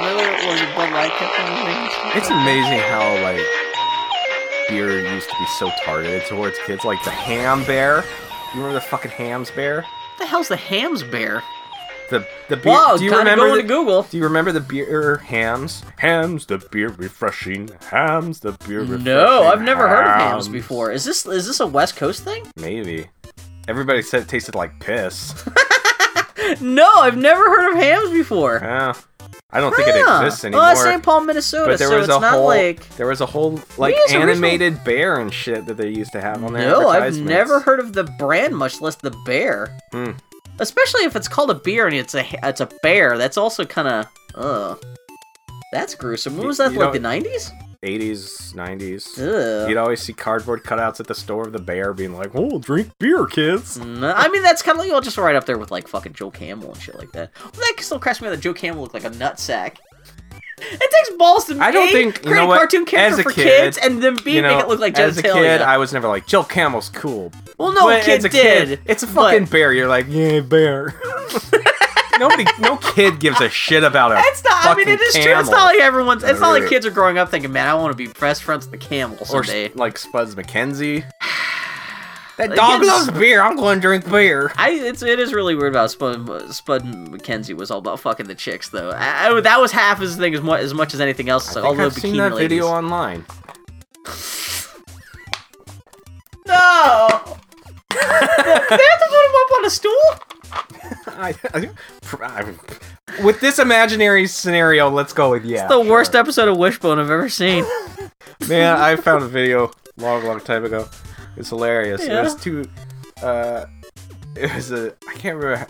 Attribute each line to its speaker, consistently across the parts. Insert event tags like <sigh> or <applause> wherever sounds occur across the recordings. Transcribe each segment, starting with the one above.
Speaker 1: Miller was a Bud Light technology.
Speaker 2: It's amazing how like beer used to be so targeted towards kids, like the ham bear. You remember the fucking hams bear?
Speaker 1: What the hell's the Hams Bear?
Speaker 2: The the beer.
Speaker 1: Whoa,
Speaker 2: do you
Speaker 1: time to
Speaker 2: remember
Speaker 1: go
Speaker 2: the,
Speaker 1: into Google.
Speaker 2: Do you remember the beer hams? Hams, the beer refreshing. Hams, the beer refreshing.
Speaker 1: No, I've never heard of hams
Speaker 2: Hams.
Speaker 1: before. Is this is this a West Coast thing?
Speaker 2: Maybe. Everybody said it tasted like piss.
Speaker 1: <laughs> No, I've never heard of hams before.
Speaker 2: Yeah. I don't think it
Speaker 1: Huh.
Speaker 2: exists anymore.
Speaker 1: Well, that's St. Paul, Minnesota,
Speaker 2: but there
Speaker 1: so
Speaker 2: was
Speaker 1: it's
Speaker 2: a
Speaker 1: not
Speaker 2: whole
Speaker 1: like.
Speaker 2: there was a whole like
Speaker 1: is original-
Speaker 2: animated bear and shit that they used to have on their
Speaker 1: No, I've
Speaker 2: advertisements.
Speaker 1: never heard of the brand, much less the bear.
Speaker 2: Hmm.
Speaker 1: Especially if it's called a beer and it's a it's a bear. That's also kind of ugh. That's gruesome. When
Speaker 2: You-
Speaker 1: was that?
Speaker 2: you
Speaker 1: Like the
Speaker 2: don't-
Speaker 1: nineties?
Speaker 2: 80s, 90s.
Speaker 1: Ugh.
Speaker 2: You'd always see cardboard cutouts at the store of the bear being like, "Oh, drink beer, kids."
Speaker 1: No, I mean, that's kind of like well, just right up there with like fucking Joe Camel and shit like that. Well, that still cracks me up that Joe Camel looked like a nutsack. It takes balls to
Speaker 2: I don't
Speaker 1: A,
Speaker 2: think- you
Speaker 1: create
Speaker 2: know
Speaker 1: a
Speaker 2: what?
Speaker 1: cartoon character
Speaker 2: As a
Speaker 1: for
Speaker 2: kid,
Speaker 1: kids, and then B
Speaker 2: you know,
Speaker 1: make it look like
Speaker 2: as a
Speaker 1: genitalia.
Speaker 2: kid, I was never like, "Jill Camel's cool."
Speaker 1: well, no
Speaker 2: But
Speaker 1: kid
Speaker 2: as a
Speaker 1: did.
Speaker 2: kid, it's a
Speaker 1: but-
Speaker 2: fucking bear. You're like,
Speaker 1: <laughs>
Speaker 2: "Yeah, bear." Nobody, no kid gives a shit about a
Speaker 1: It's not. I mean, it
Speaker 2: fucking
Speaker 1: is true. It's
Speaker 2: camel.
Speaker 1: not like everyone's. It's not like
Speaker 2: Ugh.
Speaker 1: kids are growing up thinking, "Man, I want to be best friends with the camel
Speaker 2: or
Speaker 1: someday."
Speaker 2: s- like Spuds McKenzie.
Speaker 1: <sighs>
Speaker 2: That
Speaker 1: Like,
Speaker 2: dog
Speaker 1: it's-
Speaker 2: loves beer. I'm going to drink beer.
Speaker 1: I it's it is really weird about Spud Spud McKenzie was all about fucking the chicks though. I, I- that was half his thing as much as much as anything else. It's like
Speaker 2: I
Speaker 1: all
Speaker 2: think
Speaker 1: the
Speaker 2: I've
Speaker 1: bikini
Speaker 2: seen that
Speaker 1: ladies.
Speaker 2: video online.
Speaker 1: No. <laughs> they have to put him up on a stool.
Speaker 2: I, I, I'm- with this imaginary scenario, let's go with yeah.
Speaker 1: the worst episode of Wishbone I've ever seen.
Speaker 2: Man, I found a video long, long time ago. It's hilarious. It was
Speaker 1: Yeah.
Speaker 2: two. Uh, it was a. I can't remember. how-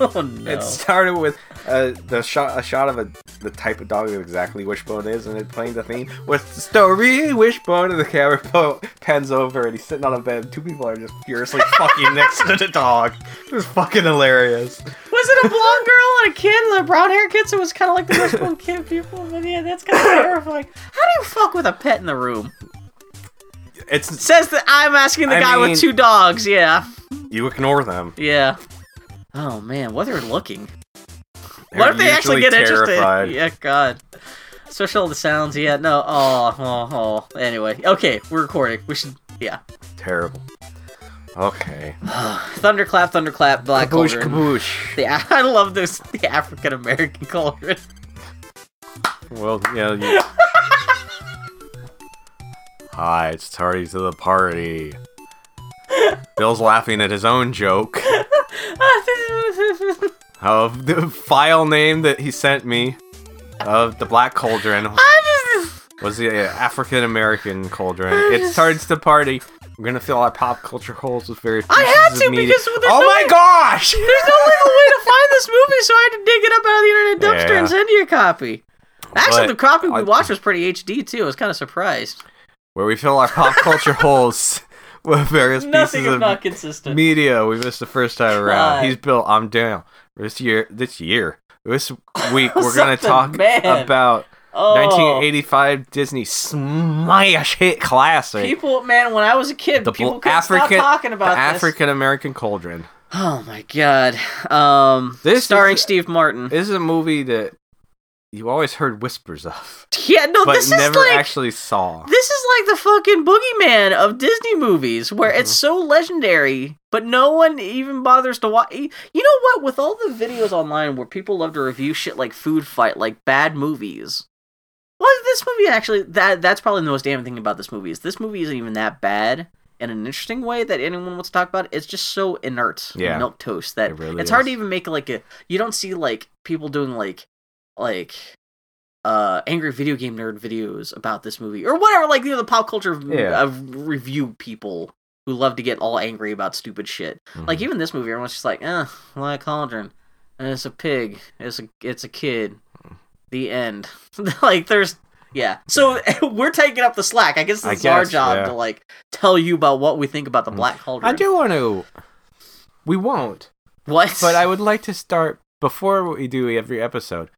Speaker 1: <laughs> oh no.
Speaker 2: It started with uh, the shot, a shot of a the type of dog that exactly Wishbone is, and it playing the theme with the story Wishbone, and the camera po- pans over, and he's sitting on a bed. Two people are just furiously fucking next to the dog. It was fucking hilarious.
Speaker 1: Was it a blonde girl and a kid and a brown hair kid? So it was kind of like the Wishbone kid people. But yeah, that's <laughs> kind of terrifying. How do you fuck with a pet in the room?
Speaker 2: It's
Speaker 1: Says that I'm asking the
Speaker 2: I
Speaker 1: guy
Speaker 2: mean-
Speaker 1: with two dogs. Yeah,
Speaker 2: you ignore them.
Speaker 1: yeah. Oh man, what they're looking.
Speaker 2: They're
Speaker 1: what if they actually
Speaker 2: usually
Speaker 1: get
Speaker 2: terrified.
Speaker 1: interested? Yeah, God. Especially all the sounds. Yeah, no. Oh, oh, oh. Anyway, okay, we're recording. We should. Yeah.
Speaker 2: Terrible. Okay.
Speaker 1: Thunderclap, thunderclap, black
Speaker 2: Kaboosh,
Speaker 1: cauldron.
Speaker 2: kaboosh.
Speaker 1: Yeah, <laughs> I love this the African American cauldron. <laughs>
Speaker 2: Well, yeah. You... Hi, it's Tardy to the party. Bill's laughing at his own joke
Speaker 1: Ah, <laughs> I'm
Speaker 2: of the file name that he sent me of the black cauldron
Speaker 1: just
Speaker 2: was the African American
Speaker 1: <sighs>
Speaker 2: cauldron. It starts to party. We're gonna fill our pop culture holes with very.
Speaker 1: I had
Speaker 2: pieces of
Speaker 1: to
Speaker 2: media.
Speaker 1: because there's
Speaker 2: oh
Speaker 1: no
Speaker 2: my
Speaker 1: way-
Speaker 2: gosh!
Speaker 1: there's no legal way to find this movie, so I had to dig it up out of the internet dumpster
Speaker 2: Yeah.
Speaker 1: and send you a copy. Actually,
Speaker 2: But
Speaker 1: the copy we
Speaker 2: I-
Speaker 1: watched was pretty HD too. I was kind of surprised.
Speaker 2: Where we fill our pop
Speaker 1: <laughs>
Speaker 2: culture holes with various pieces of
Speaker 1: consistent.
Speaker 2: media. We missed the first time around.
Speaker 1: Right.
Speaker 2: He's Bill. I'm down. This year, this year, this
Speaker 1: <laughs>
Speaker 2: week, we're gonna
Speaker 1: Something
Speaker 2: talk
Speaker 1: bad.
Speaker 2: about
Speaker 1: Oh.
Speaker 2: 1985 Disney smash hit classic,
Speaker 1: People, man, when I was a kid,
Speaker 2: the
Speaker 1: people
Speaker 2: bl-
Speaker 1: couldn't stop
Speaker 2: African
Speaker 1: talking about this.
Speaker 2: African American Cauldron.
Speaker 1: Oh my god. Um,
Speaker 2: This is-
Speaker 1: starring Steve Martin.
Speaker 2: This is a movie that you always heard whispers of,
Speaker 1: yeah, no,
Speaker 2: but
Speaker 1: Oh, this is
Speaker 2: never
Speaker 1: like
Speaker 2: actually saw.
Speaker 1: This is like the fucking boogeyman of Disney movies, where it's
Speaker 2: Mm-hmm.
Speaker 1: so legendary, but no one even bothers to watch. You know what? With all the videos online where people love to review shit like Food Fight, like bad movies. Well, this movie actually that that's probably the most damning thing about this movie is this movie isn't even that bad in an interesting way that anyone wants to talk about. It's just so inert,
Speaker 2: Yeah.
Speaker 1: milk toast that
Speaker 2: It really
Speaker 1: it's hard to
Speaker 2: is.
Speaker 1: even make like a. You don't see like people doing like like uh angry video game nerd videos about this movie or whatever like you know the pop culture
Speaker 2: Yeah.
Speaker 1: of review people who love to get all angry about stupid shit like
Speaker 2: Mm-hmm.
Speaker 1: even this movie everyone's just like eh, like cauldron and it's a pig it's a it's a kid the end <laughs> like there's yeah so <laughs> we're taking up the slack i guess
Speaker 2: I
Speaker 1: it's our
Speaker 2: guess,
Speaker 1: job
Speaker 2: yeah. Mm.
Speaker 1: to like tell you about what we think about the black cauldron
Speaker 2: I do want to. We won't.
Speaker 1: what
Speaker 2: but
Speaker 1: <laughs>
Speaker 2: I would like to start before we do every episode.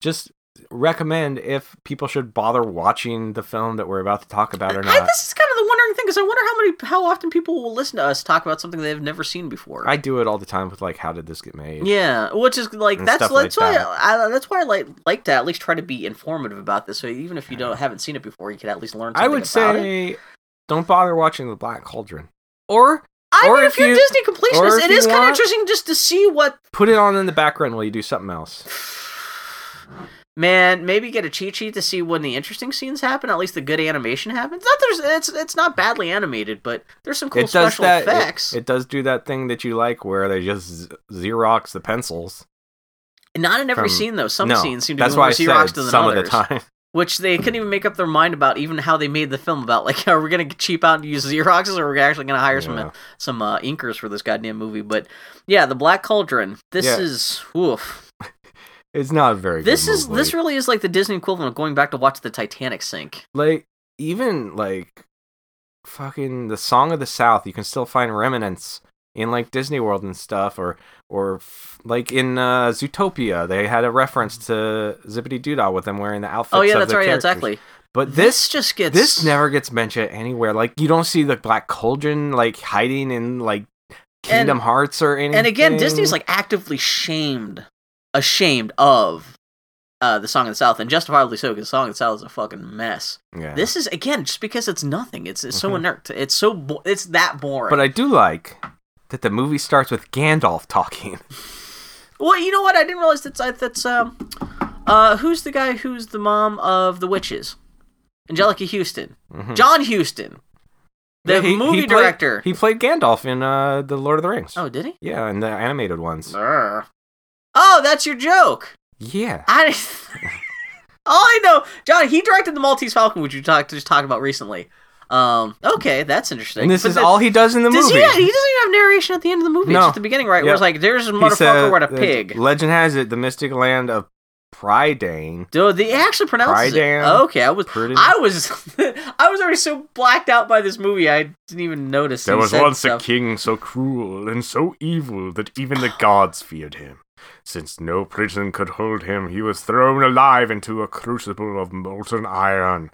Speaker 2: Just recommend if people should bother watching the film that we're about to talk about or
Speaker 1: I,
Speaker 2: not.
Speaker 1: this is kind of the wondering inspiring thing because I wonder how many, how often people will listen to us talk about something they've never seen before.
Speaker 2: I do it all the time with like, how did this get made?
Speaker 1: yeah, which is like
Speaker 2: And
Speaker 1: that's
Speaker 2: stuff like
Speaker 1: that's why
Speaker 2: that.
Speaker 1: I, that's why I like like to at least try to be informative about this. So even if you don't haven't seen it before, you can at least learn. Something
Speaker 2: I would
Speaker 1: about it.
Speaker 2: say, don't bother watching the Black Cauldron, or
Speaker 1: I
Speaker 2: or
Speaker 1: mean,
Speaker 2: if
Speaker 1: if you're
Speaker 2: you-
Speaker 1: Disney
Speaker 2: or
Speaker 1: completionist,
Speaker 2: if
Speaker 1: it
Speaker 2: you
Speaker 1: is kind of
Speaker 2: want-
Speaker 1: interesting just to see what.
Speaker 2: put it on in the background while you do something else.
Speaker 1: Man, maybe get a cheat sheet to see when the interesting scenes happen. At least the good animation happens. Not there's it's it's not badly animated, but there's some cool
Speaker 2: it does
Speaker 1: special
Speaker 2: that. it-
Speaker 1: effects.
Speaker 2: It, does do that thing that you like, where they just z- xerox the pencils.
Speaker 1: Not in every
Speaker 2: from-
Speaker 1: scene though. Some
Speaker 2: no,
Speaker 1: scenes seem to
Speaker 2: that's
Speaker 1: be
Speaker 2: why
Speaker 1: more
Speaker 2: I
Speaker 1: xeroxed
Speaker 2: said
Speaker 1: than
Speaker 2: some
Speaker 1: others,
Speaker 2: of the time.
Speaker 1: which they couldn't even make up their mind about. Even how they made the film about like, <laughs> are we going to cheap out and use xeroxes, or are we actually going to hire
Speaker 2: Yeah.
Speaker 1: some some uh, inkers for this goddamn movie? But yeah, the Black Cauldron. This
Speaker 2: Yeah.
Speaker 1: is oof.
Speaker 2: It's not a very.
Speaker 1: this
Speaker 2: good
Speaker 1: is
Speaker 2: movie.
Speaker 1: this really is like the Disney equivalent of going back to watch the Titanic sink.
Speaker 2: like even like fucking the Song of the South. You can still find remnants in like Disney World and stuff, or or f- like in uh, Zootopia, they had a reference to Zippity Doodah with them wearing the outfits.
Speaker 1: Mm. oh yeah,
Speaker 2: of
Speaker 1: that's
Speaker 2: the
Speaker 1: right. Yeah,
Speaker 2: characters.
Speaker 1: exactly.
Speaker 2: But this
Speaker 1: just gets
Speaker 2: this never gets mentioned anywhere. Like you don't see the Black Cauldron like hiding in like Kingdom
Speaker 1: And-
Speaker 2: Hearts or anything.
Speaker 1: And again, Disney's like actively shamed, ashamed of uh, the Song of the South, and justifiably so, because Song of the South is a fucking mess.
Speaker 2: yeah.
Speaker 1: This is again just because it's nothing. It's, it's so
Speaker 2: Mhm.
Speaker 1: inert. It's so bo- it's that boring.
Speaker 2: But I do like that the movie starts with Gandalf talking. <laughs>
Speaker 1: well, you know what? I didn't realize that's I- that's um, uh, who's the guy who's the mom of the witches, Angelica Houston,
Speaker 2: Mhm.
Speaker 1: John Houston, the
Speaker 2: Yeah, he- he
Speaker 1: movie
Speaker 2: played-
Speaker 1: director.
Speaker 2: He played Gandalf in uh, the Lord of the Rings.
Speaker 1: oh, Uh, did he?
Speaker 2: Yeah, in the animated ones.
Speaker 1: Brr. Oh, that's your joke. <laughs>
Speaker 2: Yeah.
Speaker 1: I. All I know, John, he directed the Maltese Falcon, which you talked just talked about recently. Um, okay, that's interesting.
Speaker 2: And this
Speaker 1: But
Speaker 2: is
Speaker 1: the-
Speaker 2: all he does in the
Speaker 1: does
Speaker 2: movie.
Speaker 1: He, he doesn't even have narration at the end of the movie. It's
Speaker 2: No.
Speaker 1: at the beginning, right? Where
Speaker 2: Yeah.
Speaker 1: it's like, "There's a
Speaker 2: He said
Speaker 1: motherfucker with a
Speaker 2: that
Speaker 1: pig."
Speaker 2: Legend has it the mystic land of Prydain.
Speaker 1: Dude, they actually pronounces it.
Speaker 2: Prydam.
Speaker 1: Okay, I was,
Speaker 2: Prydin.
Speaker 1: I was, <laughs> I was already so blacked out by this movie, I didn't even notice.
Speaker 3: There
Speaker 1: he
Speaker 3: was
Speaker 1: said
Speaker 3: once
Speaker 1: stuff.
Speaker 3: a king so cruel and so evil that even
Speaker 1: <sighs>
Speaker 3: the gods feared him. Since no prison could hold him, he was thrown alive into a crucible of molten iron.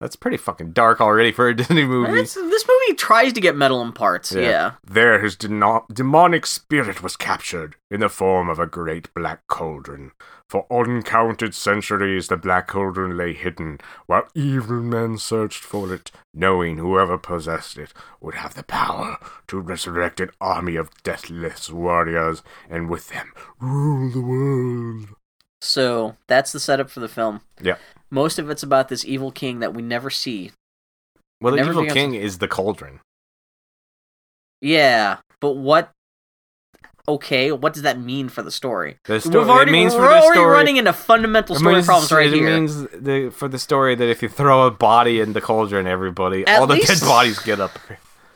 Speaker 2: That's pretty fucking dark
Speaker 3: <laughs>
Speaker 2: already for a Disney movie.
Speaker 1: That's- This movie tries to get metal in parts.
Speaker 2: Yeah.
Speaker 1: yeah.
Speaker 3: There his deno- demonic spirit was captured in the form of a great black cauldron. For uncounted centuries, the black cauldron lay hidden, while evil men searched for it, knowing whoever possessed it would have the power to resurrect an army of deathless warriors and with them rule the world.
Speaker 1: So that's the setup for the film.
Speaker 3: Yeah.
Speaker 1: Most of it's about this evil king that we never see.
Speaker 2: well, the
Speaker 1: never
Speaker 2: evil
Speaker 1: began-
Speaker 2: king is the cauldron.
Speaker 1: Yeah, but what? Okay, what does that mean for the story?
Speaker 2: The
Speaker 1: We've
Speaker 2: sto-
Speaker 1: already,
Speaker 2: it means
Speaker 1: we're
Speaker 2: for the
Speaker 1: already
Speaker 2: story.
Speaker 1: running into fundamental
Speaker 2: it
Speaker 1: story
Speaker 2: means-
Speaker 1: problems right
Speaker 2: it
Speaker 1: here.
Speaker 2: means the, for the story that if you throw a body in the cauldron, everybody,
Speaker 1: At
Speaker 2: all the
Speaker 1: least-
Speaker 2: dead bodies get up.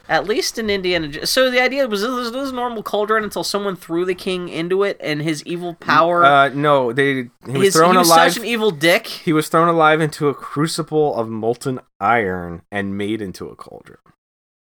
Speaker 1: At least in Indiana. Jo- So the idea was this was a normal cauldron until someone threw the king into it, and his evil power.
Speaker 2: Uh, no, they he was
Speaker 1: his,
Speaker 2: thrown
Speaker 1: he was
Speaker 2: alive.
Speaker 1: such an e- evil dick.
Speaker 2: He was thrown alive into a crucible of molten iron and made into a cauldron.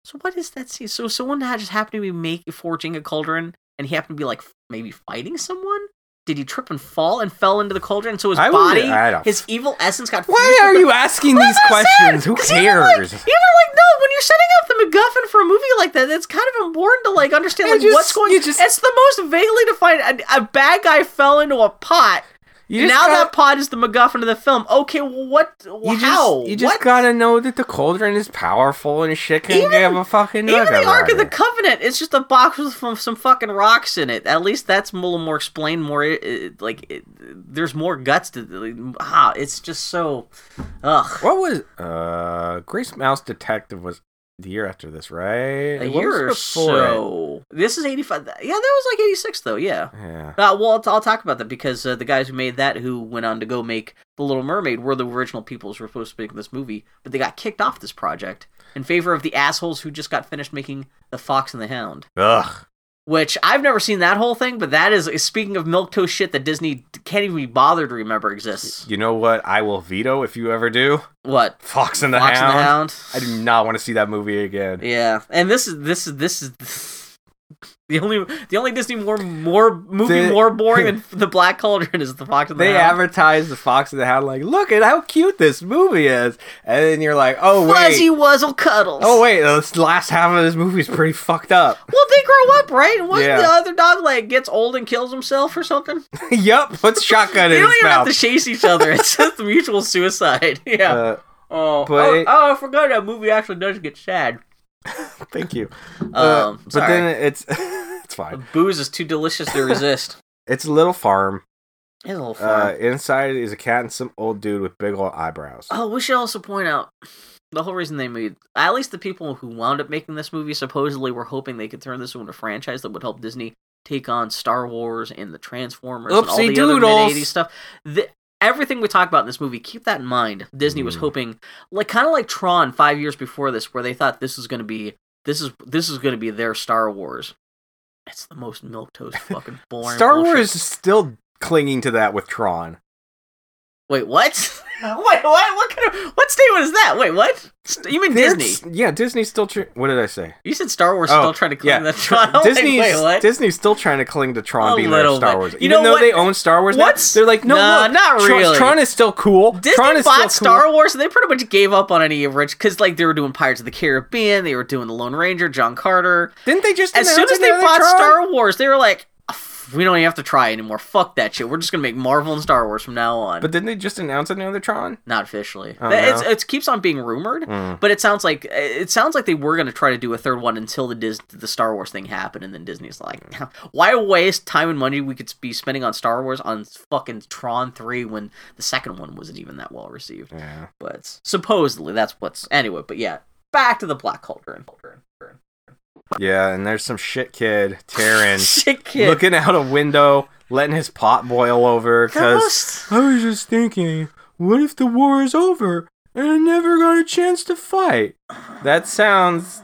Speaker 1: So what is that? scene? So someone had just happened to be making forging a cauldron, and he happened to be like f- maybe fighting someone. Did he trip and fall and fell into the cauldron? So his
Speaker 2: I would-
Speaker 1: body,
Speaker 2: I don't-
Speaker 1: his evil essence got.
Speaker 2: Why
Speaker 1: fused with
Speaker 2: are
Speaker 1: the-
Speaker 2: you <laughs> asking
Speaker 1: Well,
Speaker 2: these
Speaker 1: that's what I'm <laughs>
Speaker 2: questions?
Speaker 1: saying,
Speaker 2: Who
Speaker 1: 'cause Even like, even
Speaker 2: cares?
Speaker 1: like no, when you're setting up the MacGuffin for a movie like that, it's kind of important to like understand
Speaker 2: You
Speaker 1: like
Speaker 2: just-
Speaker 1: what's going.
Speaker 2: you just-
Speaker 1: it's the most vaguely defined. A, a bad guy fell into a pot.
Speaker 2: You
Speaker 1: and
Speaker 2: just
Speaker 1: now
Speaker 2: got-
Speaker 1: that pot is the MacGuffin of the film. Okay, well, what?
Speaker 2: you just,
Speaker 1: how?
Speaker 2: you just
Speaker 1: what?
Speaker 2: gotta know that the cauldron is powerful and shit can
Speaker 1: Even-
Speaker 2: give a fucking
Speaker 1: Even
Speaker 2: nugget
Speaker 1: the Ark of the
Speaker 2: about it.
Speaker 1: Covenant, it's just a box with some, some fucking rocks in it. At least that's a little more explained, more uh, like it, there's more guts to. Like, ah, it's just so, ugh.
Speaker 2: What was uh Grace Mouse Detective was the year after this, right?
Speaker 1: A
Speaker 2: What
Speaker 1: year or
Speaker 2: was before it?
Speaker 1: so. This is eighty five. Yeah, that was like eighty six though. Yeah.
Speaker 2: Yeah.
Speaker 1: Uh, well, I'll, I'll talk about that because uh, the guys who made that, who went on to go make The Little Mermaid, were the original people who were supposed to make this movie, but they got kicked off this project in favor of the assholes who just got finished making The Fox and the Hound.
Speaker 2: Ugh.
Speaker 1: Which I've never seen that whole thing, but that is speaking of milk toast shit that Disney can't even be bothered to remember exists.
Speaker 2: You know what? I will veto if you ever do.
Speaker 1: What
Speaker 2: Fox and the,
Speaker 1: Fox
Speaker 2: Hound.
Speaker 1: and the Hound?
Speaker 2: I do not want to see that movie again.
Speaker 1: Yeah, and this is <laughs> this is this is The only the only Disney more more movie
Speaker 2: They-
Speaker 1: more boring
Speaker 2: <laughs>
Speaker 1: than the Black Cauldron is the Fox and the
Speaker 2: They
Speaker 1: Hound.
Speaker 2: advertise the Fox and the Hound like, look at how cute this movie is, and then you're like, oh wait,
Speaker 1: Fuzzy Wuzzle cuddles.
Speaker 2: oh wait, this last half of this movie's pretty fucked up.
Speaker 1: <laughs> Well, they grow up, right? What
Speaker 2: Yeah.
Speaker 1: the other dog like gets old and kills himself or something?
Speaker 2: yup, puts shotgun
Speaker 1: They
Speaker 2: in
Speaker 1: don't
Speaker 2: his
Speaker 1: even have
Speaker 2: mouth.
Speaker 1: to chase each other.
Speaker 2: <laughs>
Speaker 1: It's just mutual suicide. <laughs> Yeah.
Speaker 2: uh,
Speaker 1: oh,
Speaker 2: but
Speaker 1: oh,
Speaker 2: it-
Speaker 1: oh, I forgot that movie actually does get sad.
Speaker 2: thank you.
Speaker 1: Um,
Speaker 2: Uh, but
Speaker 1: sorry.
Speaker 2: then it's <laughs> it's fine.
Speaker 1: booze is too delicious
Speaker 2: <laughs>
Speaker 1: to resist.
Speaker 2: It's a little farm.
Speaker 1: it's a little fun.
Speaker 2: Uh, inside is a cat and some old dude with big old eyebrows.
Speaker 1: oh, we should also point out the whole reason they made at least the people who wound up making this movie supposedly were hoping they could turn this into a franchise that would help Disney take on Star Wars and the Transformers and all the other
Speaker 2: Oopsie-doodles.
Speaker 1: mid 80s stuff. The, everything we talk about in this movie, keep that in mind. Disney was
Speaker 2: Hmm.
Speaker 3: Mm.
Speaker 1: hoping like kind of like Tron 5 years before this where they thought this is going to be this is this is going to be their Star Wars. It's the most
Speaker 2: <laughs>
Speaker 1: milquetoast fucking boring
Speaker 2: Star
Speaker 1: bullshit.
Speaker 2: Wars is still clinging to that with Tron.
Speaker 1: Wait,
Speaker 2: <laughs>
Speaker 1: what? <laughs> Wait, what? What kind of what statement is that? Wait, what? St- You mean
Speaker 2: They're
Speaker 1: Disney?
Speaker 2: s- yeah, Disney's still. Tr- what did I say?
Speaker 1: You said Star Wars is
Speaker 2: Oh,
Speaker 1: still trying to claim
Speaker 2: yeah.
Speaker 1: that Tron. <laughs> I'm like,
Speaker 2: Disney's
Speaker 1: wait, what?
Speaker 2: Disney's still trying to cling to Tron
Speaker 1: A
Speaker 2: being
Speaker 1: little
Speaker 2: their Star
Speaker 1: bit.
Speaker 2: Wars.
Speaker 1: You
Speaker 2: Even
Speaker 1: know
Speaker 2: though
Speaker 1: what?
Speaker 2: they own Star Wars, now,
Speaker 1: What's-
Speaker 2: they're like, no,
Speaker 1: Nah,
Speaker 2: look,
Speaker 1: not
Speaker 2: Tron,
Speaker 1: really.
Speaker 2: Tron is still cool.
Speaker 1: Disney
Speaker 2: Tron is
Speaker 1: bought
Speaker 2: still cool.
Speaker 1: Star Wars, and they pretty much gave up on any of rich because, like, they were doing Pirates of the Caribbean, they were doing The Lone Ranger, John Carter.
Speaker 2: Didn't they just
Speaker 1: As soon
Speaker 2: announce
Speaker 1: as they
Speaker 2: another
Speaker 1: bought
Speaker 2: Tron?
Speaker 1: Star Wars, they were like, "Pff, "We don't even have to try anymore. Fuck that shit. We're just gonna make Marvel and Star Wars from now on."
Speaker 2: But didn't they just announce another Tron?
Speaker 1: not officially.
Speaker 2: Oh,
Speaker 1: That-
Speaker 2: no? Hmm.
Speaker 1: it's, it keeps on being rumored. But it sounds like it sounds like they were going to try to do a third one until the Dis- the Star Wars thing happened, and then Disney's like,
Speaker 2: Hmm.
Speaker 1: "Why waste time and money we could be spending on Star Wars on fucking Tron three when the second one wasn't even that well received?"
Speaker 2: Yeah.
Speaker 1: But supposedly that's what's anyway. But yeah, back to the Black Cauldron.
Speaker 2: Yeah, and there's some shit kid, Taryn,
Speaker 1: <laughs> Shit, kid.
Speaker 2: looking out a window, letting his pot boil over
Speaker 1: The
Speaker 2: because
Speaker 1: most-
Speaker 2: I was just thinking, what if the war is over and I never got a chance to fight? That sounds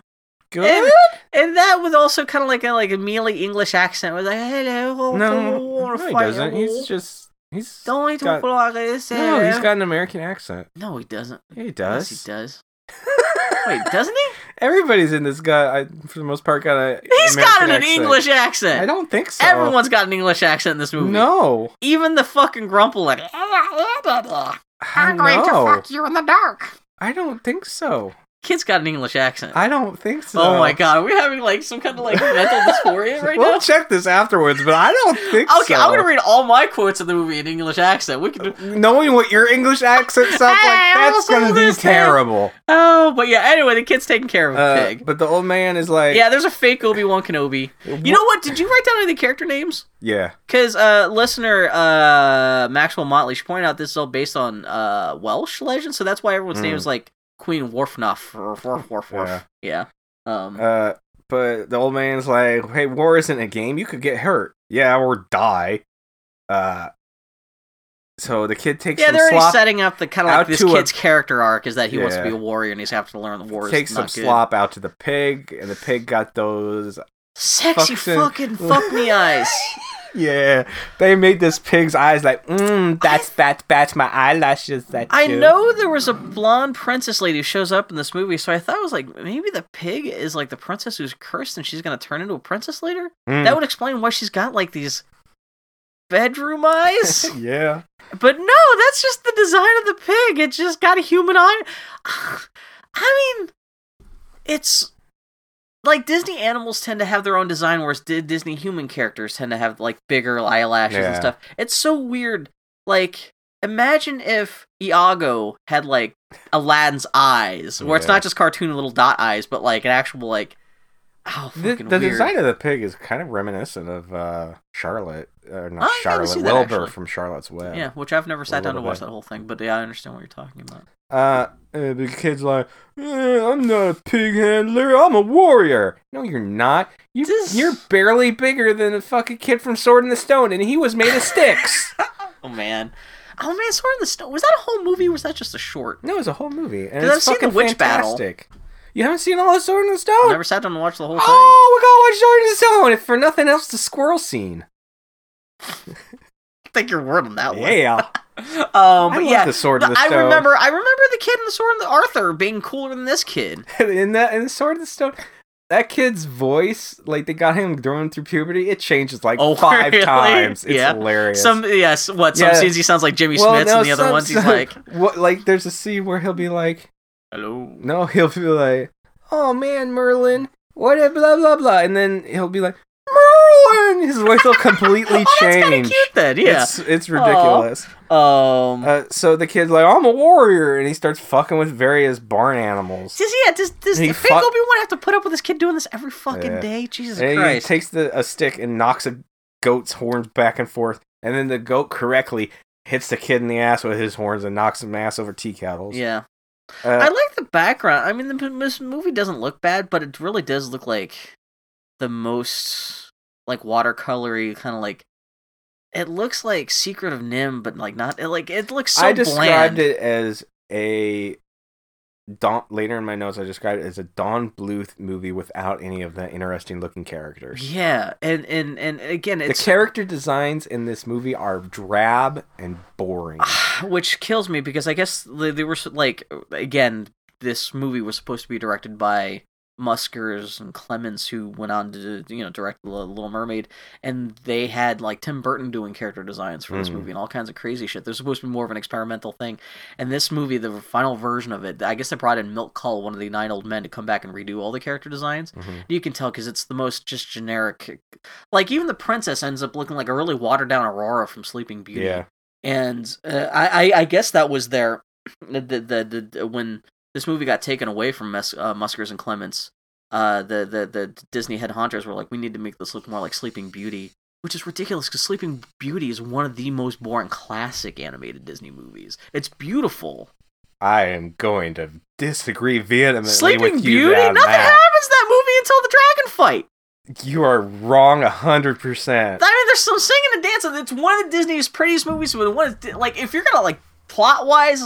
Speaker 1: And,
Speaker 2: good.
Speaker 1: and that was also kind of like a like a mealy English accent. was like, "Hello,
Speaker 2: No,
Speaker 1: want
Speaker 2: no,
Speaker 1: to
Speaker 2: he
Speaker 1: fight
Speaker 2: doesn't.
Speaker 1: a war.
Speaker 2: He's just he's
Speaker 1: don't need to
Speaker 2: got-
Speaker 1: like this."
Speaker 2: no, he's
Speaker 1: eh."
Speaker 2: got an American accent.
Speaker 1: No, he doesn't.
Speaker 2: Yeah, he
Speaker 1: Yes,
Speaker 2: does.
Speaker 1: he
Speaker 2: <laughs>
Speaker 1: does. Wait, doesn't he?
Speaker 2: Everybody's in this guy. I, for the most part, got a.
Speaker 1: He's
Speaker 2: American
Speaker 1: got an
Speaker 2: accent.
Speaker 1: English accent.
Speaker 2: I don't think so.
Speaker 1: Everyone's got an English accent in this movie.
Speaker 2: No,
Speaker 1: Even the fucking grumple like "Ah,
Speaker 2: I know.
Speaker 1: you in the dark.
Speaker 2: I don't think so.
Speaker 1: Kid's got an English accent.
Speaker 2: I don't think so.
Speaker 1: Oh my god, are we having like some kind of like mental
Speaker 2: <laughs>
Speaker 1: dysphoria right
Speaker 2: we'll
Speaker 1: now?
Speaker 2: check this afterwards, but I
Speaker 1: <laughs>
Speaker 2: don't think
Speaker 1: Okay,
Speaker 2: so. Uh,
Speaker 1: I'm gonna read all my quotes in the movie in English accent. We can.
Speaker 2: Knowing what your English accent sounds like,
Speaker 1: Hey, I
Speaker 2: that's
Speaker 1: also
Speaker 2: gonna be
Speaker 1: understand.
Speaker 2: terrible.
Speaker 1: Oh, but yeah. Anyway, the kid's taking care of a
Speaker 2: Uh,
Speaker 1: pig.
Speaker 2: but the old man is like,
Speaker 1: Yeah, there's a fake Obi Wan Kenobi. You know what? Did you write down any of the character names?
Speaker 2: yeah,
Speaker 1: Because uh, listener uh, Maxwell Motley should point out this is all based on uh, Welsh legend, so that's why everyone's name
Speaker 2: Mm.
Speaker 1: is like Queen Worfnoff. Worf, worf, worf, worf. Yeah. Um,
Speaker 2: Uh, but the old man's like, "Hey, war isn't a game. You could get hurt, yeah, or die." Uh, so the kid takes
Speaker 1: yeah,
Speaker 2: some
Speaker 1: they're already
Speaker 2: slop,
Speaker 1: setting up the kind of like
Speaker 2: out
Speaker 1: this
Speaker 2: to a-
Speaker 1: kid's character arc is that he wants to
Speaker 2: Yeah.
Speaker 1: be a warrior and he's have to learn the war is
Speaker 2: takes some
Speaker 1: not good.
Speaker 2: slop out to the pig, and the pig got those.
Speaker 1: Sexy
Speaker 2: Fucking-
Speaker 1: fucking
Speaker 2: <laughs>
Speaker 1: fuck me eyes.
Speaker 2: Yeah, they made this pig's eyes like, mm, that's that's that's my eyelashes. That
Speaker 1: I
Speaker 2: you."
Speaker 1: know there was a blonde princess lady who shows up in this movie, so I thought it was like maybe the pig is like the princess who's cursed and she's gonna turn into a princess later.
Speaker 2: Mm.
Speaker 1: That would explain why she's got like these bedroom
Speaker 2: <laughs>
Speaker 1: eyes.
Speaker 2: yeah,
Speaker 1: but no, that's just the design of the pig. It just got a human eye. <sighs> I mean, it's like Disney animals tend to have their own design, whereas Di- Disney human characters tend to have like bigger eyelashes and
Speaker 2: Yeah.
Speaker 1: stuff. It's so weird. Like, imagine if Iago had like Aladdin's eyes, where it's
Speaker 2: Yeah.
Speaker 1: not just cartoon little dot eyes, but like an actual like. Oh,
Speaker 2: the,
Speaker 1: fucking
Speaker 2: the
Speaker 1: weird.
Speaker 2: design of the pig is kind of reminiscent of uh, Charlotte, or not
Speaker 1: I kinda see
Speaker 2: Charlotte
Speaker 1: that,
Speaker 2: Wilbur
Speaker 1: actually.
Speaker 2: from Charlotte's Web.
Speaker 1: Yeah, which I've never sat down to
Speaker 2: little
Speaker 1: watch
Speaker 2: bit.
Speaker 1: that whole thing, but yeah, I understand what you're talking about.
Speaker 2: Uh, uh, the kid's like, "Eh, I'm not a pig handler. I'm a warrior. No, you're not. You,
Speaker 1: This-
Speaker 2: You're barely bigger than a fucking kid from Sword in the Stone, and he was made
Speaker 1: <laughs>
Speaker 2: of sticks.
Speaker 1: Oh man, oh man, Sword in the Stone was that a whole movie? or Was that just a short?
Speaker 2: no, it's a whole movie, and
Speaker 1: 'Cause
Speaker 2: it's
Speaker 1: I've seen the
Speaker 2: fucking
Speaker 1: witch battle.
Speaker 2: fantastic. You haven't seen all of Sword in the Stone?
Speaker 1: I never sat down to watch the whole thing.
Speaker 2: oh, we gotta watch Sword in the Stone. If for nothing else, the squirrel scene.
Speaker 1: Take your word on that one.
Speaker 2: Yeah.
Speaker 1: Um,
Speaker 2: I
Speaker 1: <laughs> but
Speaker 2: love
Speaker 1: yeah,
Speaker 2: the Sword in
Speaker 1: No,
Speaker 2: the Stone.
Speaker 1: I remember,
Speaker 2: <laughs>
Speaker 1: I remember the kid in the Sword in the Arthur being cooler than this kid.
Speaker 2: in that in Sword in the Stone, that kid's voice, like they got him growing through puberty, it changes like
Speaker 1: Oh, <laughs>
Speaker 2: five
Speaker 1: really?
Speaker 2: times. It's
Speaker 1: Yeah.
Speaker 2: hilarious.
Speaker 1: Some yes, what some
Speaker 2: Yeah.
Speaker 1: scenes he sounds like Jimmy
Speaker 2: Well,
Speaker 1: Smiths,
Speaker 2: no,
Speaker 1: and the other
Speaker 2: some-
Speaker 1: ones he's
Speaker 2: some-
Speaker 1: like,
Speaker 2: <laughs> what? Like there's a scene where he'll be like,
Speaker 1: "Hello."
Speaker 2: no, <laughs> he'll be like, oh man, Merlin, what? a Blah blah blah, and then he'll be like, Merlin. His voice will
Speaker 1: <laughs>
Speaker 2: completely
Speaker 1: oh, that's kind
Speaker 2: change.
Speaker 1: of cute then. Yeah.
Speaker 2: It's it's ridiculous.
Speaker 1: Um.
Speaker 2: Uh, so the kid's like, I'm a warrior, and he starts fucking with various barn animals.
Speaker 1: Does yeah, does does
Speaker 2: He
Speaker 1: big
Speaker 2: fu-
Speaker 1: Obi Wan have to put up with this kid doing this every fucking
Speaker 2: Yeah.
Speaker 1: day? Jesus
Speaker 2: And he
Speaker 1: Christ!
Speaker 2: takes the, a stick and knocks a goat's horns back and forth, and then the goat correctly hits the kid in the ass with his horns and knocks him ass over tea kettles.
Speaker 1: yeah,
Speaker 2: Uh,
Speaker 1: I like the background. I mean, the, this movie doesn't look bad, but it really does look like the most like watercolory kind of like. It looks like Secret of Nim, but like not it, like it looks so
Speaker 2: I described
Speaker 1: bland.
Speaker 2: it as a Don. Later in my notes, I described it as a Don Bluth movie without any of the interesting looking characters.
Speaker 1: Yeah, and and and again,
Speaker 2: The
Speaker 1: it's
Speaker 2: character designs in this movie are drab and boring.
Speaker 1: Ah, <sighs> which kills me because I guess they, they were s- like again this movie was supposed to be directed by Muskers and Clements who went on to you know direct The Little Mermaid and they had like Tim Burton doing character designs for this
Speaker 2: Mhm.
Speaker 1: movie and all kinds of crazy shit. There's supposed to be more of an experimental thing. And this movie the final version of it, I guess they brought in Milk Call, one of the nine old men to come back and redo all the character designs.
Speaker 2: Mhm.
Speaker 1: You can tell because it's the most just generic. Like even the princess ends up looking like a really watered down Aurora from Sleeping Beauty
Speaker 2: Yeah.
Speaker 1: and uh, I, I I guess that was their the, the, the, the when this movie got taken away from Mes- uh, Muskers and Clements, uh, the, the the Disney head hunters were like, we need to make this look more like Sleeping Beauty, which is ridiculous because Sleeping Beauty is one of the most boring classic animated Disney movies. It's beautiful.
Speaker 2: I am going to disagree vehemently
Speaker 1: Sleeping
Speaker 2: with you.
Speaker 1: Beauty,
Speaker 2: on
Speaker 1: nothing
Speaker 2: that.
Speaker 1: happens in that movie until the dragon fight.
Speaker 2: You are wrong hundred percent.
Speaker 1: I mean, there's some singing and dancing. It's one of the Disney's prettiest movies, but one of the- like if you're gonna like plot wise,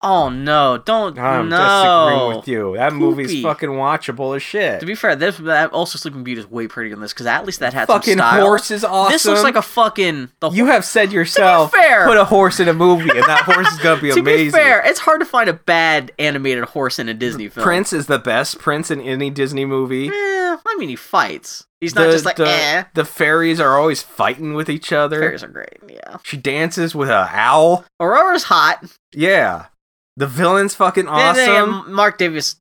Speaker 1: oh no, don't
Speaker 2: I'm
Speaker 1: no.
Speaker 2: disagreeing with you. That movie's
Speaker 1: Poopy.
Speaker 2: fucking watchable as shit.
Speaker 1: To be fair, this that also Sleeping Beauty is way prettier than this because at least that had
Speaker 2: fucking
Speaker 1: some style.
Speaker 2: horse is awesome.
Speaker 1: This looks like a fucking the
Speaker 2: You
Speaker 1: hor-
Speaker 2: have said yourself,
Speaker 1: fair-
Speaker 2: put a horse in a movie, and that horse is gonna
Speaker 1: <laughs>
Speaker 2: be
Speaker 1: to
Speaker 2: amazing.
Speaker 1: be fair, it's hard to find a bad animated horse in a Disney film.
Speaker 2: Prince is the best prince in any Disney movie.
Speaker 1: Eh, I mean, he fights. He's not just like
Speaker 2: the,
Speaker 1: eh.
Speaker 2: the fairies are always fighting with each other.
Speaker 1: Fairies are great. Yeah,
Speaker 2: She dances with an owl.
Speaker 1: Aurora's hot.
Speaker 2: Yeah, the villain's fucking
Speaker 1: Yeah,
Speaker 2: awesome.
Speaker 1: yeah, yeah, Mark Davis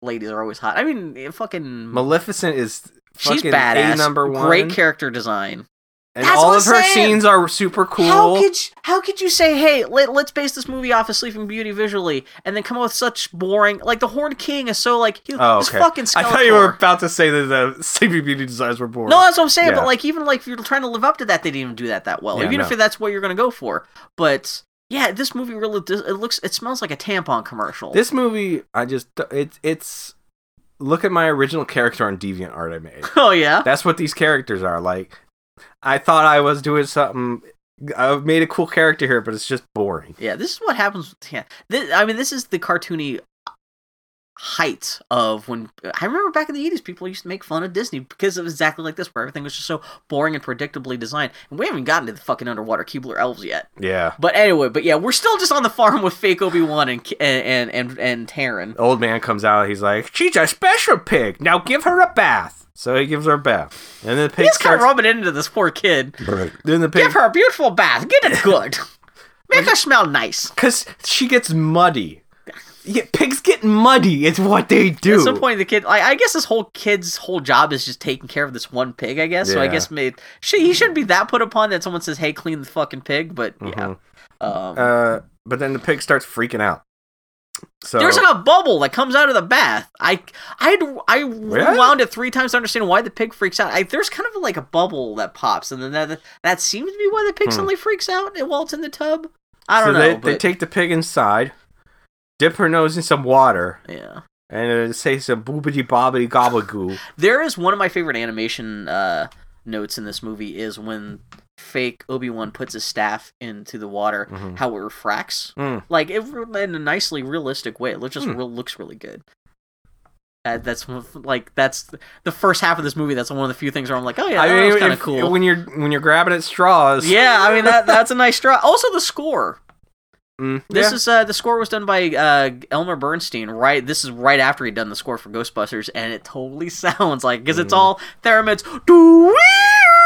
Speaker 1: ladies are always hot. I mean, eh, fucking.
Speaker 2: Maleficent is fucking
Speaker 1: She's badass.
Speaker 2: A number one.
Speaker 1: Great character design.
Speaker 2: and
Speaker 1: That's
Speaker 2: all
Speaker 1: what
Speaker 2: of
Speaker 1: I'm
Speaker 2: her
Speaker 1: saying.
Speaker 2: scenes are super cool.
Speaker 1: How could you, how could you say, hey, let, let's base this movie off of Sleeping Beauty visually, and then come up with such boring like the Horned King is so like he,
Speaker 2: oh,
Speaker 1: his
Speaker 2: okay.
Speaker 1: fucking
Speaker 2: I
Speaker 1: Skeletor.
Speaker 2: thought you were about to say that the <laughs> Sleeping Beauty designs were boring.
Speaker 1: No, that's what I'm saying.
Speaker 2: Yeah.
Speaker 1: But like, even like if you're trying to live up to that, they didn't even do that that well.
Speaker 2: Yeah,
Speaker 1: even
Speaker 2: no.
Speaker 1: if that's what you're gonna go for, but yeah, this movie really does, it looks it smells like a tampon commercial.
Speaker 2: This movie, I just it's it's look at my original character on DeviantArt I made.
Speaker 1: <laughs> oh yeah,
Speaker 2: That's what these characters are like. I thought I was doing something. I made a cool character here, but it's just boring.
Speaker 1: yeah. This is what happens. With, yeah, this, I mean, this is the cartoony height of when I remember back in the 80s people used to make fun of Disney because it was exactly like this where everything was just so boring and predictably designed and we haven't gotten to the fucking underwater Keebler elves yet
Speaker 2: Yeah,
Speaker 1: but anyway but yeah we're still just on the farm with fake Obi-Wan and K- and and and, and Taryn
Speaker 2: old man comes out. He's like, "She's a special pig. Now give her a bath." So he gives her a bath, and then the pig
Speaker 1: he's kind of
Speaker 2: starts.
Speaker 1: rubbing into this poor kid
Speaker 2: Then the pig,
Speaker 1: Give her a beautiful bath. Get it good. Make her smell nice.
Speaker 2: because she gets muddy. Yeah, pigs get muddy. It's what they do.
Speaker 1: At some point, the kid, I, I guess this whole kid's whole job is just taking care of this one pig, I guess. So I
Speaker 2: Yeah.
Speaker 1: guess made, she, he shouldn't be that put upon that someone says, hey, clean the fucking pig. But yeah.
Speaker 2: Mhm.
Speaker 1: Um,
Speaker 2: uh, but then the pig starts freaking out. So
Speaker 1: there's like a bubble that comes out of the bath. I I I wound it three times to understand why the pig freaks out. I, there's kind of like a bubble that pops, and then that that seems to be why the pig suddenly freaks out while it's in the tub. I don't
Speaker 2: Hmm. so
Speaker 1: know.
Speaker 2: They, they
Speaker 1: but-
Speaker 2: take the pig inside, dip her nose in some water,
Speaker 1: yeah.
Speaker 2: and uh, say some boobity
Speaker 1: <laughs>
Speaker 2: bobbity gobblegoo.
Speaker 1: There is one of my favorite animation uh, notes in this movie is when fake Obi Wan puts his staff into the water,
Speaker 2: Mhm.
Speaker 1: how it refracts.
Speaker 2: Mm.
Speaker 1: Like it re- in a nicely realistic way. It looks just
Speaker 2: Hmm.
Speaker 1: real, looks really good. Uh, that's one of- like that's the first half of this movie. That's one of the few things where I'm like, oh yeah,
Speaker 2: I
Speaker 1: that was
Speaker 2: mean,
Speaker 1: kind of
Speaker 2: if-
Speaker 1: cool.
Speaker 2: when you're when you're grabbing at straws.
Speaker 1: yeah, I mean that that's a nice draw. Also the score.
Speaker 2: Mm,
Speaker 1: This
Speaker 2: yeah.
Speaker 1: is uh, the score was done by uh, Elmer Bernstein. Right, this is right after he'd done the score for Ghostbusters, and it totally sounds like because it's all theremits.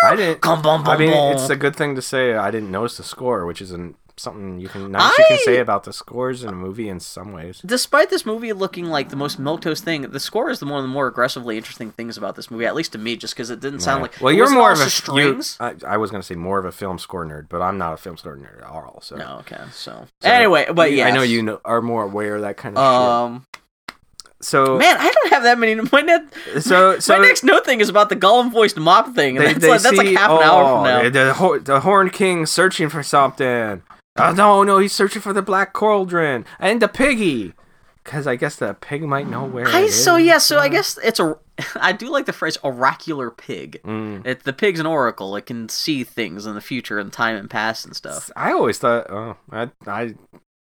Speaker 2: I didn't.
Speaker 1: Come bum bum
Speaker 2: I mean,
Speaker 1: bum. <laughs>
Speaker 2: it's a good thing to say. I didn't notice the score, which is an, something you can nice you can
Speaker 1: I-
Speaker 2: say about the scores in a movie in some ways.
Speaker 1: Despite this movie looking like the most milquetoast thing, the score is the one of the more aggressively interesting things about this movie, at least to me, just because it didn't sound like.
Speaker 2: well,
Speaker 1: it
Speaker 2: you're
Speaker 1: wasn't
Speaker 2: more
Speaker 1: all
Speaker 2: of a
Speaker 1: just strings.
Speaker 2: You, I, I was gonna say more of a film score nerd, but I'm not a film score nerd at all. So
Speaker 1: no, okay, so,
Speaker 2: So,
Speaker 1: anyway, but yeah,
Speaker 2: I know you know, are more aware of that kind of
Speaker 1: Um,
Speaker 2: shit. So
Speaker 1: man, I don't have that many. My, net,
Speaker 2: so so
Speaker 1: my next note thing is about the Gollum voiced mop thing, and
Speaker 2: they,
Speaker 1: that's,
Speaker 2: they
Speaker 1: like, that's like
Speaker 2: see-
Speaker 1: half an hour
Speaker 2: oh,
Speaker 1: from now.
Speaker 2: The, hor- the Horn King searching for something. Oh no, no, he's searching for the Black Cauldron and the piggy, because I guess the pig might know where.
Speaker 1: I
Speaker 2: it
Speaker 1: so
Speaker 2: is.
Speaker 1: yeah, so I guess it's a. <laughs> I do like the phrase oracular pig.
Speaker 2: Mm.
Speaker 1: It, the pig's an oracle. It can see things in the future and time and past and stuff.
Speaker 2: I always thought. Oh, I I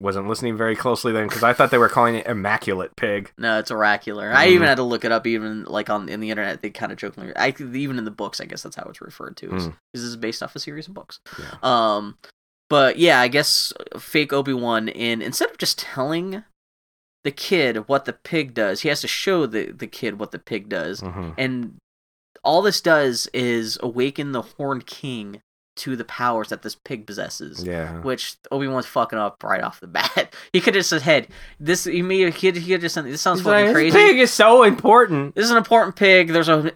Speaker 2: wasn't listening very closely then because I thought they were calling it immaculate pig.
Speaker 1: No, it's oracular. I even
Speaker 2: Mm.
Speaker 1: had to look it up, even like on in the internet. They kind of jokingly, I think even in the books, I guess that's how it's referred to. Is,
Speaker 2: Mm.
Speaker 1: This is based off a series of books.
Speaker 2: Yeah.
Speaker 1: Um, but yeah, I guess fake Obi Wan in instead of just telling the kid what the pig does, he has to show the the kid what the pig does.
Speaker 2: Mm-hmm.
Speaker 1: And all this does is awaken the Horned King to the powers that this pig possesses.
Speaker 2: Yeah.
Speaker 1: Which Obi Wan's fucking up right off the <laughs> bat. He could have said, "Hey, this he may he could have just said, this sounds
Speaker 2: He's
Speaker 1: fucking
Speaker 2: like,
Speaker 1: crazy.
Speaker 2: This pig is so important.
Speaker 1: This is an important pig. There's a,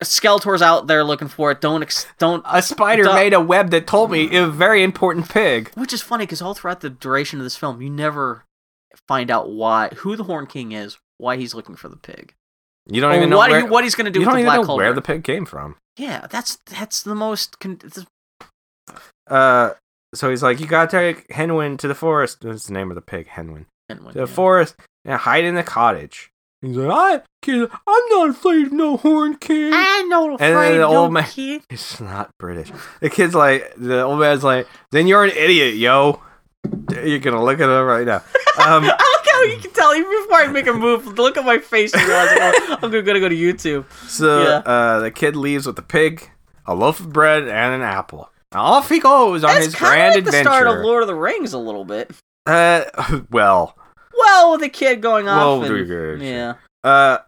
Speaker 1: Skeletor's out there looking for it. Don't ex- don't."
Speaker 2: A spider
Speaker 1: Duh.
Speaker 2: made a web that told me a very important pig.
Speaker 1: Which is funny because all throughout the duration of this film, you never find out why who the Horned King is, why he's looking for the pig,
Speaker 2: You don't
Speaker 1: or
Speaker 2: even know
Speaker 1: what
Speaker 2: where,
Speaker 1: he, what he's gonna do
Speaker 2: you
Speaker 1: with
Speaker 2: don't
Speaker 1: the
Speaker 2: even
Speaker 1: black
Speaker 2: know
Speaker 1: hole.
Speaker 2: where the pig came from.
Speaker 1: Yeah, that's that's the most. Con- this-
Speaker 2: Uh, so he's like, you gotta take Henwin to the forest. That's the name of the pig, Henwin. To the forest and hide in the cottage. He's like, I, kid, I'm not afraid of no horn king.
Speaker 1: I ain't no
Speaker 2: Mm. then
Speaker 1: afraid
Speaker 2: the
Speaker 1: of no
Speaker 2: old man-
Speaker 1: kid.
Speaker 2: It's not British. The kid's like, the old man's like, then you're an idiot, yo. You're gonna look at him right now. Um,
Speaker 1: I like how you can tell even before I make a move. Look at my face. And realize, oh, I'm gonna go to YouTube.
Speaker 2: so
Speaker 1: Yeah.
Speaker 2: uh, the kid leaves with a pig, a loaf of bread, and an apple. And off he goes on
Speaker 1: That's
Speaker 2: his
Speaker 1: kind
Speaker 2: grand
Speaker 1: of like the
Speaker 2: adventure.
Speaker 1: start of Lord of the Rings a little bit.
Speaker 2: uh, <laughs> well,
Speaker 1: Well, the kid going off.
Speaker 2: Well,
Speaker 1: and-
Speaker 2: we could-
Speaker 1: yeah.
Speaker 2: Uh,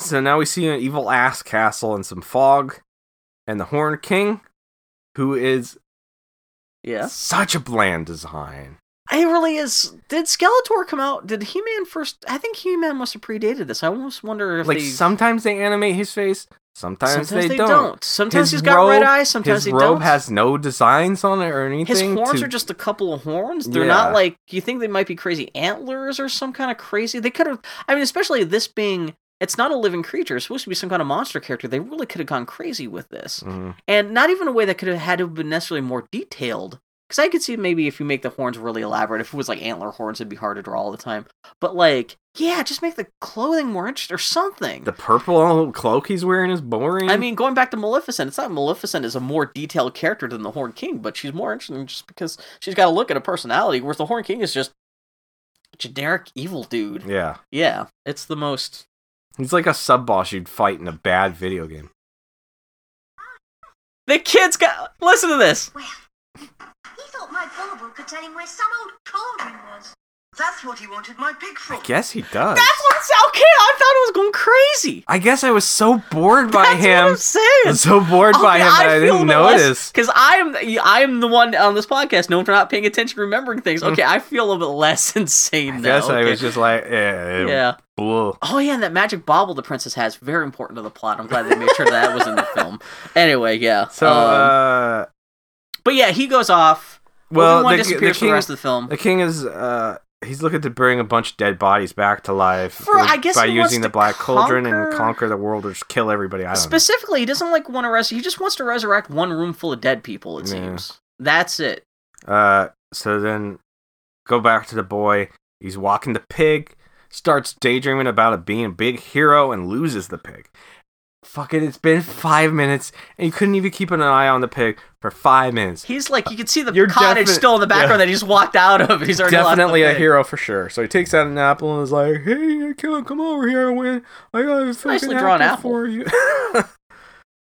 Speaker 2: so now we see an evil ass castle and some fog, and the Horn King, who is
Speaker 1: Yeah.
Speaker 2: such a bland design.
Speaker 1: It really is. Did Skeletor come out? Did He Man first? I think He Man must have predated this. I almost wonder if
Speaker 2: Like
Speaker 1: they.
Speaker 2: sometimes they animate his face, sometimes, they, don't.
Speaker 1: Sometimes
Speaker 2: His
Speaker 1: he's got red
Speaker 2: robe-
Speaker 1: eyes. Sometimes he
Speaker 2: his robe
Speaker 1: don't.
Speaker 2: has no designs on it or
Speaker 1: His
Speaker 2: anything.
Speaker 1: horns
Speaker 2: to-
Speaker 1: are just a couple of horns. They're
Speaker 2: Yeah.
Speaker 1: not like you think they might be crazy antlers or some kind of crazy. They could have. I mean, especially this being. It's not a living creature. It's supposed to be some kind of monster character. They really could have gone crazy with this,
Speaker 2: Mhm.
Speaker 1: and not even a way that could have had to have been necessarily more detailed. Because I could see maybe if you make the horns really elaborate, if it was like antler horns, it'd be hard to draw all the time. But like, yeah, just make the clothing more interesting or something.
Speaker 2: The purple cloak he's wearing is boring.
Speaker 1: I mean, going back to Maleficent, it's not Maleficent is a more detailed character than the Horn King, but she's more interesting just because she's got a look and a personality, whereas the Horn King is just generic evil dude.
Speaker 2: yeah,
Speaker 1: Yeah, it's the most.
Speaker 2: he's like a sub boss you'd fight in a bad video game.
Speaker 1: The kid's got. Listen to this.
Speaker 4: Well, he thought my Bulbul could tell him where some old cauldron was. That's what he wanted my pig for.
Speaker 2: I guess he does.
Speaker 1: Oh. That's what it's okay. I thought it was going crazy.
Speaker 2: I guess I was so bored by
Speaker 1: That's
Speaker 2: him.
Speaker 1: What I'm saying.
Speaker 2: I'm so bored by him that I, didn't notice.
Speaker 1: because I'm I'm the one on this podcast known for not paying attention, remembering things. Okay, I feel a little bit less <laughs> insane
Speaker 2: I
Speaker 1: now.
Speaker 2: guess I
Speaker 1: okay.
Speaker 2: was just like, eh,
Speaker 1: yeah.
Speaker 2: bleh.
Speaker 1: Oh yeah, and that magic bauble the princess has very important to the plot. I'm glad they made sure that was in the
Speaker 2: <laughs>
Speaker 1: film. Anyway, yeah.
Speaker 2: So,
Speaker 1: um,
Speaker 2: uh,
Speaker 1: but yeah, he goes off.
Speaker 2: well,
Speaker 1: Obi-Wan
Speaker 2: the, ki- the
Speaker 1: disappears for the
Speaker 2: king,
Speaker 1: rest of the film.
Speaker 2: the king is, uh, he's looking to bring a bunch of dead bodies back to life
Speaker 1: For- I guess
Speaker 2: by
Speaker 1: he
Speaker 2: using
Speaker 1: wants
Speaker 2: the
Speaker 1: to
Speaker 2: black cauldron and
Speaker 1: conquer-
Speaker 2: conquer the world or just kill everybody. I don't
Speaker 1: Specifically, he doesn't like want to res. He just wants to resurrect one room full of dead people. It
Speaker 2: Yeah.
Speaker 1: seems that's it.
Speaker 2: know. Uh, so then go back to the boy. He's walking the pig, starts daydreaming about it being a big hero, and loses the pig. Fucking, it's been five minutes, and you couldn't even keep an eye on the pig for five minutes.
Speaker 1: He's like, you can see the
Speaker 2: You're
Speaker 1: cottage
Speaker 2: definite-
Speaker 1: still in the background
Speaker 2: yeah.
Speaker 1: that he just walked out of. He's already lost the
Speaker 2: definitely a
Speaker 1: pig.
Speaker 2: hero for sure. So he takes out an apple and is like, "Hey, Akela, come over here, win. I got a fucking
Speaker 1: nicely drawn
Speaker 2: apple
Speaker 1: apple.
Speaker 2: for you." <laughs>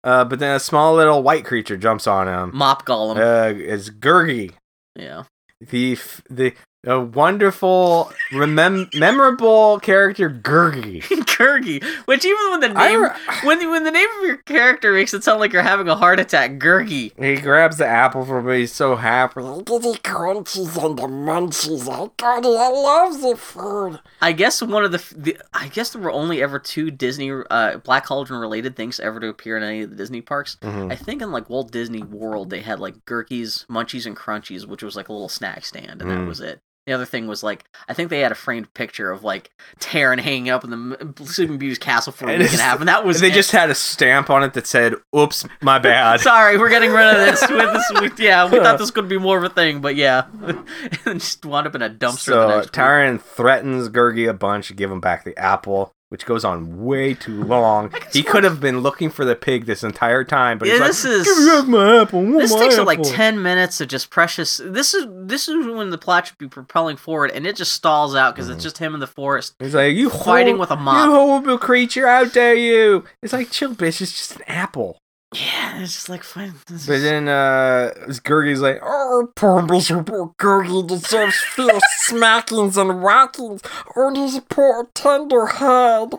Speaker 2: uh, but
Speaker 1: Mm.
Speaker 2: then a small little white creature jumps on him.
Speaker 1: Mop Gollum.
Speaker 2: Uh, it's Gurgi,
Speaker 1: yeah. <laughs>
Speaker 2: the f- the uh, wonderful, remem- memorable character Gurgi.
Speaker 1: Gurgi, which even when the
Speaker 2: I
Speaker 1: name
Speaker 2: re-
Speaker 1: when when the name of your character makes it sound like you're having a heart attack, Gurgi.
Speaker 2: He grabs the apple from me. He's so happy.
Speaker 5: Little crunchies and the munchies. I got it. I love the food.
Speaker 1: I guess one of the, f- the I guess there were only ever two Disney uh, Black Cauldron related things ever to appear in any of the Disney parks.
Speaker 2: Mm-hmm.
Speaker 1: I
Speaker 2: Hmm.
Speaker 1: think in like Walt Disney World they had like Gurkies, Munchies, and Crunchies, which was like a little snack stand, and that
Speaker 2: Mm.
Speaker 1: was it. The other thing was like I think they had a framed picture of like Taryn hanging up in the M- Sleeping Beauty's castle for a
Speaker 2: And
Speaker 1: week and a
Speaker 2: it's-
Speaker 1: half, and that was
Speaker 2: They
Speaker 1: it.
Speaker 2: just had a stamp on it that said, "Oops, my
Speaker 1: <laughs>
Speaker 2: bad."
Speaker 1: Sorry, we're getting rid of this. With this, we, yeah, we thought this could be more of a thing, but yeah, <laughs> and just wound up in a dumpster. the
Speaker 2: So
Speaker 1: next week.
Speaker 2: Tyron threatens Gurgi a bunch to give him back the apple, which goes on way too long. He could have been looking for the pig this entire time, but
Speaker 1: Yeah,
Speaker 2: he's like,
Speaker 1: this is-
Speaker 2: "Give me back my apple. I want
Speaker 1: This
Speaker 2: my
Speaker 1: takes up like
Speaker 2: apple."
Speaker 1: ten minutes of just precious. This is this is when the plot should be propelling forward, and it just stalls out because it's just him in the forest.
Speaker 2: He's like, "You
Speaker 1: fighting
Speaker 2: hor-
Speaker 1: with a mop."
Speaker 2: You horrible creature! How dare you!" It's like, "Chill, bitch. It's just an apple."
Speaker 1: Yeah, it's just like fine. This
Speaker 2: But
Speaker 1: is-
Speaker 2: then uh Gurgi's like,
Speaker 5: Oh, poor miserable Googie deserves
Speaker 1: <laughs>
Speaker 5: fierce smackings and whackings on his poor tender head.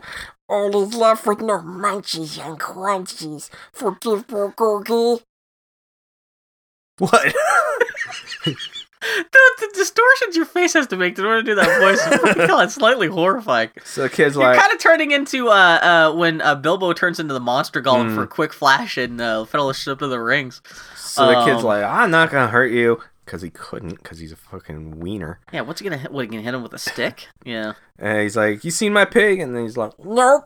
Speaker 5: All is left with no munchies and crunchies. Forgive poor Googie.
Speaker 2: "What?"
Speaker 1: <laughs> the, the distortions your face has to make in order to do that voice. oh God, it's slightly horrifying.
Speaker 2: <laughs> so the kid's
Speaker 1: You're
Speaker 2: like,
Speaker 1: kind of turning into uh, uh, when uh, Bilbo turns into the monster golem
Speaker 2: Mm.
Speaker 1: for a quick flash in uh, Fellowship of the Rings.
Speaker 2: "So the kid's
Speaker 1: um,
Speaker 2: like, I'm not gonna hurt you." Because he couldn't, because he's a fucking wiener.
Speaker 1: Yeah, what's he gonna hit? What, he gonna hit him with a stick? Yeah.
Speaker 2: And he's like, You seen my pig? And then he's like,
Speaker 5: Nope.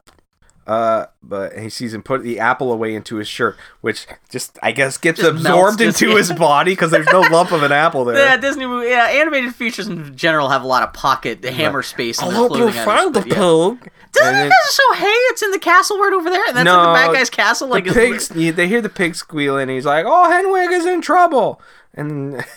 Speaker 2: Uh, but he sees him put the apple away into his shirt, which just I guess gets
Speaker 1: Just melts,
Speaker 2: absorbed
Speaker 1: just- <laughs>
Speaker 2: into his body because there's no lump of an apple there.
Speaker 5: <laughs>
Speaker 1: Yeah, Disney movie. Yeah, animated features in general have a lot of pocket hammer space. in
Speaker 5: I
Speaker 1: their
Speaker 5: hope you
Speaker 1: clothing items,
Speaker 5: find the
Speaker 1: but yeah.
Speaker 5: pig.
Speaker 1: <laughs> Doesn't
Speaker 2: <laughs> And
Speaker 1: it
Speaker 2: it-
Speaker 1: guys show hey, it's in the castle right over there, and that's in the
Speaker 2: No,
Speaker 1: bad guy's castle. Like
Speaker 2: the
Speaker 1: it's-
Speaker 2: pigs, yeah, they hear the pig squeal, and he's like, "Oh, Henwig is in trouble," and <laughs>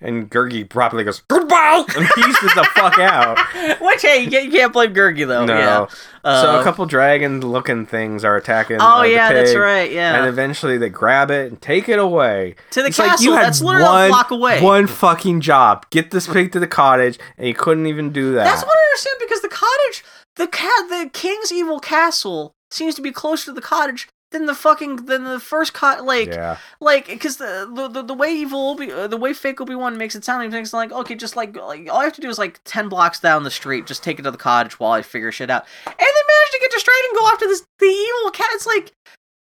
Speaker 2: and Gurgi promptly goes
Speaker 5: Goodbye.
Speaker 2: <laughs> and pieces the fuck out.
Speaker 1: <laughs> which hey, you can't- you can't blame Gurgi though.
Speaker 2: No,
Speaker 1: <laughs> Yeah.
Speaker 2: so
Speaker 1: Uh,
Speaker 2: a couple dragon-looking things are attacking.
Speaker 1: Oh
Speaker 2: uh, the
Speaker 1: yeah, that's
Speaker 2: pig,
Speaker 1: right. Yeah.
Speaker 2: And eventually they grab it and take it away.
Speaker 1: To the
Speaker 2: It's
Speaker 1: castle,
Speaker 2: like you had
Speaker 1: that's literally a
Speaker 2: one,
Speaker 1: block away.
Speaker 2: One fucking job. Get this pig to the cottage, and you couldn't even do that.
Speaker 1: That's what I understand because the cottage, the cat, the king's evil castle seems to be closer to the cottage than the fucking than the first cot. Like,
Speaker 2: Yeah.
Speaker 1: like because the, the the- the way evil Obi, uh, the way fake Obi Wan makes it sound, he thinks like okay, just like, like all I have to do is like ten blocks down the street, just take it to the cottage while I figure shit out, and they manage to get distracted and go after this the evil cat. It's like.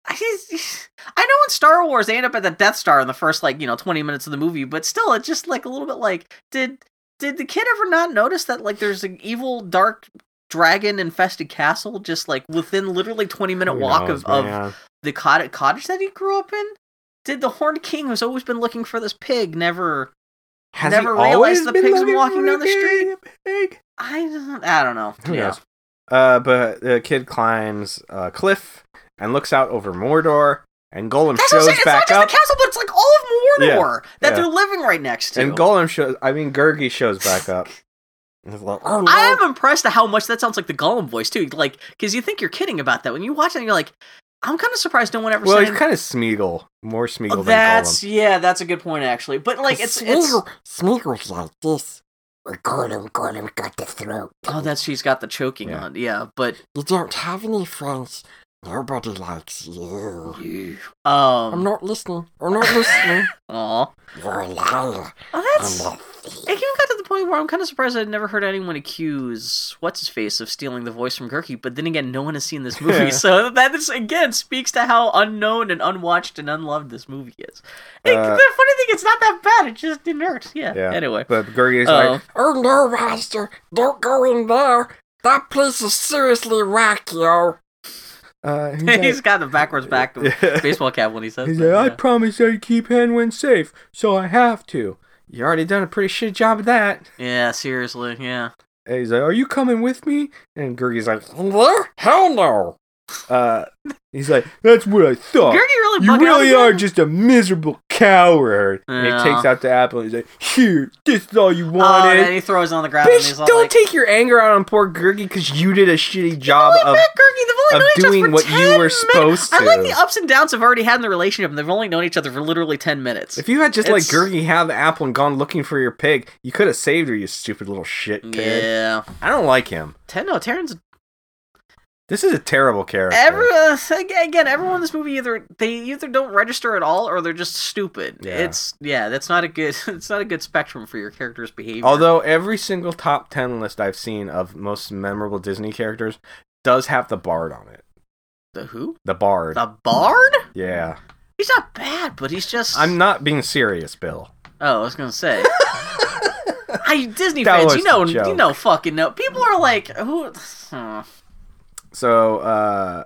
Speaker 1: I just- I know in Star Wars they end up at the Death Star in the first like you know twenty minutes of the movie, but still it's just like a little bit like did did the kid ever not notice that like there's an evil dark dragon infested castle just like within literally twenty minute
Speaker 2: Who
Speaker 1: walk
Speaker 2: knows,
Speaker 1: of, of
Speaker 2: man.
Speaker 1: the cottage, cottage that he grew up in? Did the Horned King, who's always been looking for this pig, never?
Speaker 2: Has
Speaker 1: never
Speaker 2: he always
Speaker 1: realized the
Speaker 2: been
Speaker 1: pigs
Speaker 2: looking
Speaker 1: walking
Speaker 2: for
Speaker 1: down the
Speaker 2: pig?
Speaker 1: street?
Speaker 2: Pig?
Speaker 1: I don't. I don't know.
Speaker 2: Who
Speaker 1: Yeah.
Speaker 2: knows? Uh, but the kid climbs a cliff and looks out over Mordor, and Golem
Speaker 1: That's what I'm
Speaker 2: shows
Speaker 1: saying. It's not
Speaker 2: back
Speaker 1: just
Speaker 2: up.
Speaker 1: the castle, but it's like all of Mordor that
Speaker 2: yeah.
Speaker 1: they're living right next to.
Speaker 2: And Golem shows. I mean, Gurgi shows
Speaker 1: <laughs>
Speaker 2: back up. And he's like, "Oh,
Speaker 5: Oh,
Speaker 1: I
Speaker 5: no.
Speaker 1: am impressed at how much that sounds like the Gollum voice too. Like, because you think you're kidding about that when you watch it, and you're like, I'm kind of surprised no one ever
Speaker 2: well,
Speaker 1: said.
Speaker 2: he's kind of Smeagol, more Smeagol
Speaker 1: Oh,
Speaker 2: than
Speaker 1: that's
Speaker 2: Golem.
Speaker 1: yeah, that's a good point actually. But like, it's it's.
Speaker 5: Smeagol- Smeagol's like this. Golem, Golem got the throat.
Speaker 1: Oh, that's she's got the choking
Speaker 2: Yeah.
Speaker 1: on. Yeah, but
Speaker 5: You don't have any friends. Nobody likes you. I'm
Speaker 1: um,
Speaker 5: not listening. I'm not listening.
Speaker 1: aw.
Speaker 5: You're a liar.
Speaker 1: Oh,
Speaker 5: I'm
Speaker 1: that's
Speaker 5: a
Speaker 1: It
Speaker 5: thief.
Speaker 1: even got to the point where I'm kind of surprised I'd never heard anyone accuse what's his face of stealing the voice from Gurky, but then again, no one has seen this movie,
Speaker 2: Yeah.
Speaker 1: so that is again speaks to how unknown and unwatched and unloved this movie is. It-
Speaker 2: Uh,
Speaker 1: the funny thing, it's not that bad; it's just inert. Yeah.
Speaker 2: Yeah.
Speaker 1: Anyway.
Speaker 2: But Gurgi is
Speaker 1: Oh.
Speaker 2: like,
Speaker 5: Oh no, Master. Don't go in there. That place is seriously whack, yo.
Speaker 1: Oh. <laughs>
Speaker 2: uh, he's like-
Speaker 1: He's got the backwards back
Speaker 2: <laughs> Yeah.
Speaker 1: baseball cap when he says
Speaker 2: He's
Speaker 1: that,
Speaker 2: like, I
Speaker 1: yeah.
Speaker 2: promised I'd keep Henwin safe, so I have to. You already done a pretty shit job of that.
Speaker 1: yeah, seriously, yeah.
Speaker 2: And he's like, Are you coming with me? And Gurgi's like,
Speaker 5: In there? Hell no.
Speaker 2: Uh, he's like, that's what I
Speaker 1: Gurgi
Speaker 2: thought.
Speaker 1: really
Speaker 2: Oh. You
Speaker 1: bugged out
Speaker 2: really are
Speaker 1: again?
Speaker 2: just a miserable coward. And he
Speaker 1: Yeah.
Speaker 2: takes out the apple and he's like, here, this is all you
Speaker 1: Oh, and
Speaker 2: wanted.
Speaker 1: then he throws it on the ground. and he's
Speaker 2: Bitch,
Speaker 1: all
Speaker 2: don't
Speaker 1: like,
Speaker 2: take your anger out on poor Gurgi because you did a shitty job
Speaker 1: Holy
Speaker 2: of.
Speaker 1: Matt Gurgi, they've only
Speaker 2: of
Speaker 1: known each other
Speaker 2: doing
Speaker 1: for
Speaker 2: what you
Speaker 1: 10
Speaker 2: were
Speaker 1: minutes.
Speaker 2: supposed
Speaker 1: I like
Speaker 2: to.
Speaker 1: the ups and downs I've already had in the relationship, and they've only known each other for literally 10 minutes.
Speaker 2: If you had just like
Speaker 1: It's-
Speaker 2: Gurgi have the apple and gone looking for your pig, you could have saved her, you stupid little shit kid.
Speaker 1: yeah.
Speaker 2: I don't like him.
Speaker 1: Ten, no, Terran's.
Speaker 2: This is a terrible character.
Speaker 1: Every, uh, again, again, everyone in this movie either they either don't register at all or they're just stupid.
Speaker 2: Yeah.
Speaker 1: It's yeah, that's not a good <laughs> it's not a good spectrum for your character's behavior.
Speaker 2: Although every single top ten list I've seen of most memorable Disney characters does have the bard on it.
Speaker 1: the who?
Speaker 2: The bard.
Speaker 1: The Bard?
Speaker 2: Yeah.
Speaker 1: He's not bad, but he's just
Speaker 2: I'm not being serious, Bill.
Speaker 1: Oh, I was gonna
Speaker 2: <laughs>
Speaker 1: say. I Disney
Speaker 2: That
Speaker 1: fans,
Speaker 2: was
Speaker 1: you know,
Speaker 2: the joke.
Speaker 1: you know, fucking no. People are like, who? <sighs> oh. Huh.
Speaker 2: So uh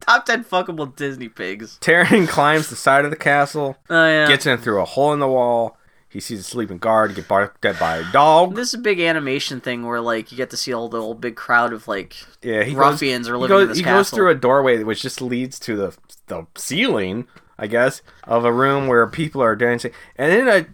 Speaker 1: Top ten fuckable Disney pigs.
Speaker 2: Taryn <laughs> climbs the side of the castle,
Speaker 1: Oh yeah.
Speaker 2: gets in through a hole in the wall. He sees a sleeping guard get barked at by a dog.
Speaker 1: this is a big animation thing where like you get to see all the whole big crowd of like
Speaker 2: Yeah, he goes
Speaker 1: ruffians are
Speaker 2: He
Speaker 1: living
Speaker 2: goes,
Speaker 1: in this
Speaker 2: he
Speaker 1: castle.
Speaker 2: goes through a doorway which just leads to the the ceiling, I guess, of a room where people are dancing. And then a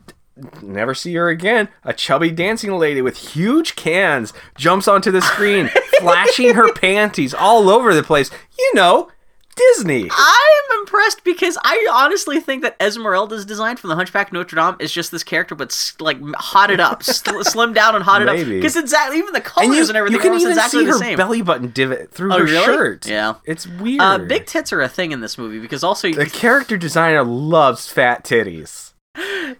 Speaker 2: never see her again. A chubby dancing lady with huge cans jumps onto the
Speaker 1: <laughs>
Speaker 2: screen, flashing her panties all over the place. You know, Disney.
Speaker 1: I'm impressed because I honestly think that Esmeralda's design from The Hunchback of Notre Dame is just this character, but s- like hotted
Speaker 2: <laughs>
Speaker 1: up, sl- slimmed down and hotted up.
Speaker 2: Maybe.
Speaker 1: Because exactly even the colors and,
Speaker 2: you,
Speaker 1: everything
Speaker 2: you can
Speaker 1: are
Speaker 2: even
Speaker 1: exactly
Speaker 2: see
Speaker 1: the
Speaker 2: her
Speaker 1: same.
Speaker 2: belly button divot through
Speaker 1: Oh,
Speaker 2: her
Speaker 1: really?
Speaker 2: shirt.
Speaker 1: Yeah.
Speaker 2: it's weird.
Speaker 1: uh, big tits are a thing in this movie because also
Speaker 2: the character designer loves fat titties.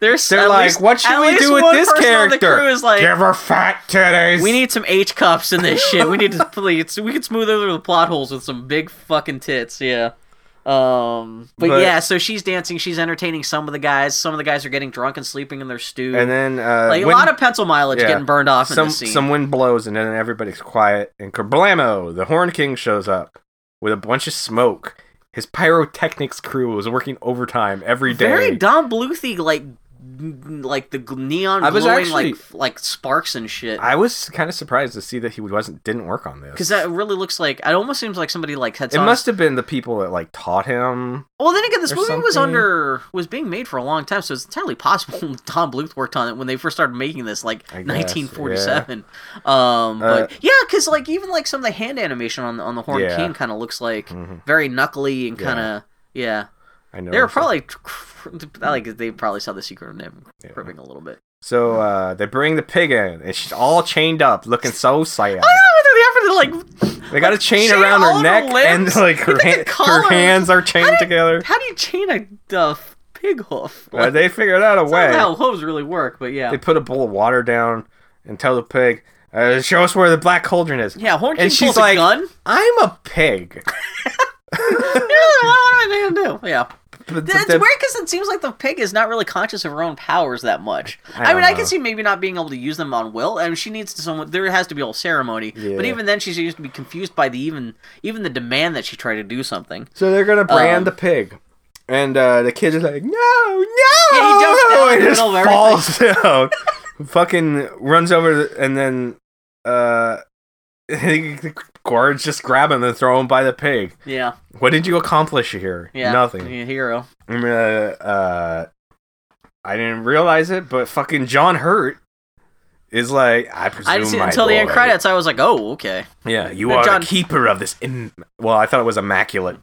Speaker 1: there's
Speaker 2: they're
Speaker 1: at
Speaker 2: like,
Speaker 1: least-
Speaker 2: "What should
Speaker 1: at
Speaker 2: we
Speaker 1: least
Speaker 2: do with
Speaker 1: one
Speaker 2: this
Speaker 1: person on the
Speaker 2: character?"
Speaker 1: crew is like,
Speaker 3: Give her fat titties.
Speaker 1: We need some H cups in this shit. We need to <laughs> please. We could smooth over the plot holes with some big fucking tits. Yeah. Um. But,
Speaker 2: But-
Speaker 1: yeah. So she's dancing. She's entertaining some of the guys. Some of the guys are getting drunk and sleeping in their stew.
Speaker 2: And then uh,
Speaker 1: like
Speaker 2: when-
Speaker 1: a lot of pencil mileage
Speaker 2: yeah.
Speaker 1: getting burned off in
Speaker 2: some
Speaker 1: this scene.
Speaker 2: some wind blows and then everybody's quiet and kerblamo the horn king shows up with a bunch of smoke his pyrotechnics crew was working overtime every day
Speaker 1: Very Don Bluthy like n- like the gl- neon
Speaker 2: I was
Speaker 1: glowing
Speaker 2: actually-
Speaker 1: like like sparks and shit.
Speaker 2: i was kind of surprised to see that he wasn't didn't work on this
Speaker 1: Because that really looks like it almost seems like somebody like had.
Speaker 2: it
Speaker 1: some-
Speaker 2: must have been the people that like taught him
Speaker 1: Well, then again, this
Speaker 2: or
Speaker 1: movie was
Speaker 2: something.
Speaker 1: under was being made for a long time, so it's entirely possible <laughs> Tom Bluth worked on it when they first started making this, like
Speaker 2: I guess,
Speaker 1: 1947. Um,
Speaker 2: Uh,
Speaker 1: but yeah, because like even like some of the hand animation on on the Horn
Speaker 2: Yeah.
Speaker 1: King kind of looks like
Speaker 2: Mhm.
Speaker 1: very knuckly and kind of yeah.
Speaker 2: i know
Speaker 1: They were
Speaker 2: so-
Speaker 1: probably I like they probably saw the secret of them cribbing a little bit. <laughs>
Speaker 2: so uh they bring the pig in and she's all chained up looking so sad
Speaker 1: Oh, they went through the effort to like
Speaker 2: they got a chain
Speaker 1: chain
Speaker 2: around
Speaker 1: all
Speaker 2: her
Speaker 1: her
Speaker 2: neck and
Speaker 1: limbs?
Speaker 2: like her,
Speaker 1: You think
Speaker 2: hand,
Speaker 1: the
Speaker 2: her
Speaker 1: collar-
Speaker 2: hands are chained
Speaker 1: did- <laughs>
Speaker 2: together
Speaker 1: how do you chain a uh, pig hoof?
Speaker 2: Uh, they figured out a
Speaker 1: I don't
Speaker 2: way
Speaker 1: know how hooves really work, but yeah.
Speaker 2: They put a bowl of water down and tell the pig, uh, "Show us where the black cauldron is."
Speaker 1: yeah, Horn King
Speaker 2: and she's
Speaker 1: pulls
Speaker 2: like,
Speaker 1: a gun. <laughs>
Speaker 2: "I'm a pig."
Speaker 1: Really, what, what am I gonna do? Yeah.
Speaker 2: But
Speaker 1: It's
Speaker 2: the-
Speaker 1: weird because it seems like the pig is not really conscious of her own powers that much.
Speaker 2: I
Speaker 1: I, mean,
Speaker 2: don't
Speaker 1: I
Speaker 2: know.
Speaker 1: can see maybe not being able to use them on will. I mean, she needs to someone. There has to be a whole ceremony. But
Speaker 2: Yeah.
Speaker 1: even then, she seems to be confused by the even even the demand that she try to do something.
Speaker 2: So they're gonna brand
Speaker 1: Um,
Speaker 2: the pig, and uh, the kid is like, "No, no!"
Speaker 1: Yeah,
Speaker 2: <laughs>
Speaker 1: he jumps down in
Speaker 2: and
Speaker 1: the
Speaker 2: just
Speaker 1: middle of
Speaker 2: falls
Speaker 1: <laughs>
Speaker 2: down, fucking runs over, to- and then uh, <laughs> the guards just grab him and throw him by the pig.
Speaker 1: Yeah,
Speaker 2: What did you accomplish here?
Speaker 1: yeah,
Speaker 2: Nothing.
Speaker 1: Yeah, hero.
Speaker 2: I'm gonna, uh, I didn't realize it, but fucking John Hurt is like, I presume
Speaker 1: I didn't see it
Speaker 2: my
Speaker 1: until the end
Speaker 2: lord.
Speaker 1: credits. I was like, oh, okay,
Speaker 2: Yeah, you
Speaker 1: Uh,
Speaker 2: are
Speaker 1: John-
Speaker 2: the keeper of this. Im- well, I thought it was immaculate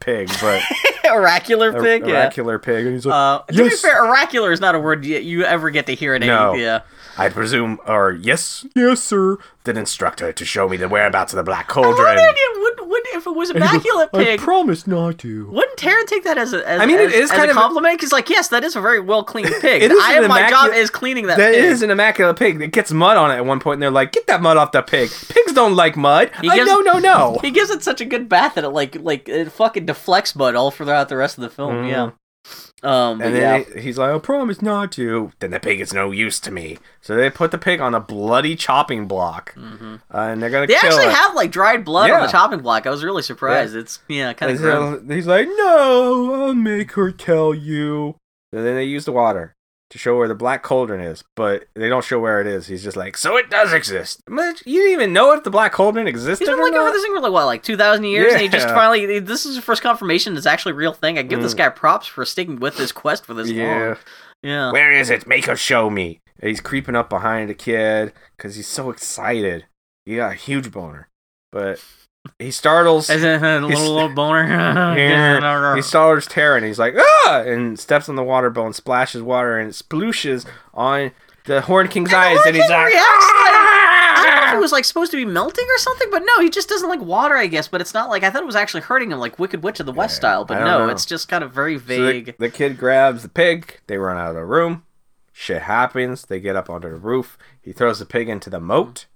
Speaker 1: <laughs>
Speaker 2: pig, but
Speaker 1: <laughs> oracular
Speaker 2: a-
Speaker 1: pig. yeah.
Speaker 2: oracular pig. And he's like,
Speaker 1: Uh, to be
Speaker 2: Yes.
Speaker 1: fair, oracular is not a word you, you ever get to hear in
Speaker 2: No.
Speaker 1: any. Yeah.
Speaker 2: I presume, or yes, yes, sir, the instructor to show me the whereabouts of the black
Speaker 1: I love the
Speaker 2: cauldron.
Speaker 1: idea. Wouldn't, wouldn't, if it was
Speaker 2: <laughs>
Speaker 1: immaculate
Speaker 3: I
Speaker 1: pig,
Speaker 3: promise not to.
Speaker 1: Wouldn't Taryn take that as a as,
Speaker 2: I mean, it
Speaker 1: as,
Speaker 2: is
Speaker 1: as
Speaker 2: kind
Speaker 1: a
Speaker 2: of a-
Speaker 1: compliment? Because like, yes, that is a very well
Speaker 2: <laughs>
Speaker 1: cleaned pig.
Speaker 2: It is
Speaker 1: I
Speaker 2: an
Speaker 1: am my job
Speaker 2: immaculate-
Speaker 1: is cleaning that.
Speaker 2: That
Speaker 1: pig.
Speaker 2: is an immaculate pig. It gets mud on it at one point, and they're like, "Get that mud off the pig." Pigs don't like mud.
Speaker 1: He
Speaker 2: I
Speaker 1: gives-
Speaker 2: no, no, no.
Speaker 1: He gives it such a good bath that it like like it fucking deflects mud all throughout the rest of the film.
Speaker 2: Mhm.
Speaker 1: Yeah. Um. but
Speaker 2: And
Speaker 1: yeah.
Speaker 2: then he- he's like, I promise not to. Then the pig is no use to me. So they put the pig on a bloody chopping block.
Speaker 1: Mhm.
Speaker 2: Uh, and they're going to
Speaker 1: They
Speaker 2: kill
Speaker 1: actually
Speaker 2: it.
Speaker 1: have like dried blood on
Speaker 2: Yeah.
Speaker 1: the chopping block. I was really surprised. It's yeah, kind
Speaker 2: And
Speaker 1: of grim.
Speaker 2: so he's like, No, I'll make her tell you. And then they use the water. to show where the black cauldron is, but they don't show where it is. He's just like, so it does exist. Man, You didn't even know if the black cauldron existed
Speaker 1: He's been
Speaker 2: or
Speaker 1: like over
Speaker 2: not.
Speaker 1: this thing for like what, like two thousand years, and he just
Speaker 2: Yeah. Mm.
Speaker 1: finally. This is the first confirmation it's actually a real thing. I give this guy props for sticking with this quest for this
Speaker 2: yeah.
Speaker 1: long. Yeah,
Speaker 2: <laughs> Where is it? Make her show me. And he's creeping up behind the kid because he's so excited. He got a huge boner, but he startles.
Speaker 1: As a a <laughs>
Speaker 2: He's-
Speaker 1: little, little boner. <laughs>
Speaker 2: Yeah. he startles Tara and he's like, ah! And steps on the water bone, splashes water, and it splooshes on the Horn King's eyes. And he's like,
Speaker 1: reacts I don't know if
Speaker 2: "Ah!"
Speaker 1: it was like supposed to be melting or something, but no, he just doesn't like water, I guess. But it's not like I thought it was actually hurting him, like Wicked Witch of the West style.
Speaker 2: I
Speaker 1: But
Speaker 2: don't
Speaker 1: no,
Speaker 2: know.
Speaker 1: it's just kind of very
Speaker 2: So the-
Speaker 1: vague.
Speaker 2: the, kid grabs the pig. They run out of the room. Shit happens. They get up under the roof. He throws the pig into the moat.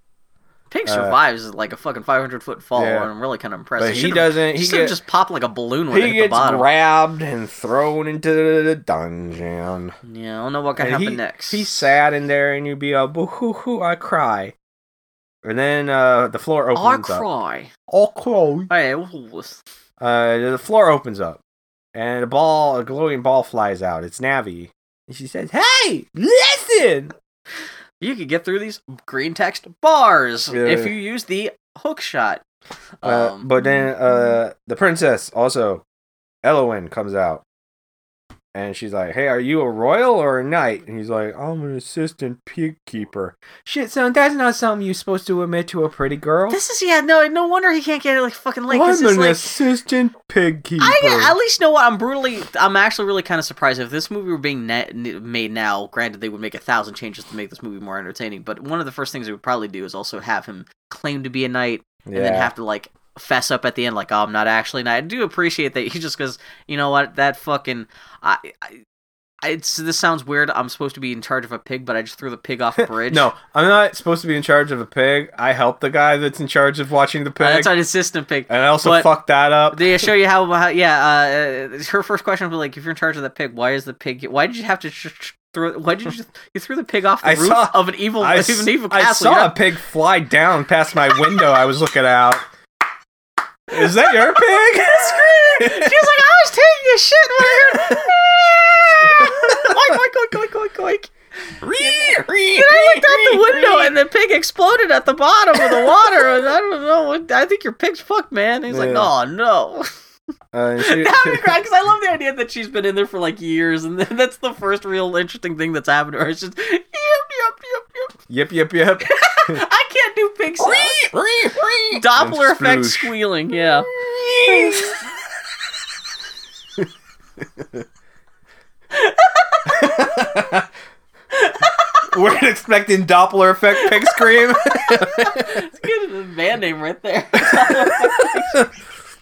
Speaker 1: Pig
Speaker 2: uh,
Speaker 1: survives like a fucking 500 foot fall,
Speaker 2: Yeah.
Speaker 1: and I'm really kind of impressed.
Speaker 2: But he
Speaker 1: should've-
Speaker 2: doesn't- he
Speaker 1: should've
Speaker 2: get-
Speaker 1: just popped like a balloon with it
Speaker 2: He
Speaker 1: at the
Speaker 2: gets
Speaker 1: bottom.
Speaker 2: grabbed and thrown into the dungeon.
Speaker 1: yeah, I don't know what could
Speaker 2: And
Speaker 1: happen
Speaker 2: he-
Speaker 1: next.
Speaker 2: He's sad in there, and you'd be all boo hoo hoo, I cry. And then uh, the floor opens
Speaker 1: I
Speaker 2: up.
Speaker 1: cry.
Speaker 2: I'll cry.
Speaker 1: Hey, what's-
Speaker 2: Uh, the floor opens up, and a ball, a glowing ball, flies out. It's Navi. And she says, "Hey, listen!"
Speaker 1: you could get through these green text bars
Speaker 2: Yeah.
Speaker 1: if you use the hook shot.
Speaker 2: Uh,
Speaker 1: Um,
Speaker 2: but then uh, the princess also, Elowin, comes out, and she's like, "Hey, are you a royal or a knight?" And he's like, "I'm an assistant pig keeper." Shit, son, that's not something you're supposed to admit to a pretty girl.
Speaker 1: this is yeah, no, no wonder he can't get it like fucking late. 'cause
Speaker 2: I'm
Speaker 1: it's
Speaker 2: an
Speaker 1: like,
Speaker 2: assistant pig keeper.
Speaker 1: I at least know what I'm brutally. I'm actually really kind of surprised if this movie were being na- n- made now. Granted, they would make a thousand changes to make this movie more entertaining. But one of the first things they would probably do is also have him claim to be a knight
Speaker 2: yeah.
Speaker 1: and then have to like fess up at the end, like, "Oh, I'm not actually a knight." I do appreciate that he just goes, "You know what? That fucking I." I I- it's, this sounds weird. I'm supposed to be in charge of a pig, but I just threw the pig
Speaker 2: <laughs>
Speaker 1: off a bridge.
Speaker 2: no, I'm not supposed to be in charge of a pig. I help the guy that's in charge of watching the
Speaker 1: Uh,
Speaker 2: pig,
Speaker 1: that's an assistant pig.
Speaker 2: and I also
Speaker 1: but-
Speaker 2: fucked that up.
Speaker 1: They show you how, how yeah. Uh, her first question was like, if you're in charge of that pig, why is the pig? Why did you have to sh- sh- throw? Why did you just, you threw the pig off the
Speaker 2: I
Speaker 1: roof
Speaker 2: saw-
Speaker 1: of an evil <laughs>
Speaker 2: I,
Speaker 1: of
Speaker 2: s-
Speaker 1: an evil
Speaker 2: I
Speaker 1: castle?
Speaker 2: saw a pig fly down past my window. I was looking out. Is that your
Speaker 1: <laughs> She's
Speaker 2: pig? <laughs>
Speaker 1: like, I was taking a shit when I heard. oink, oink, oink, oink, oink, oink. And I looked out the window, and the pig exploded at the bottom of the water. And I don't know. what- I think your pig's fucked, man. And he's like,
Speaker 2: Yeah.
Speaker 1: oh no.
Speaker 2: Uh, <laughs> she-
Speaker 1: That would be because I love the idea that she's been in there for like years, and <laughs> then that's the first real interesting thing that's happened to her. It's just yep, yep, yep,
Speaker 2: yip yip yip.
Speaker 1: yep. <laughs> I can't do pig sounds. Doppler
Speaker 2: And
Speaker 1: effect
Speaker 2: sploosh.
Speaker 1: squealing. Yeah,
Speaker 2: We're expecting Doppler effect pig scream.
Speaker 1: <laughs>
Speaker 2: <laughs>
Speaker 1: it's good. The band name right there. <laughs> Doppler effect.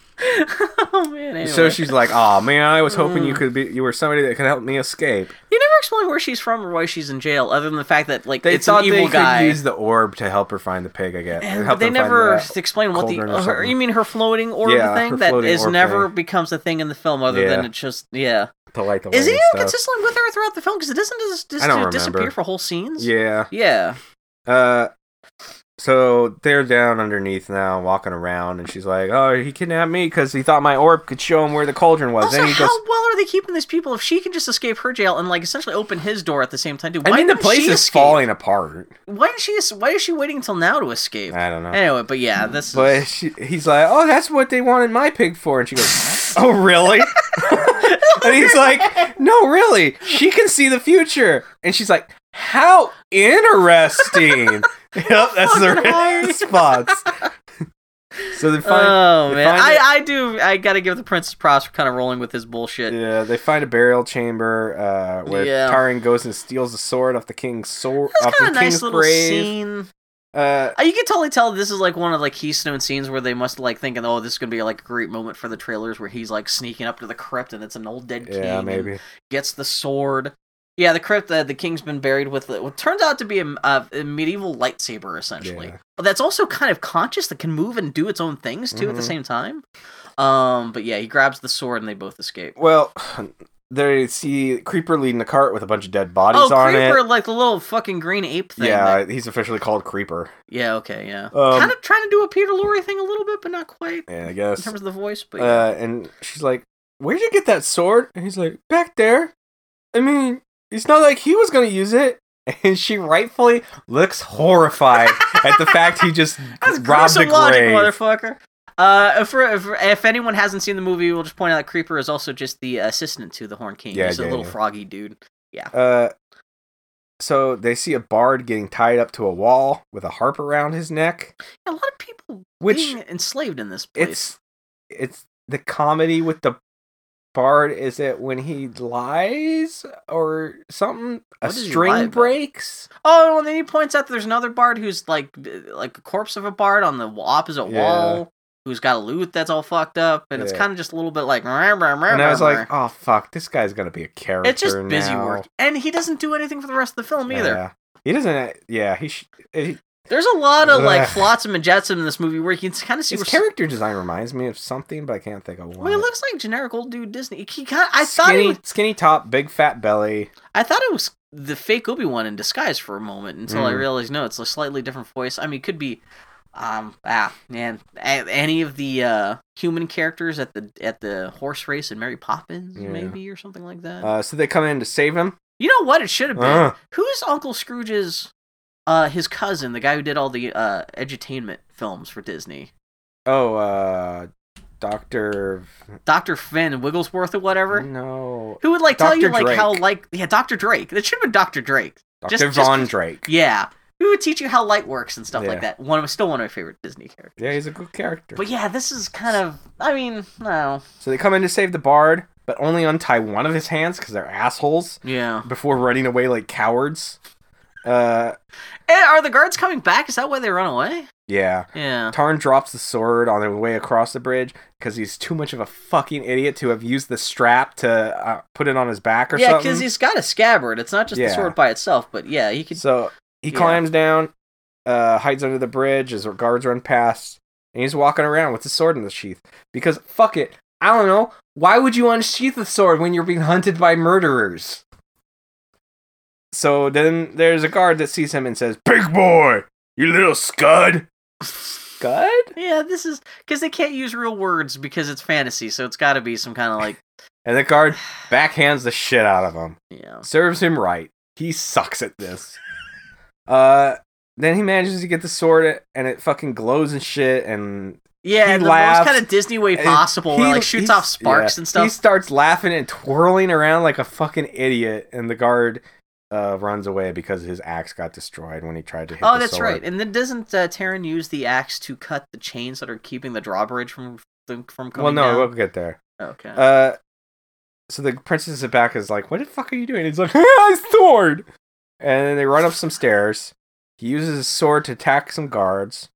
Speaker 1: oh man. Anyway. Mm.
Speaker 2: So she's like, "Oh man, I was hoping you could be. You were somebody that could help me escape."
Speaker 1: You never explain where she's from or why she's in jail, other than the fact that like
Speaker 2: They
Speaker 1: it's
Speaker 2: thought
Speaker 1: an evil
Speaker 2: they
Speaker 1: guy.
Speaker 2: could use the orb to help her find the pig. I guess.
Speaker 1: And
Speaker 2: help
Speaker 1: they
Speaker 2: them find
Speaker 1: never
Speaker 2: the-
Speaker 1: explain what the
Speaker 2: cauldron or
Speaker 1: uh, her,
Speaker 2: something.
Speaker 1: you mean her floating orb
Speaker 2: Yeah, her
Speaker 1: thing that
Speaker 2: floating
Speaker 1: is
Speaker 2: orb
Speaker 1: never
Speaker 2: thing.
Speaker 1: becomes a thing in the film other than
Speaker 2: Yeah.
Speaker 1: it's just yeah
Speaker 2: to light the
Speaker 1: Is he
Speaker 2: way and stuff.
Speaker 1: consistent with her throughout the film? Because it doesn't just,
Speaker 2: I don't
Speaker 1: just disappear
Speaker 2: remember.
Speaker 1: for whole scenes.
Speaker 2: Yeah.
Speaker 1: Yeah.
Speaker 2: Uh, so they're down underneath now, walking around, and she's like, "Oh, he kidnapped me because he thought my orb could show him where the cauldron was."
Speaker 1: Also,
Speaker 2: then he
Speaker 1: how
Speaker 2: goes,
Speaker 1: well are they keeping these people if she can just escape her jail and like essentially open his door at the same time? Dude, why
Speaker 2: "I mean, the
Speaker 1: didn't
Speaker 2: place
Speaker 1: she
Speaker 2: is
Speaker 1: escape?
Speaker 2: falling apart."
Speaker 1: Why is she? Why is she waiting until now to escape?
Speaker 2: I don't know.
Speaker 1: Anyway, but yeah, this.
Speaker 2: But
Speaker 1: is...
Speaker 2: she, he's like, "Oh, that's what they wanted my pig for," and she goes,
Speaker 1: <laughs>
Speaker 2: "Oh, really?" and he's like, "No, really. She can see the future," and she's like, "How
Speaker 1: <laughs>
Speaker 2: interesting." yep, that's the
Speaker 1: Fucking hard.
Speaker 2: right response. <laughs> so they find,
Speaker 1: oh
Speaker 2: they
Speaker 1: man,
Speaker 2: find
Speaker 1: I,
Speaker 2: it-
Speaker 1: I do. I gotta give the princess props for kind of rolling with his bullshit.
Speaker 2: Yeah, they find a burial chamber uh, where
Speaker 1: Yeah.
Speaker 2: Taran goes and steals the sword off the king's sword off
Speaker 1: That's
Speaker 2: the
Speaker 1: kind of a nice
Speaker 2: king's
Speaker 1: little
Speaker 2: grave.
Speaker 1: scene.
Speaker 2: Uh,
Speaker 1: Uh, You can totally tell this is like one of like Keystone scenes where they must like thinking, oh, this is gonna be like a great moment for the trailers where he's like sneaking up to the crypt and it's an old dead king.
Speaker 2: yeah,
Speaker 1: and-
Speaker 2: maybe.
Speaker 1: gets the sword. Yeah, the crypt uh, the king's been buried with uh, what turns out to be a, a, a medieval lightsaber essentially.
Speaker 2: Yeah.
Speaker 1: But that's also kind of conscious that can move and do its own things too at the
Speaker 2: Mhm.
Speaker 1: same time. Um, but yeah, he grabs the sword and they both escape.
Speaker 2: Well, <sighs> they see Creeper leading the cart with a bunch of dead bodies
Speaker 1: oh,
Speaker 2: on
Speaker 1: creeper!
Speaker 2: it.
Speaker 1: Like the little fucking green ape thing.
Speaker 2: Yeah,
Speaker 1: that-
Speaker 2: he's officially called Creeper.
Speaker 1: yeah. Okay. Yeah.
Speaker 2: Um,
Speaker 1: kind of trying to do a Peter Lorre thing a little bit, but not quite
Speaker 2: Yeah, I
Speaker 1: in
Speaker 2: guess.
Speaker 1: terms of the voice. But yeah.
Speaker 2: Uh, and she's like, "Where'd you get that sword?" And he's like, "Back there." I mean, It's not like he was gonna use it. <laughs> And she rightfully looks
Speaker 1: <laughs>
Speaker 2: horrified at the fact he just
Speaker 1: That's
Speaker 2: robbed a
Speaker 1: gruesome logic,
Speaker 2: grave.
Speaker 1: motherfucker. Uh, for, if, if anyone hasn't seen the movie, we'll just point out Creeper is also just the assistant to the Horn King.
Speaker 2: Yeah,
Speaker 1: He's
Speaker 2: yeah,
Speaker 1: a little
Speaker 2: yeah.
Speaker 1: froggy dude.
Speaker 2: Uh, so they see a bard getting tied up to a wall with a harp around his neck,
Speaker 1: A lot of people
Speaker 2: which
Speaker 1: being enslaved in this place.
Speaker 2: it's it's the comedy with the bard is it when he lies or something a
Speaker 1: What does he lie
Speaker 2: string
Speaker 1: about?
Speaker 2: breaks
Speaker 1: Oh, and then he points out that there's another bard who's like like a corpse of a bard on the wa- opposite
Speaker 2: Yeah.
Speaker 1: wall, who's got a loot that's all fucked up, and it's
Speaker 2: Yeah.
Speaker 1: kind of just a little bit like. "Rah, rah, rah,
Speaker 2: and i
Speaker 1: rah,
Speaker 2: was
Speaker 1: rah."
Speaker 2: like oh fuck this guy's gonna be a character
Speaker 1: it's just busy
Speaker 2: now."
Speaker 1: work, and he doesn't do anything for the rest of the film either.
Speaker 2: Yeah. he doesn't uh, yeah he, sh- he
Speaker 1: There's a lot of like
Speaker 2: Ugh.
Speaker 1: flotsam and jetsam in this movie where you can kind of see
Speaker 2: his
Speaker 1: where.
Speaker 2: character design reminds me of something but i can't think of what
Speaker 1: well, he looks like generic old dude Disney. He kind I thought
Speaker 2: skinny
Speaker 1: he was,
Speaker 2: skinny top big fat belly
Speaker 1: I thought it was the fake Obi Wan in disguise for a moment until I
Speaker 2: Mm.
Speaker 1: realized no, it's a slightly different voice. I mean, it could be, um, ah, man, a- any of the uh, human characters at the at the horse race in Mary Poppins,
Speaker 2: Yeah.
Speaker 1: maybe or something like that.
Speaker 2: uh, so they come in to save him
Speaker 1: you know what? It should have been
Speaker 2: Uh.
Speaker 1: who's Uncle Scrooge's, uh, his cousin, the guy who did all the uh edutainment films for Disney,
Speaker 2: oh uh dr
Speaker 1: Doctor Finn Wigglesworth or whatever.
Speaker 2: no
Speaker 1: Who would like tell you
Speaker 2: Dr.
Speaker 1: like how
Speaker 2: Mm. Drake.
Speaker 1: like yeah Doctor Drake? That should have been Doctor Drake.
Speaker 2: dr
Speaker 1: Just- just-
Speaker 2: von drake
Speaker 1: Yeah. Who would teach you how light works and stuff
Speaker 2: Yeah.
Speaker 1: like that? One of still one of my favorite Disney characters.
Speaker 2: yeah he's a good character
Speaker 1: But yeah, this is kind of I mean, no.
Speaker 2: So they come in to save the bard, but only untie one of his hands because they're assholes
Speaker 1: Yeah.
Speaker 2: before running away like cowards. Uh,
Speaker 1: And are the guards coming back? Is that why they run away?
Speaker 2: yeah.
Speaker 1: Yeah.
Speaker 2: Tarn drops the sword on their way across the bridge because he's too much of a fucking idiot to have used the strap to uh, put it on his back or
Speaker 1: Yeah,
Speaker 2: something.
Speaker 1: because he's got a scabbard. It's not just the
Speaker 2: Yeah.
Speaker 1: sword by itself, but yeah, he could <laughs>
Speaker 2: So he
Speaker 1: Yeah.
Speaker 2: climbs down, uh, hides under the bridge as guards run past, and he's walking around with his sword in the sheath because fuck it. I don't know. Why would you unsheath a sword when you're being hunted by murderers? So then there's a guard that sees him and says,
Speaker 3: Big boy, you little scud.
Speaker 2: "Scud."
Speaker 1: Yeah, this is because they can't use real words because it's fantasy, so it's gotta be some kind of like
Speaker 2: And the guard backhands the shit out of him.
Speaker 1: Yeah.
Speaker 2: Serves him right. He sucks at this. Uh, then he manages to get the sword, and it fucking glows and shit, and
Speaker 1: Yeah,
Speaker 2: He
Speaker 1: in the
Speaker 2: laughs,
Speaker 1: most kind of Disney way
Speaker 2: And
Speaker 1: possible, where
Speaker 2: he-
Speaker 1: like shoots
Speaker 2: he's-
Speaker 1: off sparks
Speaker 2: yeah.
Speaker 1: and stuff.
Speaker 2: He starts laughing and twirling around like a fucking idiot, and the guard uh, runs away because his axe got destroyed when he tried to hit.
Speaker 1: Oh,
Speaker 2: the
Speaker 1: that's
Speaker 2: sword.
Speaker 1: right. And then doesn't uh, Taryn use the axe to cut the chains that are keeping the drawbridge from from from coming
Speaker 2: Well, no,
Speaker 1: down?
Speaker 2: we'll get there.
Speaker 1: okay.
Speaker 2: Uh, so the princess is back is like, "What the fuck are you doing?" He's like, <laughs> "My sword!" And then they run up some stairs. He uses his sword to attack some guards.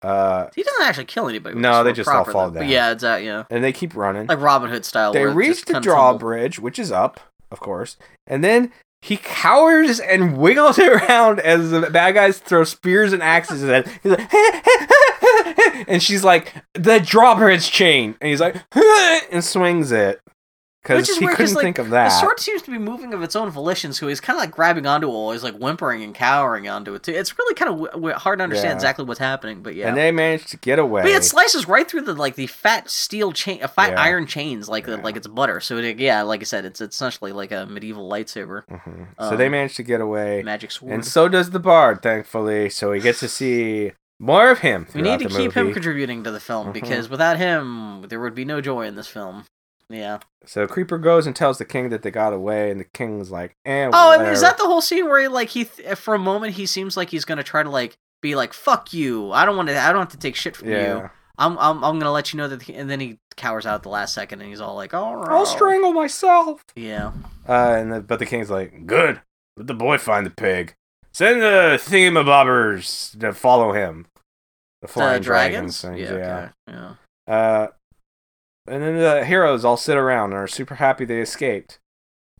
Speaker 2: Uh,
Speaker 1: he doesn't actually kill anybody. with
Speaker 2: No,
Speaker 1: the sword
Speaker 2: they just all
Speaker 1: proper,
Speaker 2: fall
Speaker 1: though. But
Speaker 2: down.
Speaker 1: Yeah, it's uh, yeah,
Speaker 2: and they keep running.
Speaker 1: like Robin Hood style.
Speaker 2: They
Speaker 1: where it
Speaker 2: reach
Speaker 1: just
Speaker 2: the
Speaker 1: kinda tumble.
Speaker 2: drawbridge, which is up, of course, and then he cowers and <laughs> wiggles around as the bad guys throw spears and axes at him. He's like, <laughs> and she's like, the drawbridge chain, and he's like, <laughs> and swings it
Speaker 1: Which
Speaker 2: because
Speaker 1: is
Speaker 2: he
Speaker 1: weird, 'cause,
Speaker 2: couldn't
Speaker 1: like,
Speaker 2: think of
Speaker 1: The
Speaker 2: that.
Speaker 1: sword seems to be moving of its own volition, so he's kind of like grabbing onto it, while he's like whimpering and cowering onto it too. It's really kind of w- w- hard to understand
Speaker 2: Yeah.
Speaker 1: exactly what's happening, but yeah.
Speaker 2: And they managed to get away.
Speaker 1: but yeah, it slices right through the like the fat steel chain, uh, fat
Speaker 2: Yeah.
Speaker 1: iron chains, like the,
Speaker 2: Yeah.
Speaker 1: like it's butter. So it, yeah, like I said, it's it's essentially like a medieval lightsaber,
Speaker 2: Mhm. so they
Speaker 1: um,
Speaker 2: managed to get away,
Speaker 1: magic sword.
Speaker 2: and so does the bard, thankfully. So he gets to see more of him.
Speaker 1: We need
Speaker 2: throughout
Speaker 1: to
Speaker 2: the
Speaker 1: keep him
Speaker 2: movie.
Speaker 1: contributing to the film
Speaker 2: Mhm.
Speaker 1: because without him, there would be no joy in this film. Yeah.
Speaker 2: So Creeper goes and tells the king that they got away, and the king's like, "Eh."
Speaker 1: Oh, and is
Speaker 2: whatever."
Speaker 1: that the whole scene where like he, th- for a moment, he seems like he's gonna try to like be like, "Fuck you! I don't want to. I don't have to take shit from
Speaker 2: Yeah.
Speaker 1: you. I'm, I'm, I'm gonna let you know that." he-" and then he cowers out at the last second, and he's all like, "All right."
Speaker 2: I'll strangle myself.
Speaker 1: Yeah.
Speaker 2: Uh, and the, but the king's like, good. Let the boy find the pig. Send the thingamabobbers to follow him. The
Speaker 1: The
Speaker 2: flying dragons.
Speaker 1: dragons.
Speaker 2: things,
Speaker 1: yeah.
Speaker 2: yeah.
Speaker 1: okay, yeah.
Speaker 2: Uh, and then the heroes all sit around and are super happy they escaped.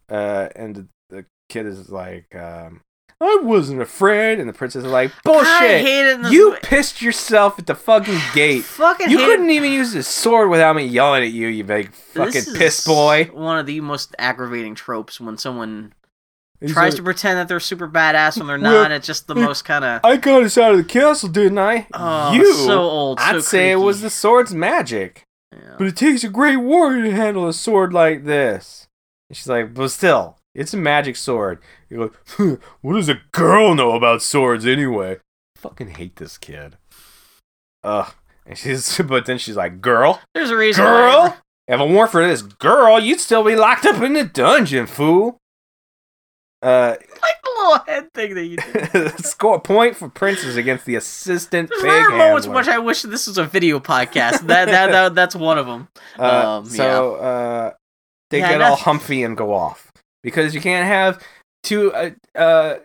Speaker 2: Uh, and the kid is like, um, I wasn't afraid. And the princess is like,
Speaker 1: I
Speaker 2: bullshit.
Speaker 1: hate it. In this
Speaker 2: You
Speaker 1: mo-
Speaker 2: pissed yourself at the fucking <sighs> gate.
Speaker 1: <sighs> <laughs> Fucking.
Speaker 2: You
Speaker 1: hate
Speaker 2: couldn't
Speaker 1: It.
Speaker 2: even use this sword without me yelling at you, you big fucking
Speaker 1: This is
Speaker 2: piss boy.
Speaker 1: One of the most aggravating tropes when someone
Speaker 2: He's
Speaker 1: tries
Speaker 2: like,
Speaker 1: to pretend that they're super badass when they're
Speaker 2: Well,
Speaker 1: not. It's just the
Speaker 2: you-
Speaker 1: most kind
Speaker 2: <laughs>
Speaker 1: of.
Speaker 2: I got us out of the castle, didn't I?
Speaker 1: Oh,
Speaker 2: you.
Speaker 1: so old.
Speaker 2: I'd
Speaker 1: so
Speaker 2: say it
Speaker 1: creaky.
Speaker 2: was the sword's magic,
Speaker 1: Yeah.
Speaker 2: but it takes a great warrior to handle a sword like this. And she's like, but still, It's a magic sword. You're like, "Huh, <laughs> what does a girl know about swords anyway? Fucking hate this kid. Ugh. And she's, <laughs> but then she's like, girl,
Speaker 1: There's a reason. why-
Speaker 2: girl. If it weren't for this girl, you'd still be locked up in the dungeon, fool. Uh,
Speaker 1: <laughs>
Speaker 2: <laughs>
Speaker 1: like the little head thing that you do.
Speaker 2: score point for princes against the assistant.
Speaker 1: There's
Speaker 2: pig
Speaker 1: rare moments in
Speaker 2: handler.
Speaker 1: which I wish this was a video podcast. that, that
Speaker 2: <laughs>
Speaker 1: that that's one of them.
Speaker 2: Uh,
Speaker 1: Um,
Speaker 2: so uh, they
Speaker 1: Yeah,
Speaker 2: get all
Speaker 1: that's-
Speaker 2: humpy and go off because you can't have two uh, uh,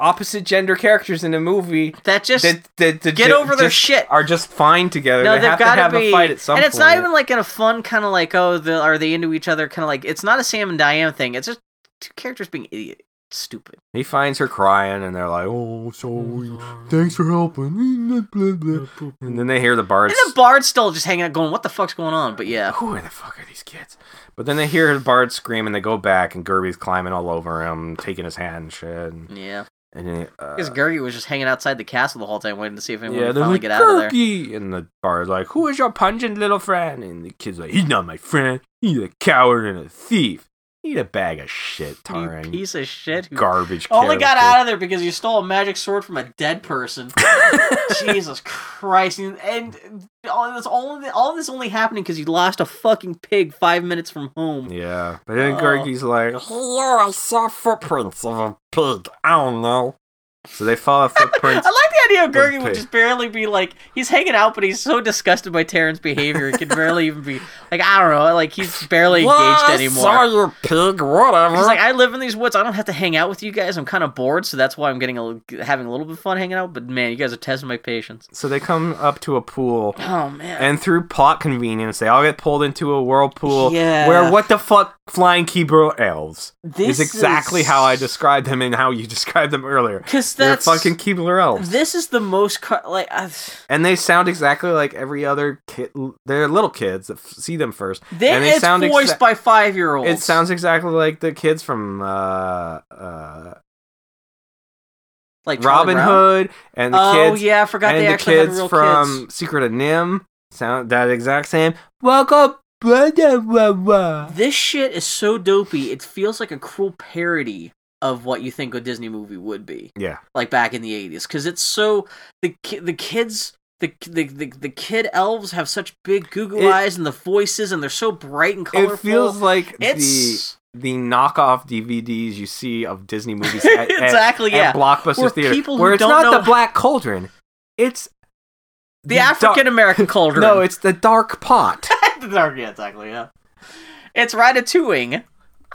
Speaker 2: opposite gender characters in a movie
Speaker 1: That just
Speaker 2: that, that, that
Speaker 1: get
Speaker 2: ju-
Speaker 1: over their
Speaker 2: just
Speaker 1: shit.
Speaker 2: are just fine together.
Speaker 1: No,
Speaker 2: they
Speaker 1: they've
Speaker 2: have to
Speaker 1: got
Speaker 2: have
Speaker 1: be,
Speaker 2: a fight at some
Speaker 1: and it's
Speaker 2: point.
Speaker 1: not even like in a fun kind of like oh, the, are they into each other? Kind of like it's not a Sam and Diane thing. It's just two characters being idiot, stupid.
Speaker 2: he finds her crying, and they're like, "Oh, sorry,
Speaker 1: Mm-hmm.
Speaker 2: thanks for helping." blah, blah, blah. And then they hear the bards.
Speaker 1: And the bard's still just hanging out, going, "What the fuck's going on?" But yeah,
Speaker 2: <laughs> Who in the fuck are these kids? But then they hear the bard scream, and they go back, and Gerby's climbing all over him, taking his hand and shit. And,
Speaker 1: yeah.
Speaker 2: and then, uh,
Speaker 1: Because Gergi was just hanging outside the castle the whole time, waiting to see if anyone
Speaker 2: Yeah,
Speaker 1: would
Speaker 2: they're
Speaker 1: finally
Speaker 2: like,
Speaker 1: get out of there.
Speaker 2: "Gurky!" And the bard's like, Who is your pungent little friend? And the kid's like, He's not my friend. He's a coward and a thief. He's a bag of shit,
Speaker 1: You
Speaker 2: Taran.
Speaker 1: piece of shit. Who
Speaker 2: Garbage
Speaker 1: only got
Speaker 2: character."
Speaker 1: out of there because you stole a magic sword from a dead
Speaker 2: <laughs>
Speaker 1: person. Jesus Christ! And, and all this, all of, the, all of this only happening because you lost a fucking pig five minutes from home.
Speaker 2: Yeah. But then
Speaker 1: Oh. <laughs>
Speaker 2: Gurky's like,
Speaker 5: Here I saw footprints of a pig. I don't know.
Speaker 2: So they follow
Speaker 1: <laughs>
Speaker 2: footprints.
Speaker 1: I like the idea of Gurgi would
Speaker 2: pig.
Speaker 1: just barely be like he's hanging out, but he's so disgusted by Taryn's behavior, he can barely even be like I don't know, like he's barely engaged
Speaker 5: Yeah, I saw
Speaker 1: anymore.
Speaker 5: your pig, whatever.
Speaker 1: He's like, I live in these woods. I don't have to hang out with you guys. I'm kind of bored, so that's why I'm getting a, little- having a little bit of fun hanging out. But man, you guys are testing my patience.
Speaker 2: so they come up to a pool.
Speaker 1: Oh man.
Speaker 2: And through plot convenience, they all get pulled into a whirlpool.
Speaker 1: Yeah.
Speaker 2: Where what the fuck flying Kibro elves
Speaker 1: This
Speaker 2: is exactly how I
Speaker 1: is-
Speaker 2: described them and how you <laughs> described them earlier.
Speaker 1: Because
Speaker 2: They're
Speaker 1: that's
Speaker 2: fucking Keebler elves.
Speaker 1: This is the most car- like i
Speaker 2: and they sound exactly like every other kid. They're little kids that f- see them first,
Speaker 1: they,
Speaker 2: and they
Speaker 1: it's
Speaker 2: sound
Speaker 1: voiced
Speaker 2: exa-
Speaker 1: by five year olds.
Speaker 2: It sounds exactly like the kids from uh, uh,
Speaker 1: like Charlie
Speaker 2: Robin
Speaker 1: Brown?
Speaker 2: Hood and the
Speaker 1: oh
Speaker 2: kids
Speaker 1: yeah, I forgot
Speaker 2: and
Speaker 1: they
Speaker 2: the
Speaker 1: actually
Speaker 2: kids
Speaker 1: had real
Speaker 2: from
Speaker 1: kids.
Speaker 2: Secret of Nim. Sound that exact same. Welcome, brother. Blah, blah.
Speaker 1: This shit is so dopey. It feels like a cruel parody of what you think a Disney movie would be,
Speaker 2: Yeah,
Speaker 1: like back in the eighties, because it's so the ki- the kids. The, the, the, the kid elves have such big goo
Speaker 2: It-
Speaker 1: eyes and the voices and they're so bright and colorful.
Speaker 2: it feels like the
Speaker 1: it's
Speaker 2: the knockoff DVDs you see of
Speaker 1: <laughs>
Speaker 2: Disney movies at, at-
Speaker 1: Exactly,
Speaker 2: at
Speaker 1: yeah.
Speaker 2: blockbuster
Speaker 1: Where
Speaker 2: theater,
Speaker 1: people who
Speaker 2: where it's
Speaker 1: don't
Speaker 2: not
Speaker 1: know-
Speaker 2: the Black Cauldron, it's
Speaker 1: the African
Speaker 2: <laughs>
Speaker 1: American culture. <laughs>
Speaker 2: No, it's the dark pot.
Speaker 1: yeah, exactly yeah. It's Ratatouille.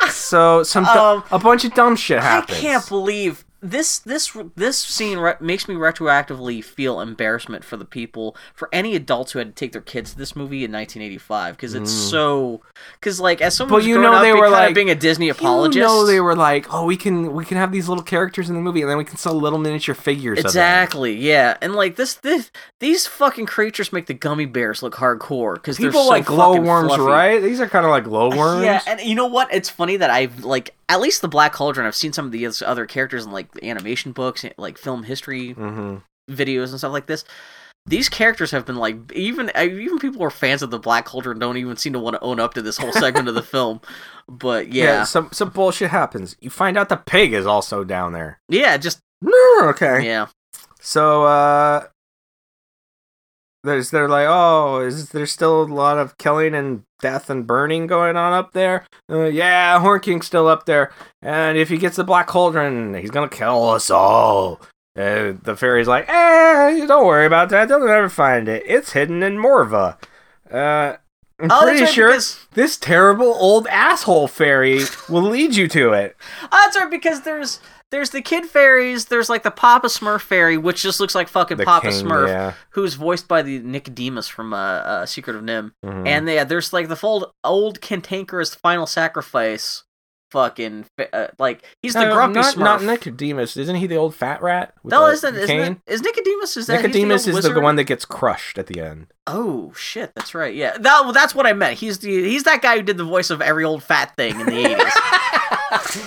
Speaker 2: so some du-
Speaker 1: Um,
Speaker 2: a bunch of dumb shit happens.
Speaker 1: I can't believe this this this scene re- makes me retroactively feel embarrassment for the people for any adults who had to take their kids to this movie in 1985 because it's so because like as someone
Speaker 2: Mm. But
Speaker 1: who's
Speaker 2: you
Speaker 1: grown
Speaker 2: know
Speaker 1: up
Speaker 2: they
Speaker 1: and
Speaker 2: were
Speaker 1: kinda
Speaker 2: like-
Speaker 1: being a Disney apologist.
Speaker 2: You know they were like, oh, we can we can have these little characters in the movie, and then we can sell little miniature figures. of them."
Speaker 1: Exactly, yeah, and like this, this, these fucking creatures make the gummy bears look hardcore because they're
Speaker 2: People
Speaker 1: so
Speaker 2: like
Speaker 1: fucking
Speaker 2: glowworms,
Speaker 1: fluffy.
Speaker 2: right? These are kind of like glowworms.
Speaker 1: Yeah, and you know what? It's funny that I've like at least the Black Cauldron. I've seen some of the other characters in like animation books, eh, like film history
Speaker 2: hmm
Speaker 1: videos and stuff like this. These characters have been like even I- even people who are fans of the Black Cauldron don't even seem to want to own up to this whole segment
Speaker 2: <laughs>
Speaker 1: of the film. But yeah,
Speaker 2: Some some bullshit happens. You find out the pig is also down there.
Speaker 1: yeah, just
Speaker 2: No, okay.
Speaker 1: yeah.
Speaker 2: So uh there's they're like, "Oh, is there still a lot of killing and death and burning going on up there?" Uh, yeah, Horn King's still up there. And if he gets the black cauldron, he's going to kill us all. And the fairy's like, "Eh, don't worry about that. They'll never find it. It's hidden in Morva." Uh I'm
Speaker 1: Oh, that's
Speaker 2: pretty
Speaker 1: right,
Speaker 2: sure
Speaker 1: because-
Speaker 2: this terrible old asshole fairy will lead you to it.
Speaker 1: Oh, that's right because there's there's the kid fairies. There's like the Papa Smurf fairy, which just looks like fucking
Speaker 2: The
Speaker 1: Papa
Speaker 2: king,
Speaker 1: Smurf,
Speaker 2: yeah.
Speaker 1: who's voiced by the Nicodemus from uh, uh Secret of Nim.
Speaker 2: Mhm.
Speaker 1: And yeah, there's like the fold old cantankerous final sacrifice. Fucking fa- uh, like he's the
Speaker 2: No,
Speaker 1: grumpy
Speaker 2: not,
Speaker 1: Smurf.
Speaker 2: Not Nicodemus. Isn't he the old fat rat? With
Speaker 1: no,
Speaker 2: the
Speaker 1: isn't, isn't
Speaker 2: cane?
Speaker 1: it, is Nicodemus? Is that he's the
Speaker 2: Nicodemus
Speaker 1: old
Speaker 2: is the,
Speaker 1: wizard?
Speaker 2: one that gets crushed at the <laughs> end.
Speaker 1: Oh shit, that's right. Yeah, that well, that's what I meant. He's the he's that guy who did the voice of every old fat thing in the
Speaker 2: <laughs>
Speaker 1: eighties.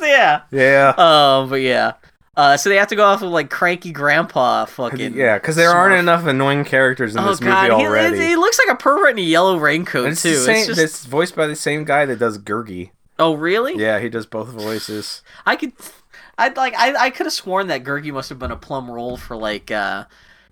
Speaker 1: yeah.
Speaker 2: yeah.
Speaker 1: Uh, but yeah. Uh, so they have to go off with like cranky grandpa fucking.
Speaker 2: Yeah, because there
Speaker 1: Smurf.
Speaker 2: aren't enough annoying characters in
Speaker 1: Oh
Speaker 2: this
Speaker 1: god,
Speaker 2: movie
Speaker 1: he-
Speaker 2: already.
Speaker 1: he, he looks like a pervert in a yellow raincoat
Speaker 2: And it's
Speaker 1: too.
Speaker 2: the same,
Speaker 1: it's just
Speaker 2: it's voiced by the same guy that does Gurgi.
Speaker 1: Oh, really?
Speaker 2: Yeah, he does both voices.
Speaker 1: I could, I like, I, I could have sworn that Gurgi must have been a plum role for like, uh,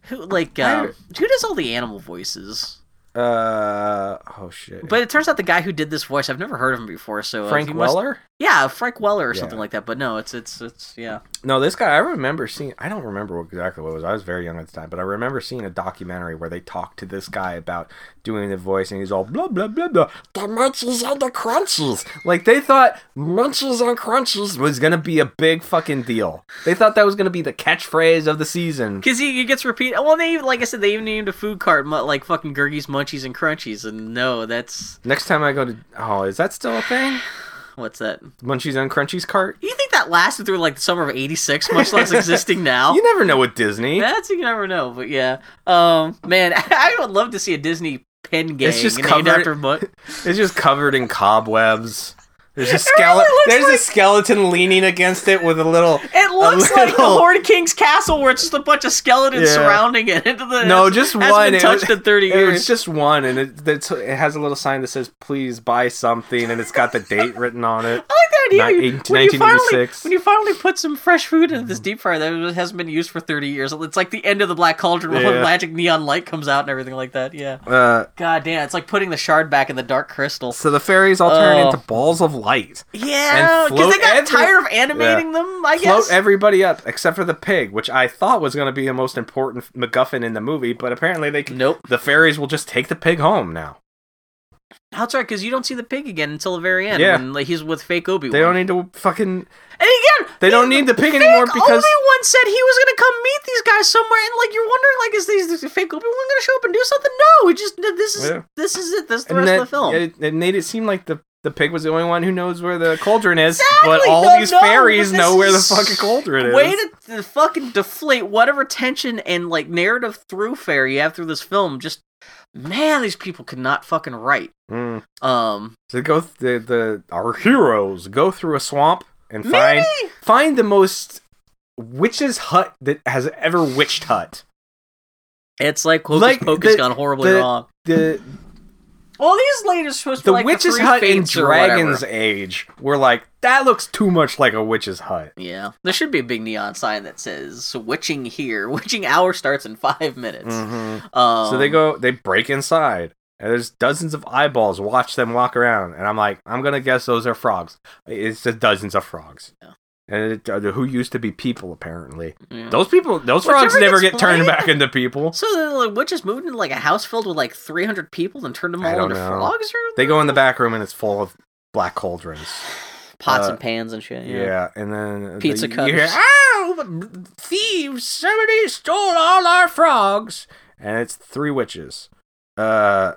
Speaker 1: who like, uh, who does all the animal voices?
Speaker 2: Uh oh shit.
Speaker 1: But it turns out the guy who did this voice, I've never heard of him before. So uh,
Speaker 2: Frank
Speaker 1: he must-
Speaker 2: Weller?
Speaker 1: yeah, Frank Weller or
Speaker 2: Yeah.
Speaker 1: something like that. But no, it's it's it's yeah.
Speaker 2: No, this guy I remember seeing. I don't remember exactly what it was. I was very young at the time, but I remember seeing a documentary where they talked to this guy about doing the voice, and he's all blah blah blah blah.
Speaker 5: The munchies and the crunchies.
Speaker 2: Like they thought
Speaker 5: Munchies and crunchies.
Speaker 2: was gonna be a big fucking deal. They thought that was gonna be the catchphrase of the season.
Speaker 1: Because he, he gets repeat. Well, they even- like I said, they even named a food cart mu- like fucking Gurgi's Munchies and Crunchies. And no, that's
Speaker 2: Next time I go to oh, is that still a thing?
Speaker 1: what's that?
Speaker 2: Munchies on Crunchies cart.
Speaker 1: You think that lasted through like the summer of '86, much
Speaker 2: <laughs>
Speaker 1: less existing now?
Speaker 2: You never know with Disney.
Speaker 1: <laughs> That's you never know, but yeah. Um, man, <laughs> I would love to see a Disney pen gang
Speaker 2: It's just
Speaker 1: named
Speaker 2: covered-
Speaker 1: after
Speaker 2: <laughs>
Speaker 1: Munch.
Speaker 2: It's just covered in cobwebs. There's a
Speaker 1: really
Speaker 2: skeleton.
Speaker 1: looks
Speaker 2: There's a
Speaker 1: like-
Speaker 2: skeleton leaning against it with a little.
Speaker 1: It looks like the
Speaker 2: little-
Speaker 1: Lord King's castle, where it's just a bunch of skeletons
Speaker 2: Yeah.
Speaker 1: surrounding it. <laughs> Into the,
Speaker 2: No,
Speaker 1: it's-
Speaker 2: just
Speaker 1: hasn't
Speaker 2: one.
Speaker 1: Been
Speaker 2: It
Speaker 1: touched
Speaker 2: was-
Speaker 1: in thirty
Speaker 2: It was
Speaker 1: years.
Speaker 2: just one, and it, that's- it has a little sign that says "Please buy something," and it's got the date written
Speaker 1: <laughs>
Speaker 2: on it.
Speaker 1: I like that idea.
Speaker 2: Ni-
Speaker 1: You-
Speaker 2: eight- Mm-hmm.
Speaker 1: when, you finally,
Speaker 2: 1986.
Speaker 1: when you finally put some fresh food into this deep fryer that hasn't been used for 30 years, it's like the end of the Black Cauldron when
Speaker 2: Yeah.
Speaker 1: the magic neon light comes out and everything like that. Yeah.
Speaker 2: Uh,
Speaker 1: God damn, it's like putting the shard back in the dark crystal.
Speaker 2: so the fairies all turn
Speaker 1: Oh.
Speaker 2: into balls of light.
Speaker 1: Yeah, because
Speaker 2: float
Speaker 1: they got
Speaker 2: every-
Speaker 1: tired of animating them, I
Speaker 2: Float
Speaker 1: guess.
Speaker 2: everybody up except for the pig, which I thought was going to be the most important MacGuffin in the movie, but apparently they can.
Speaker 1: nope.
Speaker 2: The fairies will just take the pig home now.
Speaker 1: That's right, because you don't see the pig again until the very end
Speaker 2: Yeah.
Speaker 1: when like, he's with fake Obi Wan.
Speaker 2: They don't need to fucking.
Speaker 1: And again,
Speaker 2: They don't need the pig anymore because-
Speaker 1: Obi Wan said he was gonna come meet these guys somewhere, and like you're wondering, like, is these is fake Obi Wan gonna show up and do something? No, he just this is
Speaker 2: Yeah.
Speaker 1: this is it. This is the
Speaker 2: and
Speaker 1: rest of
Speaker 2: that,
Speaker 1: the film.
Speaker 2: It, it made it seem like the the pig was the only one who knows where the cauldron is,
Speaker 1: Exactly!
Speaker 2: but all
Speaker 1: No,
Speaker 2: these
Speaker 1: no,
Speaker 2: fairies
Speaker 1: but
Speaker 2: know
Speaker 1: this
Speaker 2: where the
Speaker 1: is
Speaker 2: fucking cauldron is.
Speaker 1: Way to, to fucking deflate whatever tension and like narrative through fair you have through this film. Just man, these people could not fucking write.
Speaker 2: Mm.
Speaker 1: Um,
Speaker 2: So go th- the the our heroes go through a swamp and find
Speaker 1: maybe
Speaker 2: find the most witch's hut that has ever witched hut.
Speaker 1: it's like Hocus
Speaker 2: Like,
Speaker 1: Pocus
Speaker 2: the-
Speaker 1: gone horribly
Speaker 2: the-
Speaker 1: wrong.
Speaker 2: The
Speaker 1: All these ladies are supposed to
Speaker 2: the
Speaker 1: be like
Speaker 2: witch's
Speaker 1: the three
Speaker 2: hut in
Speaker 1: fates or whatever.
Speaker 2: Dragon's Age were like that looks too much like a witch's hut.
Speaker 1: Yeah, there should be a big neon sign that says "Witching here." <laughs> Witching hour starts in five minutes. Um,
Speaker 2: Mm. so they go they break inside and there's dozens of eyeballs watch them walk around and i'm like i'm gonna guess those are frogs it's just dozens of frogs
Speaker 1: Yeah. Mm.
Speaker 2: and it, uh, who used to be people apparently
Speaker 1: Yeah.
Speaker 2: those people those
Speaker 1: Which
Speaker 2: frogs
Speaker 1: never
Speaker 2: never
Speaker 1: gets
Speaker 2: get turned
Speaker 1: played.
Speaker 2: back into people
Speaker 1: So the like, witches moved into like a house filled with like three hundred people and turned them
Speaker 2: I
Speaker 1: all
Speaker 2: don't
Speaker 1: into
Speaker 2: know.
Speaker 1: frogs or
Speaker 2: they go in the back room and it's full of black cauldrons
Speaker 1: pots
Speaker 2: uh,
Speaker 1: and pans and shit.
Speaker 2: yeah,
Speaker 1: Yeah.
Speaker 2: and then
Speaker 1: Pizza
Speaker 2: the,
Speaker 1: cutters.
Speaker 2: you hear, oh thieves somebody stole all our frogs and it's three witches uh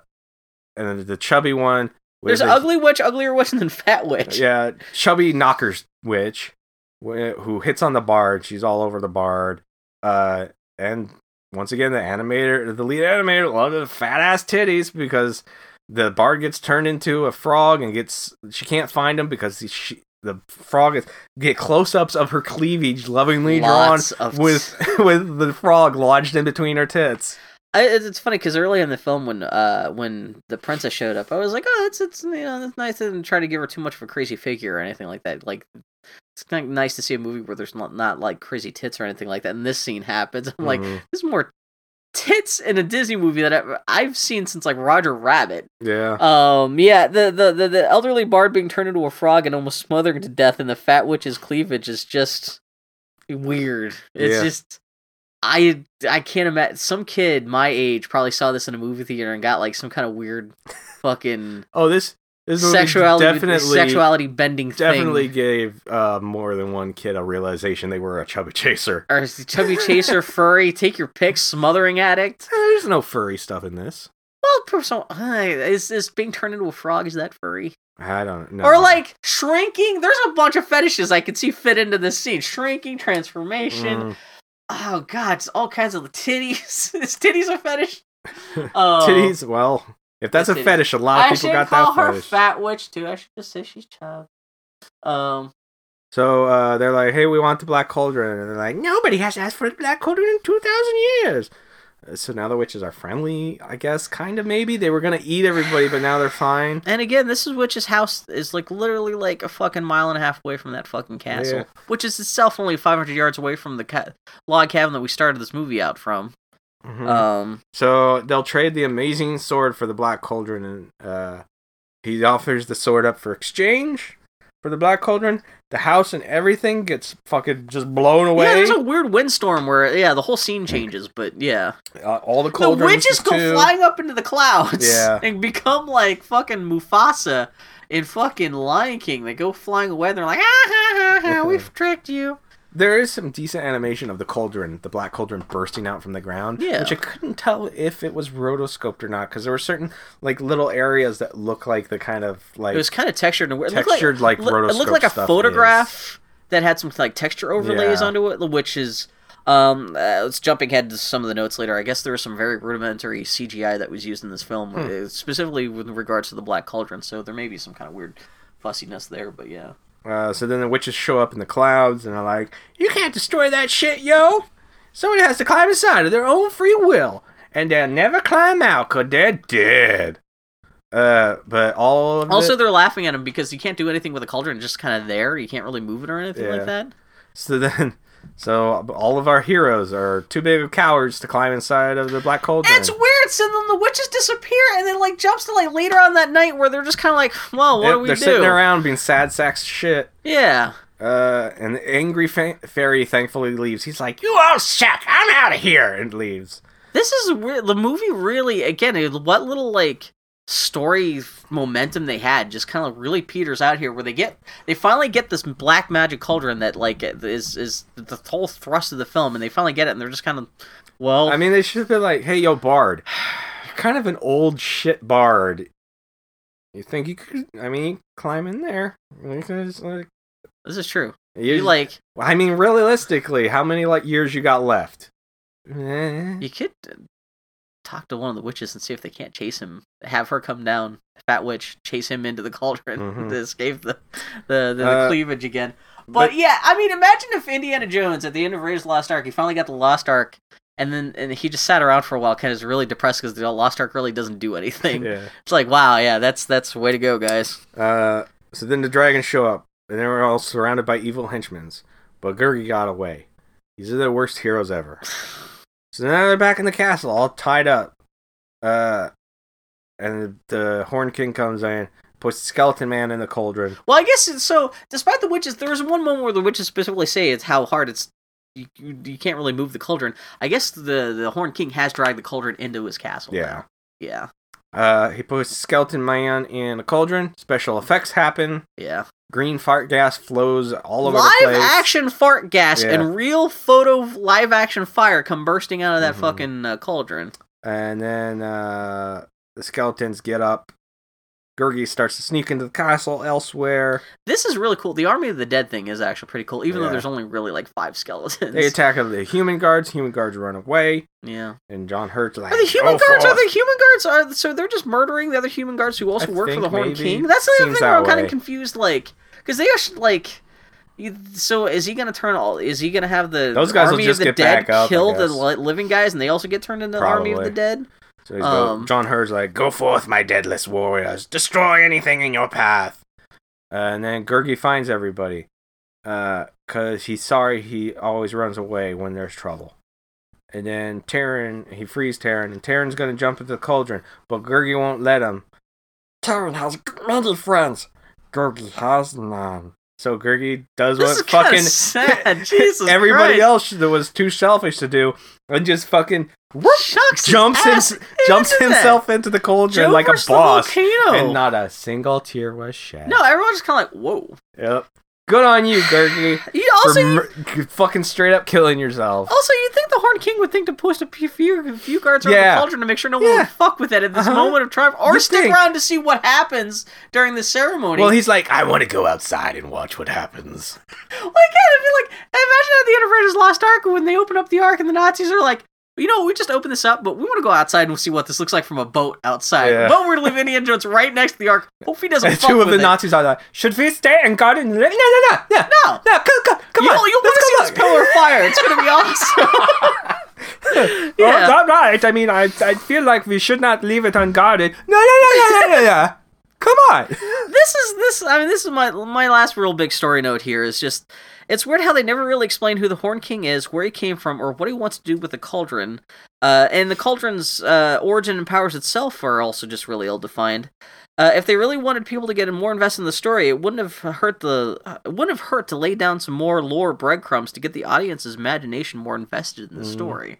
Speaker 2: and then the chubby one
Speaker 1: There's
Speaker 2: with a-
Speaker 1: ugly witch, uglier witch, and then fat witch.
Speaker 2: Yeah, chubby knockers witch wh- who hits on the bard. She's all over the bard. Uh, and once again, the animator, the lead animator, loved the fat ass titties because the bard gets turned into a frog and gets she can't find him because she, the frog is get close ups of her cleavage lovingly
Speaker 1: Lots
Speaker 2: drawn
Speaker 1: of-
Speaker 2: with <laughs> with the frog lodged in between her tits.
Speaker 1: <laughs> I, it's it's funny because early in the film, when uh when the princess showed up, I was like, oh, that's it's you know that's nice. I didn't try to give her too much of a crazy figure or anything like that. Like it's kind of nice to see a movie where there's not not like crazy tits or anything like that. And this scene happens. I'm like,
Speaker 2: Mhm.
Speaker 1: there's more tits in a Disney movie that I've, I've seen since like Roger Rabbit.
Speaker 2: yeah.
Speaker 1: Um, yeah, the, the the the elderly bard being turned into a frog and almost smothering to death, and the fat witch's cleavage is just weird. It's
Speaker 2: Yeah.
Speaker 1: just. I I can't imagine some kid my age probably saw this in a movie theater and got like some kind of weird fucking
Speaker 2: Oh, this <laughs> this movie
Speaker 1: sexuality
Speaker 2: definitely
Speaker 1: sexuality bending
Speaker 2: definitely
Speaker 1: thing.
Speaker 2: gave uh, more than one kid a realization they were a chubby <laughs> chaser.
Speaker 1: Or is it chubby
Speaker 2: <laughs>
Speaker 1: chaser, furry, take your pick, smothering addict.
Speaker 2: There's no furry stuff in this.
Speaker 1: Well, personal, uh, is is being turned into a frog? Is that furry?
Speaker 2: I don't know.
Speaker 1: Or like shrinking? There's a bunch of fetishes I could see fit into this scene: shrinking, transformation.
Speaker 2: Mm.
Speaker 1: Oh god, it's all kinds of <laughs> titties. is titties a
Speaker 2: <laughs>
Speaker 1: fetish? Oh.
Speaker 2: titties. Well, if that's a
Speaker 1: Titties.
Speaker 2: fetish, a lot
Speaker 1: I
Speaker 2: of
Speaker 1: should
Speaker 2: people got
Speaker 1: call
Speaker 2: that
Speaker 1: her
Speaker 2: fetish.
Speaker 1: fat witch too. I should just say she's chub. Um,
Speaker 2: so uh, they're like, "Hey, we want the black cauldron," and they're like, "Nobody has asked for the black cauldron in two thousand years." Uh, So now the witches are friendly, I guess. Kind of, maybe they were gonna eat everybody, but now they're fine.
Speaker 1: And again, this is Witch's house is like literally like a fucking mile and a half away from that fucking castle,
Speaker 2: Yeah.
Speaker 1: which is itself only 500 yards away from the ca- log cabin that we started this movie out from.
Speaker 2: Mhm.
Speaker 1: Um,
Speaker 2: so they'll trade the amazing sword for the black cauldron, and uh, he offers the sword up for exchange for the black cauldron. The house and everything gets fucking just blown away.
Speaker 1: yeah, there's a weird windstorm where yeah, the whole scene changes, but yeah,
Speaker 2: Uh, all the
Speaker 1: the
Speaker 2: cauldrons.
Speaker 1: witches go
Speaker 2: too.
Speaker 1: flying up into the clouds
Speaker 2: Yeah.
Speaker 1: <laughs> and become like fucking Mufasa in fucking Lion King. They go flying away. and They're like, ah, ha, ha, ha, we've tricked you.
Speaker 2: There is some decent animation of the cauldron, the black cauldron bursting out from the ground,
Speaker 1: Yeah.
Speaker 2: which I couldn't tell if it was rotoscoped or not because there were certain like little areas that look like the kind of like
Speaker 1: It was kind of textured and weird. It looked
Speaker 2: Textured, like,
Speaker 1: li- It looked
Speaker 2: rotoscope
Speaker 1: like a
Speaker 2: stuff is.
Speaker 1: photograph that had some like texture overlays
Speaker 2: Yeah.
Speaker 1: onto it, which is. Um, uh, it's jumping ahead to some of the notes later. I guess there was some very rudimentary CGI that was used in this film,
Speaker 2: Hmm.
Speaker 1: uh, specifically with regards to the Black Cauldron. So there may be some kind of weird fussiness there, but yeah.
Speaker 2: Uh, so then the witches show up in the clouds and are like, "You can't destroy that shit, yo! Someone has to climb inside of their own free will, and they'll never climb out because they're dead." Uh, but all of
Speaker 1: Also,
Speaker 2: it-
Speaker 1: they're laughing at him because you can't do anything with a cauldron; it's just kind of there. You can't really move it or anything
Speaker 2: Yeah.
Speaker 1: like that.
Speaker 2: <laughs> so then. So all of our heroes are too big of cowards to climb inside of the black cauldron.
Speaker 1: It's weird. So then the witches disappear, and then like jumps to like later on that night where they're just kind of like, "Well, what
Speaker 2: Yep,
Speaker 1: do we
Speaker 2: they're
Speaker 1: do?"
Speaker 2: sitting around being sad sacks of shit.
Speaker 1: Yeah,
Speaker 2: Uh, and the angry fa- fairy thankfully leaves. He's like, "You all suck. I'm out of here," and leaves.
Speaker 1: this is weird. The movie really, again, it- what little like story momentum they had just kind of really peters out here, where they get they finally get this black magic cauldron that like is is the whole thrust of the film, and they finally get it, and they're just kind of, well,
Speaker 2: I mean, they should have been like, "Hey, yo, Bard, <sighs> you're kind of an old shit Bard. You think you could? I mean, climb in there. You could just, like,
Speaker 1: this is true.
Speaker 2: you-
Speaker 1: You like
Speaker 2: I mean, realistically, how many like years you got left? Eh.
Speaker 1: you could uh, talk to one of the witches and see if they can't chase him. Have her come down, fat witch, chase him into the cauldron <laughs>
Speaker 2: Mhm.
Speaker 1: to escape the the, the,
Speaker 2: Uh,
Speaker 1: cleavage again. But, yeah, I mean, imagine if Indiana Jones at the end of Raiders of the Lost Ark, he finally got the Lost Ark, and then and he just sat around for a while, kind of really depressed because the Lost Ark really doesn't do anything.
Speaker 2: Yeah.
Speaker 1: It's like, wow, yeah, that's that's way to go, guys.
Speaker 2: Uh, so then the dragons show up, and they're all surrounded by evil henchmen. But Gurgi got away. These are the worst heroes ever. So now they're back in the castle, all tied up. Uh, and the Horn King comes in, puts Skeleton Man in the cauldron.
Speaker 1: Well, I guess it's- so. Despite the witches, there was one moment where the witches specifically say it's how hard it's. You, you, you can't really move the cauldron. I guess the the Horn King has dragged the cauldron into his castle.
Speaker 2: Yeah.
Speaker 1: Yeah.
Speaker 2: Uh, he puts Skeleton Man in a cauldron. Special effects happen.
Speaker 1: Yeah.
Speaker 2: Green fart gas flows all over
Speaker 1: live
Speaker 2: the place.
Speaker 1: action fart gas
Speaker 2: Yeah.
Speaker 1: and real photo live action fire come bursting out of that
Speaker 2: Mhm.
Speaker 1: fucking uh, cauldron.
Speaker 2: And then uh, the skeletons get up. Gurgi starts to sneak into the castle elsewhere.
Speaker 1: This is really cool. The Army of the Dead thing is actually pretty cool, even though
Speaker 2: Yeah.
Speaker 1: there's only really like five skeletons.
Speaker 2: They attack of the human guards. Human guards run away,
Speaker 1: yeah.
Speaker 2: and John Hurt's like, "Oh,
Speaker 1: Are the human
Speaker 2: "Go
Speaker 1: guards?
Speaker 2: for
Speaker 1: Are
Speaker 2: it."
Speaker 1: the human guards? Are so they're just murdering the other human guards who also
Speaker 2: I
Speaker 1: work for
Speaker 2: think
Speaker 1: the Horn
Speaker 2: maybe.
Speaker 1: King. That's the other
Speaker 2: Seems
Speaker 1: thing where I'm
Speaker 2: that
Speaker 1: kind of
Speaker 2: way.
Speaker 1: confused, like because they are sh- like. you- So is he gonna turn all? Is he gonna have the
Speaker 2: Those guys will
Speaker 1: army of
Speaker 2: just
Speaker 1: the
Speaker 2: get
Speaker 1: dead
Speaker 2: back up, I
Speaker 1: kill the
Speaker 2: guess.
Speaker 1: li- living guys, and they also get turned into the army of the
Speaker 2: Probably.
Speaker 1: dead?
Speaker 2: So he's go-
Speaker 1: Um,
Speaker 2: John Hurt's like, "Go forth, my deadless warriors! Destroy anything in your path." Uh, and then Gurgi finds everybody, because he's sorry he always runs away when there's trouble. And then Taryn, he frees Taryn, and Taryn's gonna jump into the cauldron, but Gurgi won't let him.
Speaker 5: Taryn has many friends. Gurgi has none.
Speaker 2: So Gurgi does
Speaker 1: This
Speaker 2: what
Speaker 1: is kinda
Speaker 2: fucking <laughs>
Speaker 1: sad. Jesus
Speaker 2: everybody
Speaker 1: Christ.
Speaker 2: else that was too selfish to do, and just fucking
Speaker 1: Shucks, his
Speaker 2: jumps in-
Speaker 1: ass
Speaker 2: jumps
Speaker 1: into that.
Speaker 2: himself into the cauldron
Speaker 1: Joe
Speaker 2: like a
Speaker 1: versus the
Speaker 2: boss.
Speaker 1: volcano.
Speaker 2: And not a single tear was shed.
Speaker 1: No, everyone's kind of like, whoa.
Speaker 2: Yep. Good on you, Gurgi.
Speaker 1: You also,
Speaker 2: for mur- g- fucking straight up killing yourself.
Speaker 1: also, you think the Horn King would think to post a few- few, few guards around
Speaker 2: Yeah.
Speaker 1: the cauldron to make sure no one
Speaker 2: Yeah.
Speaker 1: would fuck with it at this
Speaker 2: Uh-huh.
Speaker 1: moment of triumph, or
Speaker 2: You'd
Speaker 1: stick
Speaker 2: think.
Speaker 1: around to see what happens during the ceremony.
Speaker 2: Well, he's like, I want to go outside and watch what happens.
Speaker 1: like, yeah, it'd be like, imagine at the end of Raiders of the Lost Ark when they open up the Ark and the Nazis are like. You know, we just opened this up, but we want to go outside and we'll see what this looks like from a boat outside.
Speaker 2: Yeah.
Speaker 1: But we're gonna leave Indiana Jones right next to the Ark. Hope he doesn't.
Speaker 2: And
Speaker 1: fuck
Speaker 2: <laughs> two of
Speaker 1: with
Speaker 2: the
Speaker 1: it.
Speaker 2: Nazis are like, Should we stay and guard and live? No, no, no, no,
Speaker 1: No,
Speaker 2: no. Come, come, come
Speaker 1: you
Speaker 2: on.
Speaker 1: you want
Speaker 2: Let's <laughs>
Speaker 1: to see
Speaker 2: go
Speaker 1: this pillar of fire? It's gonna be awesome. Yeah.
Speaker 2: Oh, all right. I mean, I, I feel like we should not leave it unguarded. No, no, no, no, no, no, no. Come on.
Speaker 1: this is this i mean this is my my last real big story note here is just it's weird how they never really explain who the horn king is where he came from or what he wants to do with the cauldron uh, and the cauldron's uh, origin and powers itself are also just really ill-defined uh, if they really wanted people to get more invested in the story it wouldn't have hurt the uh, it wouldn't have hurt to lay down some more lore breadcrumbs to get the audience's imagination more invested in the story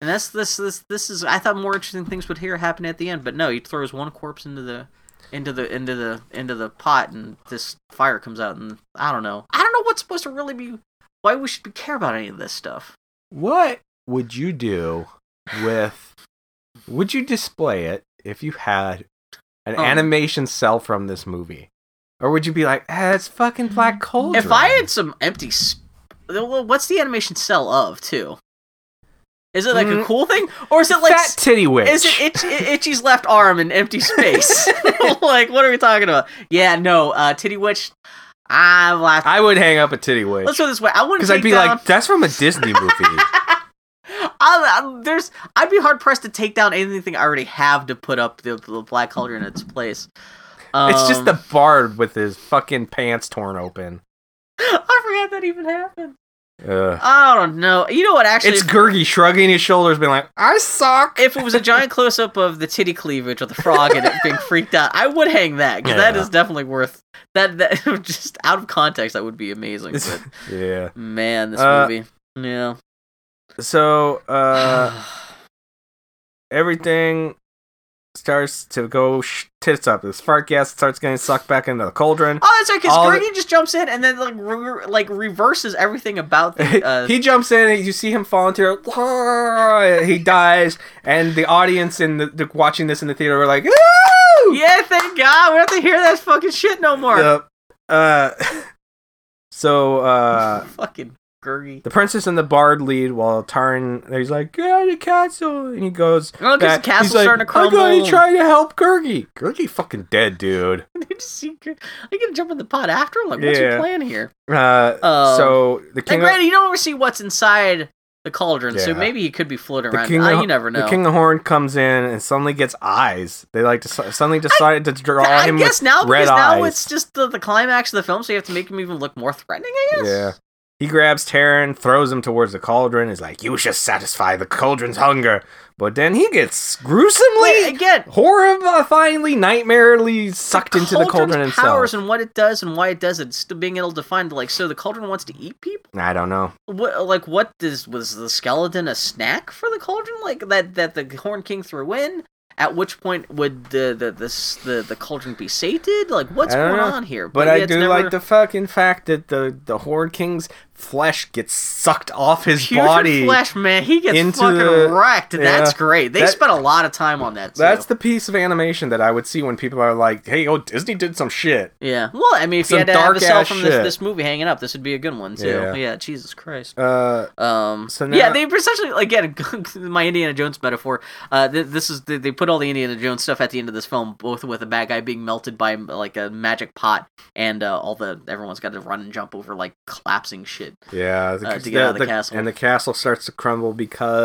Speaker 1: and that's this this this is i thought more interesting things would here happen at the end but no he throws one corpse into the into the into the into the pot and this fire comes out and I don't know. I don't know what's supposed to really be why we should be care about any of this stuff.
Speaker 2: What would you do with? Would you display it if you had an
Speaker 1: Um.
Speaker 2: animation cell from this movie, or would you be like, ah, "It's fucking Black Cauldron"?
Speaker 1: If I had some empty sp- well, what's the animation cell of too? Is it like a
Speaker 2: Mm.
Speaker 1: cool thing or is it like
Speaker 2: fat titty witch,
Speaker 1: is it itch, Itchy's left arm in empty space?
Speaker 2: <laughs>
Speaker 1: <laughs> like what are we talking about? Yeah, no, uh Titty Witch Ah, I laughed.
Speaker 2: I would hang up a titty witch
Speaker 1: Let's go this way. I wouldn't
Speaker 2: because I'd
Speaker 1: take
Speaker 2: be
Speaker 1: down-
Speaker 2: like, "That's from a Disney
Speaker 1: <laughs>
Speaker 2: movie."
Speaker 1: I, I, there's, I'd be hard pressed to take down anything I already have to put up the, the black color in its place. Um,
Speaker 2: it's just the bard with his fucking pants torn open.
Speaker 1: I forgot that even happened.
Speaker 2: Ugh.
Speaker 1: I don't know. You know what? Actually,
Speaker 2: It's Gurgi shrugging his shoulders, being like, "I suck."
Speaker 1: if it was a
Speaker 2: <laughs>
Speaker 1: giant close up of the titty cleavage or the frog and it being freaked out, I would hang that because that
Speaker 2: Yeah.
Speaker 1: is definitely worth that. That <laughs> just out of context, that would be amazing. But
Speaker 2: <laughs> yeah.
Speaker 1: man, this
Speaker 2: Uh,
Speaker 1: movie. Yeah.
Speaker 2: So uh, everything starts to go sh- tits up. This fart gas starts getting sucked back into the cauldron.
Speaker 1: <sighs>
Speaker 2: <laughs>
Speaker 1: Oh, that's right. Because
Speaker 2: all the-
Speaker 1: Gurgi just jumps in and then like re- like reverses everything about the uh,
Speaker 2: <laughs> he jumps in, and you see him fall into it. <laughs> He dies, and the audience in the, the watching this in the theater were like, "Woo!"
Speaker 1: Yeah, thank God. We don't have to hear that fucking shit no more. <laughs>
Speaker 2: Yep. Uh, <laughs> so uh,
Speaker 1: fucking Gurgi.
Speaker 2: the princess and the bard lead while Tarn he's like, get out of the castle, and he goes.
Speaker 1: Oh, 'cause
Speaker 2: back.
Speaker 1: the castle's
Speaker 2: He's like,
Speaker 1: starting to
Speaker 2: I
Speaker 1: crumble.
Speaker 2: thought he
Speaker 1: <laughs>
Speaker 2: tried to help Gurgi. Gurgi fucking dead, dude.
Speaker 1: They just see Gur- I can jump in the pot after. Like, what's your
Speaker 2: Yeah.
Speaker 1: plan here?
Speaker 2: Uh,
Speaker 1: Um,
Speaker 2: so the
Speaker 1: And
Speaker 2: king, of,
Speaker 1: granted, you don't ever see what's inside the cauldron, so
Speaker 2: Yeah.
Speaker 1: maybe he could be floating
Speaker 2: the
Speaker 1: around.
Speaker 2: king,
Speaker 1: Ah,
Speaker 2: of,
Speaker 1: you never know.
Speaker 2: the king of horn comes in and suddenly gets eyes. They like to, suddenly decided to draw
Speaker 1: I
Speaker 2: him
Speaker 1: guess
Speaker 2: with
Speaker 1: now
Speaker 2: red
Speaker 1: because now
Speaker 2: eyes.
Speaker 1: it's just the, the climax of the film, so you have to make him even look more threatening. I guess.
Speaker 2: Yeah. He grabs Terran, throws him towards the cauldron. Is like, you should satisfy the cauldron's hunger. But then he gets gruesomely,
Speaker 1: Wait, again,
Speaker 2: horrifyingly, nightmarily sucked into the cauldron
Speaker 1: cauldron's powers
Speaker 2: himself.
Speaker 1: and what it does and why it does it, still being able to find like so the cauldron wants to eat people.
Speaker 2: I don't know.
Speaker 1: what like what is was the skeleton a snack for the cauldron like that that the horn king threw in at which point would the the this the, the cauldron be sated like what's
Speaker 2: I don't
Speaker 1: going
Speaker 2: know,
Speaker 1: on here
Speaker 2: But
Speaker 1: yeah,
Speaker 2: I
Speaker 1: it's
Speaker 2: do
Speaker 1: never-
Speaker 2: like the fucking fact that the the Horde King's flesh gets sucked off his
Speaker 1: Putrid
Speaker 2: body.
Speaker 1: flesh man he gets
Speaker 2: into
Speaker 1: fucking
Speaker 2: the-
Speaker 1: wrecked
Speaker 2: yeah.
Speaker 1: that's great they
Speaker 2: That-
Speaker 1: spent a lot of time on that too.
Speaker 2: That's the piece of animation that I would see when people are like, "Hey, oh, Disney did some shit."
Speaker 1: yeah well i mean if you had
Speaker 2: Some
Speaker 1: to have a cell
Speaker 2: dark-ass
Speaker 1: from this,
Speaker 2: shit.
Speaker 1: this movie hanging up this would be a good one too yeah,
Speaker 2: Yeah.
Speaker 1: jesus christ
Speaker 2: Uh,
Speaker 1: Um,
Speaker 2: So
Speaker 1: yeah,
Speaker 2: now-
Speaker 1: they essentially again <laughs> my Indiana Jones metaphor. Uh, th- this is they, they put all the Indiana Jones stuff at the end of this film, both with a bad guy being melted by like a magic pot, and uh, all the everyone's got to run and jump over like collapsing shit,
Speaker 2: yeah,
Speaker 1: Uh, to get out of the castle.
Speaker 2: and the castle starts to crumble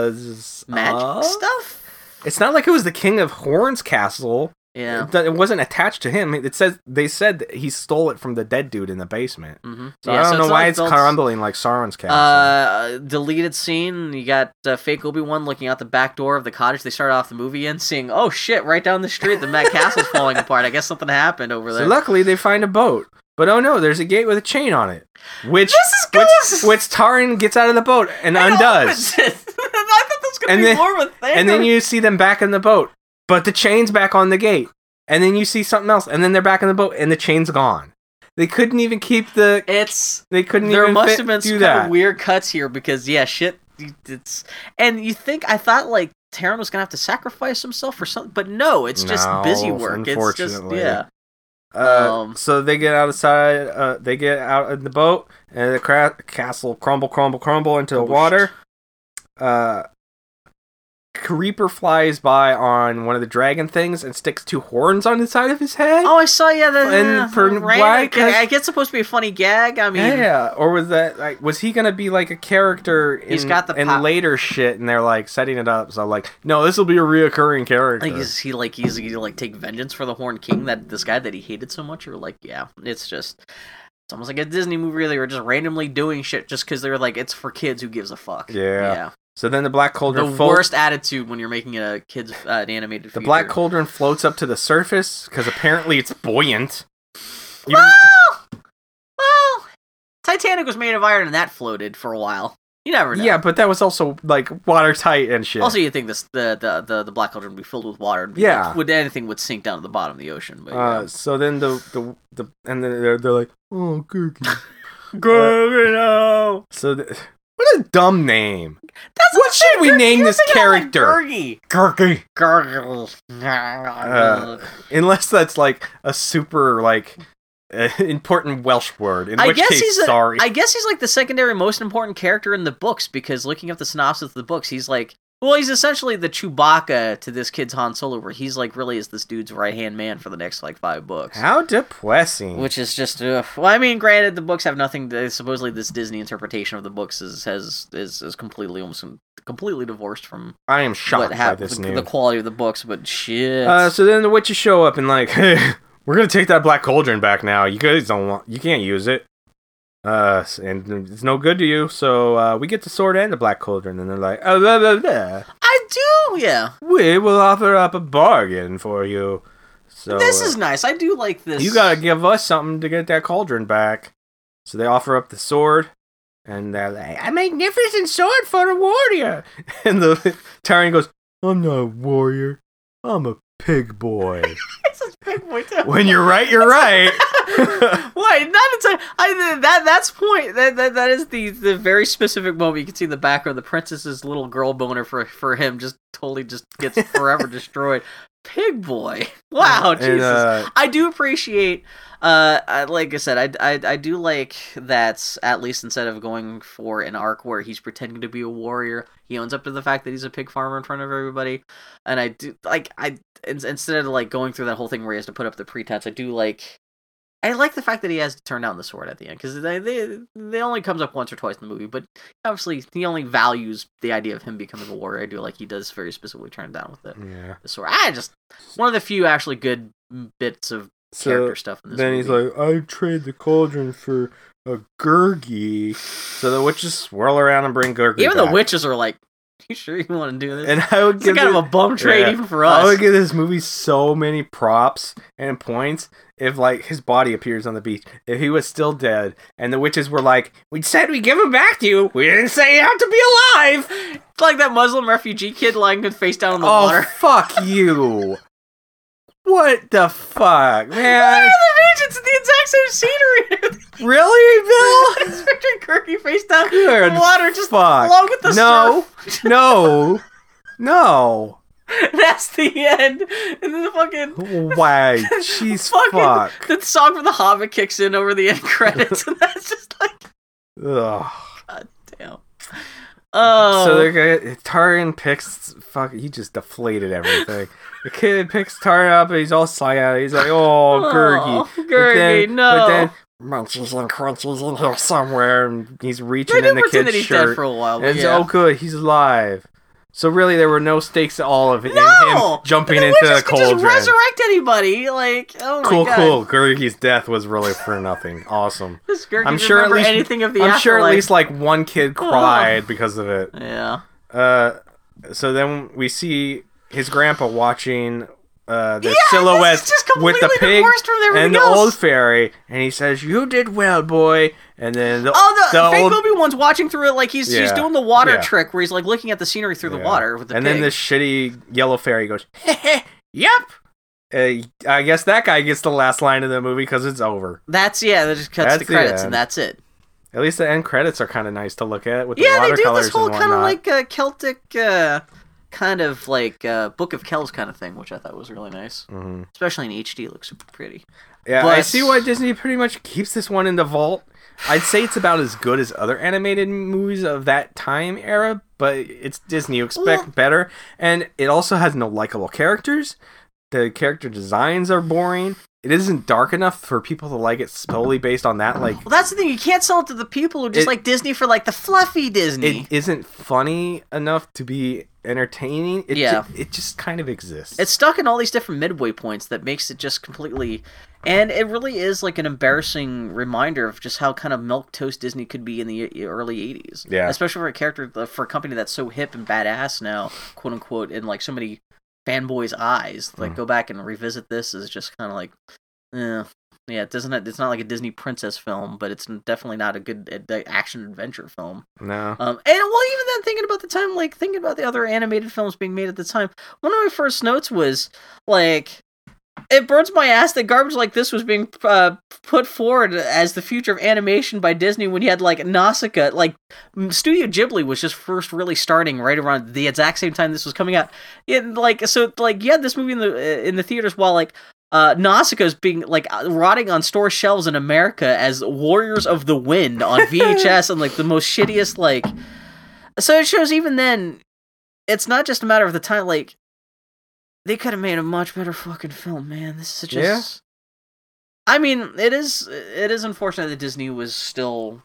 Speaker 2: because
Speaker 1: magic
Speaker 2: of-
Speaker 1: stuff.
Speaker 2: It's not like it was the King of Horns castle.
Speaker 1: Yeah.
Speaker 2: It do- It wasn't attached to him. It says they said that he stole it from the dead dude in the basement.
Speaker 1: Mm-hmm.
Speaker 2: So I don't know why it's crumbling like Sauron's castle.
Speaker 1: Uh, deleted scene. You got uh, fake Obi Wan looking out the back door of the cottage. They started off the movie in, seeing, oh shit, right down the street, the Mad Castle's falling apart. I guess something happened over there.
Speaker 2: So luckily they find a boat. But oh no, there's a gate with a chain on it. Which
Speaker 1: This is good.
Speaker 2: which, which Tarin gets out of the boat and
Speaker 1: I
Speaker 2: undoes.
Speaker 1: know, but- <laughs> I thought this was gonna
Speaker 2: And
Speaker 1: be
Speaker 2: then-
Speaker 1: more of a thing.
Speaker 2: And
Speaker 1: <laughs>
Speaker 2: then you see them back in the boat. But the chain's back on the gate. And then you see something else. And then they're back in the boat and the chain's gone. They couldn't even keep the
Speaker 1: it's
Speaker 2: they couldn't
Speaker 1: there
Speaker 2: even
Speaker 1: must
Speaker 2: fit-
Speaker 1: have been
Speaker 2: do
Speaker 1: some
Speaker 2: that.
Speaker 1: kind of weird cuts here because yeah, shit, it's and you think I thought like Taryn was gonna have to sacrifice himself for something, but no, it's just
Speaker 2: No,
Speaker 1: busy work. It's just
Speaker 2: unfortunately.
Speaker 1: yeah,
Speaker 2: Uh,
Speaker 1: Um,
Speaker 2: so they get outside. Uh, they get out in the boat, and the cra- castle crumble, crumble, crumble into the
Speaker 1: Crumble
Speaker 2: water. Uh, creeper flies by on one of the dragon things and sticks two horns on the side of his head.
Speaker 1: Oh, I saw. Yeah, the,
Speaker 2: And
Speaker 1: yeah,
Speaker 2: for
Speaker 1: the rain-
Speaker 2: why?
Speaker 1: I guess I guess it's supposed to be a funny gag. I mean,
Speaker 2: yeah, or was that like was he gonna be like a character in,
Speaker 1: He's got the
Speaker 2: in
Speaker 1: pop-
Speaker 2: later shit and they're like setting it up so like no this will be a reoccurring character.
Speaker 1: Like is he like he's he like take vengeance for the Horn King that this guy that he hated so much? Or like yeah, it's just it's almost like a Disney movie. where They were just randomly doing shit just because they were like it's for kids. Who gives a fuck?
Speaker 2: Yeah. so then the black
Speaker 1: The
Speaker 2: cauldron fol-
Speaker 1: worst attitude when you're making a kids uh, an animated.
Speaker 2: the
Speaker 1: feature.
Speaker 2: black cauldron floats up to the surface because apparently it's buoyant. Even-
Speaker 1: Well, well, Titanic was made of iron and that floated for a while. You never know.
Speaker 2: yeah, but that was also like watertight and shit.
Speaker 1: Also, you think this the the the, the black cauldron would be filled with water? And be
Speaker 2: Yeah.
Speaker 1: Like, would anything would sink down to the bottom of the ocean? But
Speaker 2: uh, so then the the, the and then they're, they're like oh
Speaker 1: <laughs>
Speaker 2: Gurgi.
Speaker 1: Gorgono.
Speaker 2: so th- what a dumb name.
Speaker 1: That's
Speaker 2: What should we name this character?
Speaker 1: Gurgi.
Speaker 2: Gurgi.
Speaker 1: Gargle.
Speaker 2: Uh, unless that's like a super like uh, <laughs> important Welsh word. In
Speaker 1: I
Speaker 2: which
Speaker 1: guess
Speaker 2: case,
Speaker 1: he's a-
Speaker 2: sorry.
Speaker 1: I guess he's like the secondary most important character in the books because looking up the synopsis of the books, he's like, well, he's essentially the Chewbacca to this kid's Han Solo, where he's like really is this dude's right hand man for the next like five books.
Speaker 2: How depressing.
Speaker 1: Which is just, ugh. well, I mean, granted, the books have nothing. To, supposedly, this Disney interpretation of the books is has is, is completely almost completely divorced from
Speaker 2: I am shocked
Speaker 1: what hap-
Speaker 2: by this
Speaker 1: the,
Speaker 2: news.
Speaker 1: the quality of the books. But shit,
Speaker 2: uh, so then the witches show up and like, <laughs> hey, we're gonna take that black cauldron back now. You guys don't want, you can't use it. Uh, s- and it's no good to you. So uh, we get the sword and the black cauldron, and they're like, oh, blah, blah, blah.
Speaker 1: I do, yeah.
Speaker 2: we will offer up a bargain for you. So
Speaker 1: this
Speaker 2: uh,
Speaker 1: is nice. I do like this. <laughs>
Speaker 2: You gotta give us something to get that cauldron back. So they offer up the sword, and they're like, "A magnificent sword for a warrior." <laughs> And the Tyrion goes, "I'm not a warrior. I'm a pig
Speaker 1: <laughs>
Speaker 2: boy."
Speaker 1: This is big boy too.
Speaker 2: when you're right, you're right.
Speaker 1: Why? Not into, I, that that's point that, that that is the the very specific moment you can see in the background the princess's little girl boner for for him just totally just gets forever <laughs> destroyed. Pig boy. <laughs> Wow,
Speaker 2: <laughs> And,
Speaker 1: Jesus.
Speaker 2: uh,
Speaker 1: I do appreciate uh I, like I said I, I I do like that at least instead of going for an arc where he's pretending to be a warrior, he owns up to the fact that he's a pig farmer in front of everybody. And I do like I in, instead of like going through that whole thing where he has to put up the pretense, I do like I like the fact that he has to turn down the sword at the end because they, they they only comes up once or twice in the movie, but obviously he only values the idea of him becoming a warrior. I do like he does very specifically turn down with it
Speaker 2: yeah.
Speaker 1: the sword. I just one of the few actually good bits of
Speaker 2: So
Speaker 1: character stuff in this.
Speaker 2: then
Speaker 1: movie.
Speaker 2: he's like, "I trade the cauldron for a gurgi." So the witches swirl around and bring gurgi.
Speaker 1: even the
Speaker 2: back.
Speaker 1: witches are like, "You sure you want to do this?"
Speaker 2: and I would
Speaker 1: it's
Speaker 2: give
Speaker 1: kind
Speaker 2: it-
Speaker 1: of a bum trade
Speaker 2: Yeah.
Speaker 1: even for
Speaker 2: I
Speaker 1: us.
Speaker 2: would give this movie so many props and points if like his body appears on the beach. If he was still dead and the witches were like, We said we give him back to you. We didn't say you have to be alive.
Speaker 1: <laughs> It's like that Muslim refugee kid lying face down in the
Speaker 2: oh
Speaker 1: <laughs> water.
Speaker 2: fuck you. What the
Speaker 1: Why are
Speaker 2: fuck,
Speaker 1: <laughs>
Speaker 2: man?
Speaker 1: the visions in the exact same scenery? <laughs>
Speaker 2: really, Bill?
Speaker 1: it's Richard Kirky face down
Speaker 2: Good
Speaker 1: in the water, just
Speaker 2: fuck.
Speaker 1: along with the
Speaker 2: No.
Speaker 1: surf. <laughs>
Speaker 2: No. No.
Speaker 1: That's the end. And then the fucking
Speaker 2: Why?
Speaker 1: <laughs>
Speaker 2: Jeez
Speaker 1: fucking
Speaker 2: fuck.
Speaker 1: the song from The Hobbit kicks in over the end <laughs> credits, and that's just like.
Speaker 2: Ugh.
Speaker 1: God damn. Oh.
Speaker 2: So they're gonna, Taran picks fuck. He just deflated everything. the kid picks Taran up, and he's all sly out. He's like, "Oh, Gurgi,
Speaker 1: Oh, Gurgi, no.
Speaker 2: But then
Speaker 5: Munchies and crunchies
Speaker 2: oh,
Speaker 5: in here.
Speaker 2: somewhere and he's reaching
Speaker 1: they do
Speaker 2: in the
Speaker 1: pretend
Speaker 2: kid's
Speaker 1: that he's
Speaker 2: shirt,
Speaker 1: dead for a while.
Speaker 2: and
Speaker 1: But
Speaker 2: it's
Speaker 1: yeah.
Speaker 2: oh, good, he's alive. So really, there were no stakes at all of it
Speaker 1: no!
Speaker 2: in him jumping
Speaker 1: the
Speaker 2: into
Speaker 1: witches
Speaker 2: the
Speaker 1: could just
Speaker 2: cauldron.
Speaker 1: resurrect anybody. Like, oh my
Speaker 2: cool,
Speaker 1: god.
Speaker 2: cool. Gurgi's death was really for nothing. Awesome.
Speaker 1: This Gurgi
Speaker 2: I'm
Speaker 1: didn't
Speaker 2: sure at
Speaker 1: remember
Speaker 2: least
Speaker 1: anything of the
Speaker 2: I'm sure at
Speaker 1: afterlife.
Speaker 2: least like one
Speaker 1: <laughs>
Speaker 2: kid cried because of it.
Speaker 1: Yeah.
Speaker 2: Uh, so then we see his grandpa watching uh, the
Speaker 1: Yeah,
Speaker 2: silhouette
Speaker 1: this is just
Speaker 2: with the
Speaker 1: completely
Speaker 2: pig
Speaker 1: divorced from everything
Speaker 2: and the
Speaker 1: else.
Speaker 2: old fairy, and he says, "You did well, boy." And then the,
Speaker 1: Oh, the, fake
Speaker 2: old
Speaker 1: Obi Wan's watching through it like he's he's
Speaker 2: Yeah.
Speaker 1: doing the water
Speaker 2: Yeah.
Speaker 1: trick where he's like looking at the scenery through the
Speaker 2: Yeah.
Speaker 1: water with the
Speaker 2: and
Speaker 1: pig.
Speaker 2: then this shitty yellow fairy goes, "Yep." Uh, I guess that guy gets the last line of the movie because it's over.
Speaker 1: that's yeah, that just cuts
Speaker 2: That's
Speaker 1: the
Speaker 2: the
Speaker 1: credits
Speaker 2: end.
Speaker 1: and that's it.
Speaker 2: At least the end credits are kind of nice to look at with
Speaker 1: yeah,
Speaker 2: the
Speaker 1: they do
Speaker 2: watercolors
Speaker 1: this whole
Speaker 2: and
Speaker 1: kind of
Speaker 2: whatnot.
Speaker 1: like uh, Celtic uh, kind of like uh, Book of Kells kind of thing, which I thought was really nice.
Speaker 2: Mhm.
Speaker 1: Especially in HD, it looks super pretty.
Speaker 2: Yeah, I
Speaker 1: But-
Speaker 2: see why Disney pretty much keeps this one in the vault. I'd say it's about as good as other animated movies of that time era, but it's Disney. You expect
Speaker 1: Well-
Speaker 2: better, and it also has no likable characters. The character designs are boring. It isn't dark enough for people to like it solely based on that. Like,
Speaker 1: Well, that's the thing. You can't sell it to the people who just
Speaker 2: It-
Speaker 1: like Disney for like the fluffy Disney.
Speaker 2: it isn't funny enough to be entertaining. It
Speaker 1: Yeah.
Speaker 2: ju- it just kind of exists.
Speaker 1: it's stuck in all these different midway points that makes it just completely and it really is like an embarrassing reminder of just how kind of milk toast disney could be in the e- early 80s
Speaker 2: Yeah.
Speaker 1: especially for a character for a company that's so hip and badass now quote unquote in like so many fanboys eyes
Speaker 2: Mm.
Speaker 1: like go back and revisit this is just kind of like eh. yeah it doesn't it's not like a disney princess film but it's definitely not a good uh, action adventure film
Speaker 2: no.
Speaker 1: um, and well, even then, thinking about the time, like thinking about the other animated films being made at the time, one of my first notes was like, it burns my ass that garbage like this was being uh, put forward as the future of animation by Disney when you had like Nausicaa, like m- Studio Ghibli was just first really starting right around the exact same time this was coming out. And like so, like you had this movie in the uh, in the theaters while like. Uh, Nausicaa's being like uh, rotting on store shelves in America as Warriors of the Wind on VHS and like the most shittiest like so it shows even then, it's not just a matter of the time. Like, they could have made a much better fucking film, man. This is just.
Speaker 2: Yeah.
Speaker 1: I mean, it is it is unfortunate that Disney was still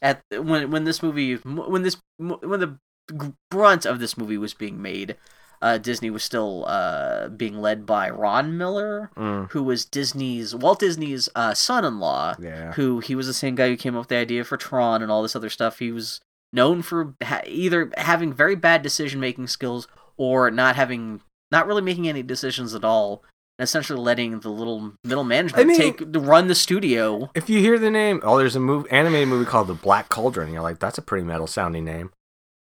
Speaker 1: at when when this movie when this when the brunt of this movie was being made. Uh, Disney was still uh, being led by Ron Miller,
Speaker 2: Mm.
Speaker 1: who was Disney's Walt Disney's uh, son-in-law
Speaker 2: Yeah.
Speaker 1: who he was the same guy who came up with the idea for Tron and all this other stuff. He was known for ha- either having very bad decision making skills or not having, not really making any decisions at all, and essentially letting the little middle management
Speaker 2: I mean-
Speaker 1: take run the studio.
Speaker 2: If you hear the name, oh, there's a movie, animated movie called The Black Cauldron. and You're like, that's a pretty metal sounding name.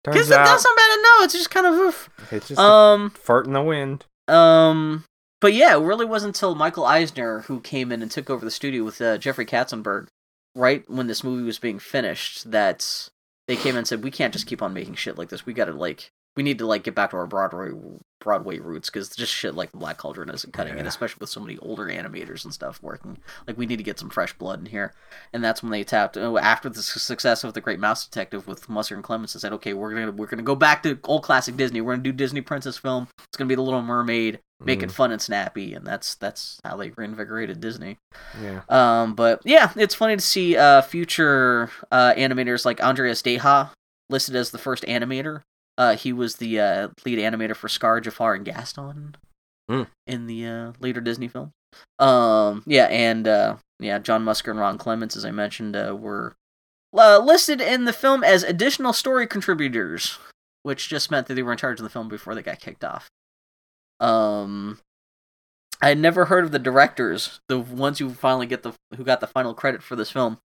Speaker 1: Because
Speaker 2: Turns out,
Speaker 1: that's not bad to know. It's just kind of oof.
Speaker 2: it's just
Speaker 1: Um,
Speaker 2: a fart in the wind.
Speaker 1: um, but yeah, it really wasn't until Michael Eisner who came in and took over the studio with uh, Jeffrey Katzenberg, right when this movie was being finished, that they came in and said, "We can't just keep on making shit like this. We got to like, we need to like get back to our Broadway Broadway roots because just shit like the Black Cauldron isn't cutting it,
Speaker 2: Yeah.
Speaker 1: especially with so many older animators and stuff working. Like, we need to get some fresh blood in here." And that's when they tapped oh, after the su- success of the Great Mouse Detective with Musser and Clemens and said, "Okay, we're gonna we're gonna go back to old classic Disney. We're gonna do Disney princess film. It's gonna be the Little Mermaid." Make
Speaker 2: Mm-hmm.
Speaker 1: it fun and snappy, and that's that's how they reinvigorated Disney.
Speaker 2: Yeah.
Speaker 1: Um, but yeah, it's funny to see uh, future uh, animators like Andreas Deha listed as the first animator. Uh, he was the uh, lead animator for Scar, Jafar, and Gaston
Speaker 2: Hmm.
Speaker 1: in the uh, later Disney film. Um, yeah, and uh, yeah, John Musker and Ron Clements, as I mentioned, uh, were uh, listed in the film as additional story contributors, which just meant that they were in charge of the film before they got kicked off. Um, I had never heard of the directors, the ones who finally get the who got the final credit for this film.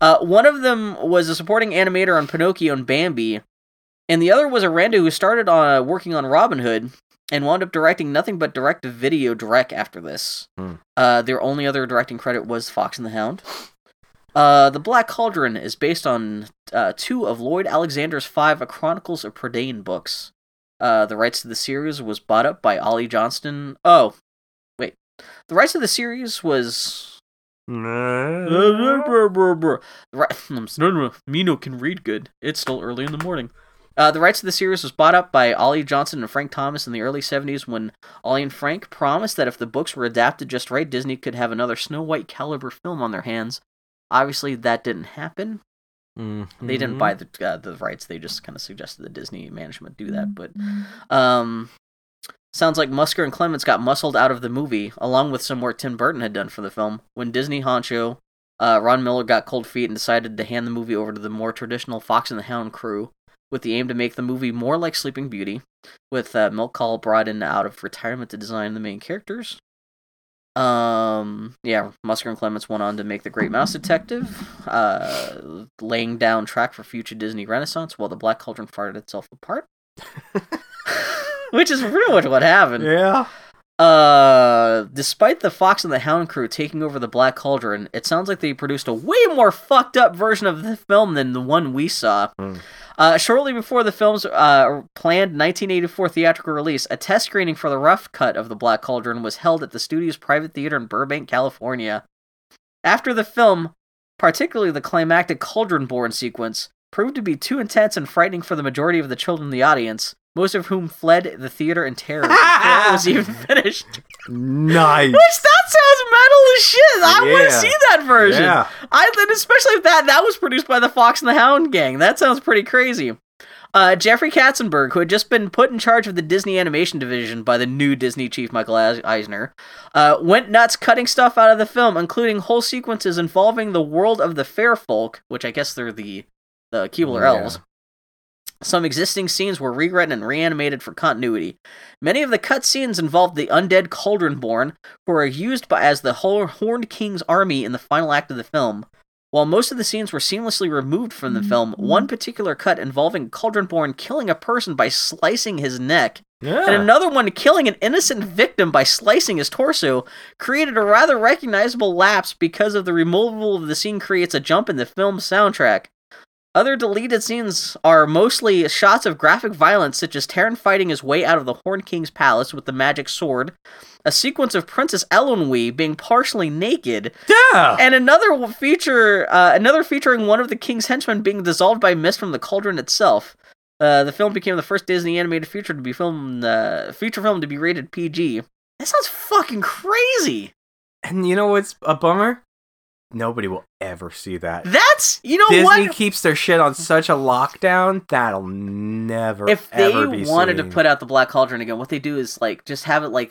Speaker 1: Uh, one of them was a supporting animator on Pinocchio and Bambi, and the other was a rando who started on uh, working on Robin Hood and wound up directing nothing but direct-to-video direct after this.
Speaker 2: Hmm.
Speaker 1: Uh, their only other directing credit was Fox and the Hound. Uh, the Black Cauldron is based on uh, two of Lloyd Alexander's five A Chronicles of Prydain books. Uh, the rights to the series was bought up by Ollie Johnston. Oh, wait. The rights to the series was. Mm, The ri- <laughs> I'm s- Mino can read good. It's still early in the morning. Uh, the rights to the series was bought up by Ollie Johnson and Frank Thomas in the early 70s when Ollie and Frank promised that if the books were adapted just right, Disney could have another Snow White caliber film on their hands. Obviously, that didn't happen. They didn't buy the uh, the rights. They just kind of suggested the Disney management do that. But um, sounds like Musker and Clements got muscled out of the movie, along with some work Tim Burton had done for the film. When Disney honcho uh, Ron Miller got cold feet and decided to hand the movie over to the more traditional Fox and the Hound crew, with the aim to make the movie more like Sleeping Beauty, with uh, Milk Call brought in out of retirement to design the main characters. Um, yeah, Musker and Clements went on to make The Great Mouse Detective, uh, laying down track for future Disney Renaissance while the Black Cauldron farted itself apart. Which is pretty much what happened.
Speaker 2: Yeah.
Speaker 1: Uh, despite the Fox and the Hound crew taking over the Black Cauldron, it sounds like they produced a way more fucked up version of the film than the one we saw.
Speaker 2: Hmm.
Speaker 1: Uh, shortly before the film's uh, planned 1984 theatrical release, a test screening for the rough cut of The Black Cauldron was held at the studio's private theater in Burbank, California. After the film, particularly the climactic cauldron born sequence, proved to be too intense and frightening for the majority of the children in the audience, most of whom fled the theater in terror before it
Speaker 2: <laughs>
Speaker 1: was even finished.
Speaker 2: Nice.
Speaker 1: Which that sounds metal as shit. I want to
Speaker 2: Yeah.
Speaker 1: see that <laughs> version.
Speaker 2: Yeah.
Speaker 1: I and especially if that that was produced by the Fox and the Hound gang. That sounds pretty crazy. Uh, Jeffrey Katzenberg, who had just been put in charge of the Disney Animation Division by the new Disney chief Michael Eis- Eisner, uh, went nuts cutting stuff out of the film, including whole sequences involving the world of the Fair Folk, which I guess they're the the Keebler
Speaker 2: Yeah.
Speaker 1: elves. Some existing scenes were rewritten and reanimated for continuity. Many of the cut scenes involved the undead Cauldronborn, who are used by, as the Hor- Horned King's army in the final act of the film. While most of the scenes were seamlessly removed from the film, one particular cut involving Cauldronborn killing a person by slicing his neck, and
Speaker 2: Yeah.
Speaker 1: another one killing an innocent victim by slicing his torso, created a rather recognizable lapse because of the removal of the scene creates a jump in the film's soundtrack. Other deleted scenes are mostly shots of graphic violence, such as Terran fighting his way out of the Horn King's palace with the magic sword, a sequence of Princess Elonwy being partially naked,
Speaker 2: Yeah.
Speaker 1: and another w- feature, uh, another featuring one of the king's henchmen being dissolved by mist from the cauldron itself. Uh, the film became the first Disney animated feature to be filmed, uh, feature film to be rated PG. That sounds fucking crazy.
Speaker 2: And you know what's a bummer? Nobody will ever see that.
Speaker 1: That's you know
Speaker 2: Disney
Speaker 1: what.
Speaker 2: keeps their shit on such a lockdown that'll never.
Speaker 1: If they
Speaker 2: ever be
Speaker 1: wanted
Speaker 2: seen.
Speaker 1: to put out the Black Cauldron again, what they do is like just have it like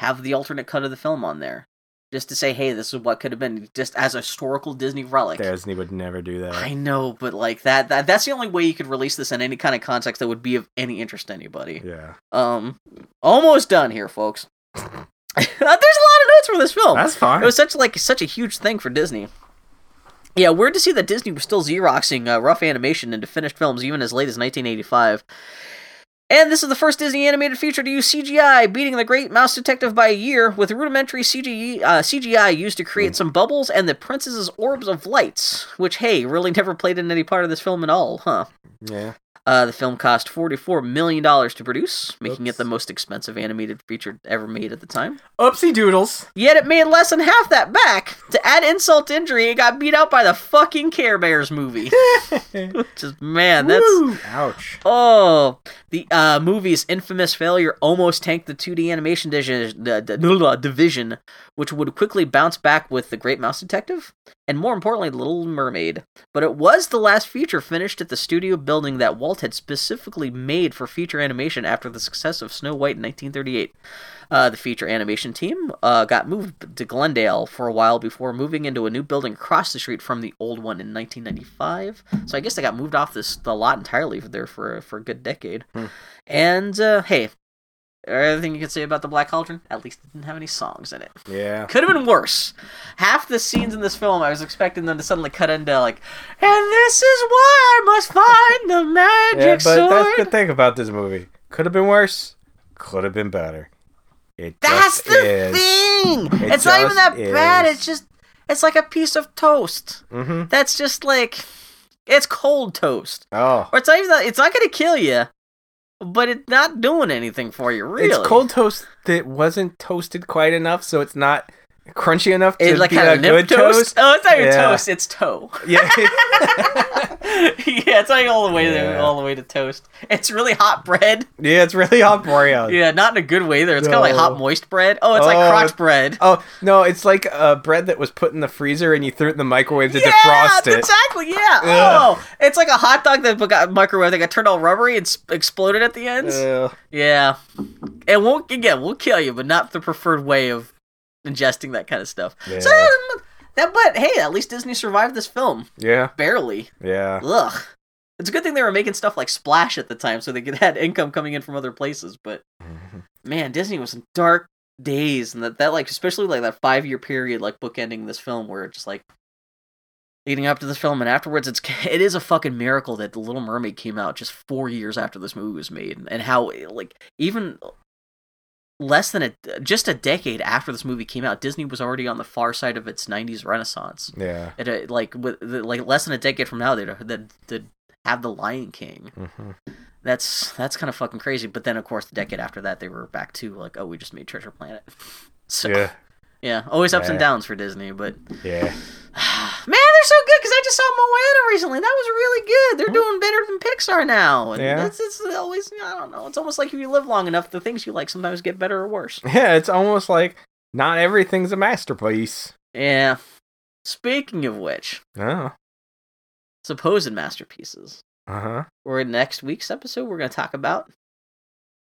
Speaker 1: have the alternate cut of the film on there, just to say, hey, this is what could have been, just as a historical Disney relic.
Speaker 2: Disney would never do that.
Speaker 1: I know, but like that, that that's the only way you could release this in any kind of context that would be of any interest to anybody.
Speaker 2: yeah,
Speaker 1: Um, almost done here, folks. <laughs> There's a lot of notes for this film.
Speaker 2: that's fine.
Speaker 1: Oh, it was such like such a huge thing for Disney. Yeah, weird to see that Disney was still xeroxing uh, rough animation into finished films even as late as 1985. And this is the first Disney animated feature to use CGI, beating the Great Mouse Detective by a year, with rudimentary CGI, uh, CGI used to create some bubbles and the princess's orbs of lights, which hey, really never played in any part of this film at all, huh?
Speaker 2: yeah,
Speaker 1: Uh, the film cost $44 million to produce, making
Speaker 2: Oops.
Speaker 1: it the most expensive animated feature ever made at the time.
Speaker 2: oopsie doodles.
Speaker 1: Yet it made less than half that back. To add insult to injury, it got beat out by the fucking Care Bears movie. Which is, man, that's.
Speaker 2: Woo! ouch.
Speaker 1: Oh, the uh, movie's infamous failure almost tanked the 2D animation division, uh, d- uh, division, which would quickly bounce back with The Great Mouse Detective, and more importantly, The Little Mermaid. But it was the last feature finished at the studio building that Walt had specifically made for feature animation after the success of Snow White in 1938. Uh, the feature animation team uh, got moved to Glendale for a while before moving into a new building across the street from the old one in 1995. So I guess they got moved off this the lot entirely for there for for a good decade.
Speaker 2: Hmm.
Speaker 1: And uh, hey, everything you can say about the Black Cauldron, at least it didn't have any songs in it.
Speaker 2: Yeah.
Speaker 1: Could have been worse. Half the scenes in this film, I was expecting them to suddenly cut into like, and this is why I must find the magic
Speaker 2: Yeah, but
Speaker 1: sword.
Speaker 2: that's the thing about this movie. Could have been worse. Could have been better. It
Speaker 1: That's
Speaker 2: just
Speaker 1: the
Speaker 2: is.
Speaker 1: thing.
Speaker 2: It
Speaker 1: it's not even
Speaker 2: just
Speaker 1: that bad.
Speaker 2: is.
Speaker 1: It's just it's like a piece of toast.
Speaker 2: Mhm.
Speaker 1: That's just like it's cold toast.
Speaker 2: Oh,
Speaker 1: Or it's not even that it's not gonna kill you, but it's not doing anything for you. Really,
Speaker 2: it's cold toast that wasn't toasted quite enough, so it's not crunchy enough to
Speaker 1: It's like
Speaker 2: be
Speaker 1: kind
Speaker 2: a
Speaker 1: of nip
Speaker 2: good toast.
Speaker 1: toast. Oh, it's not even
Speaker 2: Yeah.
Speaker 1: toast. It's toe. <laughs>
Speaker 2: Yeah. <laughs>
Speaker 1: yeah, it's not even all the way there,
Speaker 2: Yeah.
Speaker 1: all the way to toast. It's really hot bread.
Speaker 2: yeah, it's really hot brown.
Speaker 1: Yeah, not in a good way there. It's kind of like
Speaker 2: Uh, No.
Speaker 1: hot moist bread. Oh, it's
Speaker 2: Oh,
Speaker 1: like crotch
Speaker 2: it-
Speaker 1: bread.
Speaker 2: Oh no, it's like uh, bread that was put in the freezer and you threw it in the microwave to
Speaker 1: yeah,
Speaker 2: defrost it.
Speaker 1: exactly. Yeah.
Speaker 2: Ugh.
Speaker 1: Oh, it's like a hot dog that got microwave that got turned all rubbery and s- exploded at the ends.
Speaker 2: Ugh.
Speaker 1: yeah, it won't. Again, we'll kill you, but not the preferred way of ingesting that kind of stuff. So um,
Speaker 2: Yeah.
Speaker 1: that, but hey, at least Disney survived this film
Speaker 2: yeah,
Speaker 1: barely.
Speaker 2: yeah.
Speaker 1: Ugh. It's a good thing they were making stuff like Splash at the time, so they could <laughs> had income coming in from other places. But man, Disney was in dark days, and that that like especially like that five year period, like bookending this film, where it just like leading up to this film and afterwards, it's <laughs> it is a fucking miracle that The Little Mermaid came out just four years after this movie was made, and how like even less than a just a decade after this movie came out, Disney was already on the far side of its '90s renaissance
Speaker 2: Yeah.
Speaker 1: it, uh, like with the, like less than a decade from now, they'd the the have the Lion King.
Speaker 2: Mm-hmm.
Speaker 1: That's that's kind of fucking crazy. But then, of course, the decade after that, they were back to like, oh, we just made Treasure Planet. <laughs> So yeah,
Speaker 2: Yeah.
Speaker 1: always ups and
Speaker 2: Yeah.
Speaker 1: downs for Disney. But <sighs> man,
Speaker 2: Yeah.
Speaker 1: they're
Speaker 2: <laughs>
Speaker 1: so good because I just saw Moana recently. That was really good. They're doing better than Pixar now. And
Speaker 2: Yeah.
Speaker 1: that's it's always I don't know. It's almost like if you live long enough, the things you like sometimes get better or worse.
Speaker 2: Yeah, it's almost like not everything's a masterpiece.
Speaker 1: Yeah. Speaking of which,
Speaker 2: Oh.
Speaker 1: supposed masterpieces.
Speaker 2: Uh-huh.
Speaker 1: Or in next week's episode, we're going to talk about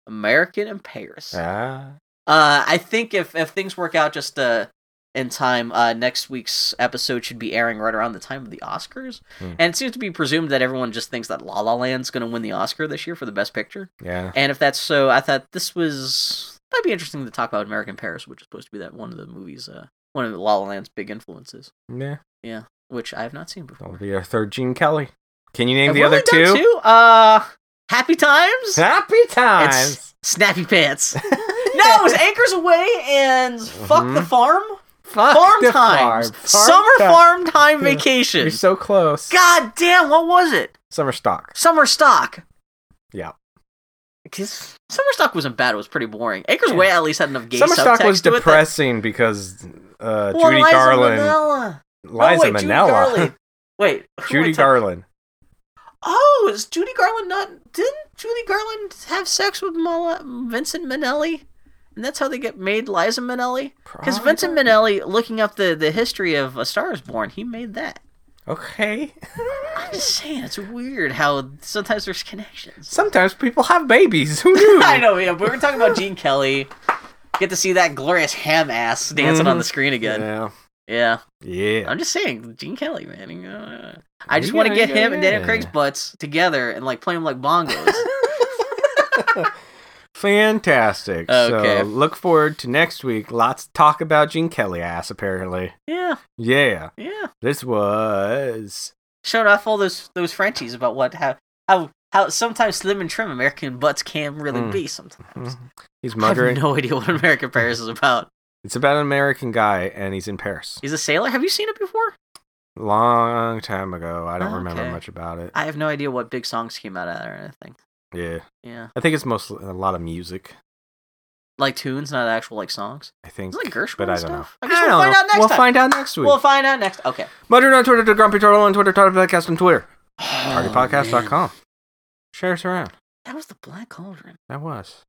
Speaker 1: American in Paris.
Speaker 2: Ah.
Speaker 1: Uh, I think if if things work out just uh in time, uh, next week's episode should be airing right around the time of the Oscars,
Speaker 2: Hmm.
Speaker 1: and it seems to be presumed that everyone just thinks that La La Land's going to win the Oscar this year for the Best Picture.
Speaker 2: Yeah.
Speaker 1: And if that's so, I thought this was might be interesting to talk about American Paris, which is supposed to be that one of the movies, uh, one of La La Land's big influences,
Speaker 2: Yeah.
Speaker 1: which I have not seen before.
Speaker 2: That'll be our third Gene Kelly. Can you name
Speaker 1: Have
Speaker 2: the
Speaker 1: we
Speaker 2: other
Speaker 1: only done
Speaker 2: two?
Speaker 1: Uh, Happy
Speaker 2: <laughs>
Speaker 1: Times,
Speaker 2: Happy
Speaker 1: and <laughs>
Speaker 2: times.
Speaker 1: S- Snappy Pants. no,
Speaker 2: <laughs>
Speaker 1: it was Anchors Away and Fuck the
Speaker 2: Mhm.
Speaker 1: Farm.
Speaker 2: Fuck
Speaker 1: farm
Speaker 2: the
Speaker 1: times.
Speaker 2: farm.
Speaker 1: Summer
Speaker 2: time.
Speaker 1: farm time vacation.
Speaker 2: You're so close.
Speaker 1: God damn, what was it?
Speaker 2: Summer stock.
Speaker 1: Summer stock.
Speaker 2: Yeah.
Speaker 1: 'Cause Summer stock wasn't bad. It was pretty boring. Acres Way at least had enough gay
Speaker 2: Summer stock
Speaker 1: subtext
Speaker 2: was
Speaker 1: to it that-
Speaker 2: depressing because uh,
Speaker 1: Well,
Speaker 2: Judy
Speaker 1: Liza
Speaker 2: Garland.
Speaker 1: Minnelli.
Speaker 2: Liza
Speaker 1: oh, wait, Judy
Speaker 2: Minnelli. <laughs>
Speaker 1: Garland. Wait, who am I
Speaker 2: Judy
Speaker 1: talking-
Speaker 2: Garland.
Speaker 1: Oh, is Judy Garland not? Didn't Judy Garland have sex with Mala, Vincent Minnelli? And that's how they get made Liza Minnelli? Because Vincent Minnelli, looking up the, the history of A Star is Born, he made that. <laughs>
Speaker 2: Okay.
Speaker 1: I'm just saying, it's weird how sometimes there's connections.
Speaker 2: Sometimes people have babies. Who knew?
Speaker 1: <laughs> I know, yeah, but we're talking about Gene Kelly. Get to see that glorious ham ass dancing on the screen again. Yeah.
Speaker 2: Mm-hmm. Yeah. Yeah.
Speaker 1: I'm just saying, Gene Kelly, man. you know, uh, I just
Speaker 2: Yeah,
Speaker 1: want to get
Speaker 2: yeah,
Speaker 1: him and Daniel
Speaker 2: yeah.
Speaker 1: Craig's butts together and like play them like
Speaker 2: <laughs>
Speaker 1: bongos.
Speaker 2: Fantastic.
Speaker 1: Okay.
Speaker 2: So look forward to next week. Lots to talk about Gene Kelly ass, apparently.
Speaker 1: yeah,
Speaker 2: Yeah.
Speaker 1: yeah.
Speaker 2: This was.
Speaker 1: Showing off all those those Frenchies about what how how how sometimes slim and trim American butts can really
Speaker 2: Mm.
Speaker 1: be
Speaker 2: <laughs>
Speaker 1: sometimes.
Speaker 2: He's
Speaker 1: I have
Speaker 2: muttering.
Speaker 1: no idea what American Paris is about.
Speaker 2: It's about an American guy, and he's in Paris.
Speaker 1: He's a sailor. Have you seen it before?
Speaker 2: Long time ago. I don't
Speaker 1: Oh,
Speaker 2: remember
Speaker 1: okay.
Speaker 2: much about it.
Speaker 1: I have no idea what big songs came out of that or anything.
Speaker 2: yeah.
Speaker 1: Yeah.
Speaker 2: I think it's mostly a lot of music.
Speaker 1: Like tunes, not actual like songs.
Speaker 2: I think.
Speaker 1: Is it like Gershwin
Speaker 2: but I
Speaker 1: and
Speaker 2: don't
Speaker 1: stuff?
Speaker 2: know.
Speaker 1: I guess we'll
Speaker 2: don't
Speaker 1: find out
Speaker 2: know.
Speaker 1: next
Speaker 2: We'll
Speaker 1: time.
Speaker 2: find out next week.
Speaker 1: We'll find out next.
Speaker 2: <sighs>
Speaker 1: Okay.
Speaker 2: Muttering on Twitter to Grumpy Turtle on Twitter, Tartar Podcast on Twitter,
Speaker 1: Oh, man.
Speaker 2: TardyPodcast.com. Share us around.
Speaker 1: <sighs> That was the Black Cauldron.
Speaker 2: That was.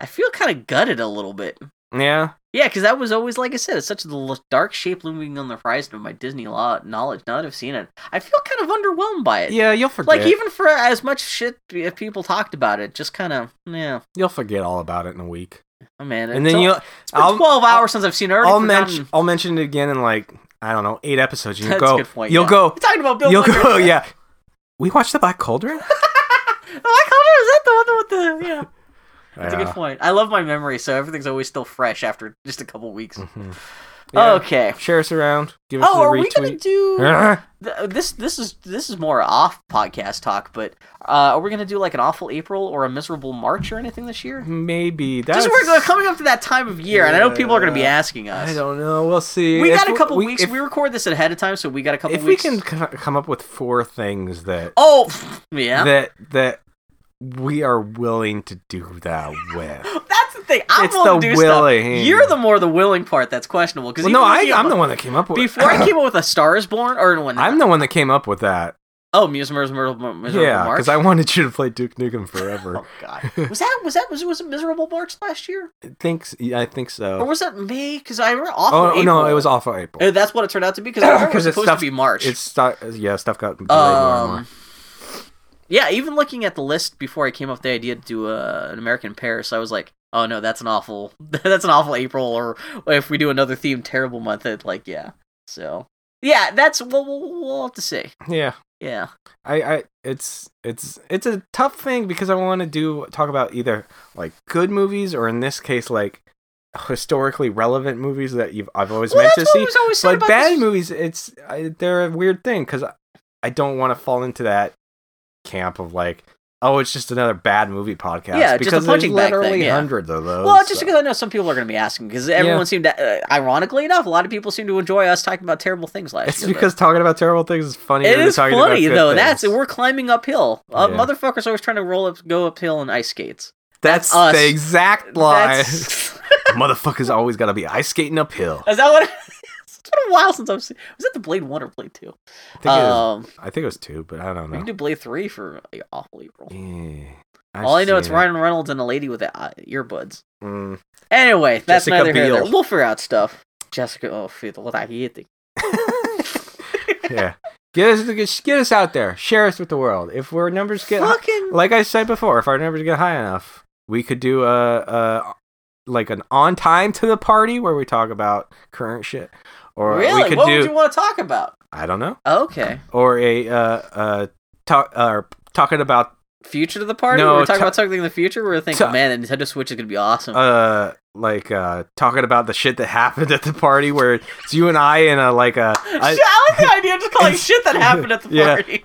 Speaker 1: I feel kind of gutted a little bit.
Speaker 2: Yeah.
Speaker 1: Yeah, because that was always, like I said, it's such a l- dark shape looming on the horizon of my Disney law knowledge. Now that I've seen it, I feel kind of underwhelmed by it.
Speaker 2: Yeah, you'll forget.
Speaker 1: Like, even for as much shit if people talked about it, just kind of, yeah.
Speaker 2: you'll forget all about it in a week,
Speaker 1: Oh, man.
Speaker 2: and then
Speaker 1: it's,
Speaker 2: you'll.
Speaker 1: al- it's been
Speaker 2: I'll-
Speaker 1: 12
Speaker 2: I'll-
Speaker 1: hours since I've seen it. I already
Speaker 2: I'll
Speaker 1: forgotten-
Speaker 2: mention. I'll mention it again in like I don't know eight episodes. and You'll
Speaker 1: That's
Speaker 2: go.
Speaker 1: a good point.
Speaker 2: You'll
Speaker 1: yeah.
Speaker 2: go.
Speaker 1: We're talking about Bill
Speaker 2: You'll
Speaker 1: Wonder. <laughs>
Speaker 2: go. Yeah. We watched the Black Cauldron.
Speaker 1: Black Cauldron is that the one with the
Speaker 2: <laughs>
Speaker 1: yeah? That's a
Speaker 2: Yeah.
Speaker 1: good point. I love my memory, so everything's always still fresh after just a couple weeks.
Speaker 2: Mhm. Yeah.
Speaker 1: Okay.
Speaker 2: Share us around. Give us
Speaker 1: Oh,
Speaker 2: a
Speaker 1: are we gonna
Speaker 2: retweet.
Speaker 1: do
Speaker 2: <laughs> Ah,
Speaker 1: th- uh, this? This is this is more off podcast talk, but uh, are we gonna do like an awful April or a miserable March or anything this year?
Speaker 2: Maybe that's.
Speaker 1: Just we're go- coming up to that time of year, and I know people are gonna be asking us.
Speaker 2: I don't know. We'll see.
Speaker 1: We
Speaker 2: If
Speaker 1: got a couple weeks.
Speaker 2: If,
Speaker 1: we record this ahead of time, so we got a couple
Speaker 2: if we
Speaker 1: weeks.
Speaker 2: can c- come up with four things that
Speaker 1: Oh, <laughs> yeah.
Speaker 2: that that we are willing to do that with.
Speaker 1: that's the thing. I'm
Speaker 2: It's
Speaker 1: willing
Speaker 2: the
Speaker 1: to do
Speaker 2: willing.
Speaker 1: stuff. You're the more the willing part that's questionable. Because
Speaker 2: well, no, I, I'm the one that came up with.
Speaker 1: Before
Speaker 2: <laughs>
Speaker 1: I came up with a Star is Born, or no,
Speaker 2: I'm the one that came up with that.
Speaker 1: oh, Muse Miserable, miserable, miserable
Speaker 2: Yeah,
Speaker 1: March.
Speaker 2: because I wanted you to play Duke Nukem
Speaker 1: <laughs>
Speaker 2: Forever.
Speaker 1: oh god,
Speaker 2: <laughs>
Speaker 1: was that was that was was it Miserable March last year,
Speaker 2: Thinks I think
Speaker 1: or
Speaker 2: so.
Speaker 1: was that May? Because I remember awful.
Speaker 2: Oh
Speaker 1: April.
Speaker 2: no, it was awful April.
Speaker 1: Uh, That's what it turned out to be
Speaker 2: <coughs>
Speaker 1: because it was
Speaker 2: it's
Speaker 1: supposed
Speaker 2: stuff-
Speaker 1: to be March.
Speaker 2: It's stuff. Yeah, stuff got delayed more and more.
Speaker 1: um, yeah. Even looking at the list before I came up with the idea to do uh, an American in Paris, I was like, oh no, that's an awful <laughs> that's an awful April, or if we do another theme, terrible month. It like yeah, so yeah, that's we'll we'll, we'll have to see.
Speaker 2: Yeah,
Speaker 1: Yeah,
Speaker 2: I, I, it's, it's, it's a tough thing because I want to do talk about either like good movies or in this case like historically relevant movies that you've I've always
Speaker 1: well,
Speaker 2: meant
Speaker 1: that's
Speaker 2: to
Speaker 1: what
Speaker 2: see.
Speaker 1: was always said
Speaker 2: but
Speaker 1: about
Speaker 2: bad
Speaker 1: this-
Speaker 2: movies it's I, they're a weird thing because I, I don't want to fall into that camp of like Oh, it's just another bad movie podcast.
Speaker 1: Yeah, just a
Speaker 2: because there's
Speaker 1: punching bag thing,
Speaker 2: literally
Speaker 1: yeah.
Speaker 2: hundreds of those.
Speaker 1: Well, just
Speaker 2: so-
Speaker 1: because I know some people are going to be asking, because everyone
Speaker 2: Yeah.
Speaker 1: seemed, to, uh, ironically enough, a lot of people seem to enjoy us talking about terrible things last
Speaker 2: it's
Speaker 1: year. but-
Speaker 2: because talking about terrible things is funny.
Speaker 1: it is
Speaker 2: talking about
Speaker 1: funny
Speaker 2: good
Speaker 1: though.
Speaker 2: things.
Speaker 1: That's we're climbing uphill. Uh,
Speaker 2: Yeah.
Speaker 1: Motherfuckers always trying to roll up, go uphill in ice skates.
Speaker 2: that's
Speaker 1: us.
Speaker 2: the exact line.
Speaker 1: That's <laughs>
Speaker 2: Motherfuckers always gotta be ice skating uphill.
Speaker 1: is that what? <laughs> it's been a while since I've seen. Was that the Blade One or Blade Two?
Speaker 2: I think,
Speaker 1: um,
Speaker 2: it was, I think it was two, but I don't
Speaker 1: we can
Speaker 2: know.
Speaker 1: do Blade Three for like, awful April.
Speaker 2: Yeah, I've
Speaker 1: All I know it's
Speaker 2: seen it.
Speaker 1: Ryan Reynolds and a lady with uh, earbuds.
Speaker 2: Mm.
Speaker 1: Anyway, that's
Speaker 2: Jessica
Speaker 1: neither here nor
Speaker 2: Biel.
Speaker 1: there. We'll figure out stuff. Jessica, oh, feel what I hate.
Speaker 2: <laughs> yeah. Get us, get, get us out there. Share us with the world. If our numbers get, hi-
Speaker 1: Fucking
Speaker 2: like I said before, if our numbers get high enough, we could do a, a like an on time to the party where we talk about current shit, or we
Speaker 1: really?
Speaker 2: could
Speaker 1: What
Speaker 2: do
Speaker 1: would you want to talk about?
Speaker 2: I don't know,
Speaker 1: Okay,
Speaker 2: or a uh uh talk or talking about
Speaker 1: future to the party.
Speaker 2: No,
Speaker 1: we're talking
Speaker 2: ta-
Speaker 1: about something in the future. We're thinking,
Speaker 2: Ta-
Speaker 1: man, the Nintendo Switch is gonna be awesome.
Speaker 2: uh like uh talking about the shit that happened at the party where it's you and I in a like a.
Speaker 1: I,
Speaker 2: I-
Speaker 1: like
Speaker 2: <laughs>
Speaker 1: the idea of just calling shit that happened at the
Speaker 2: Yeah. <laughs>
Speaker 1: party.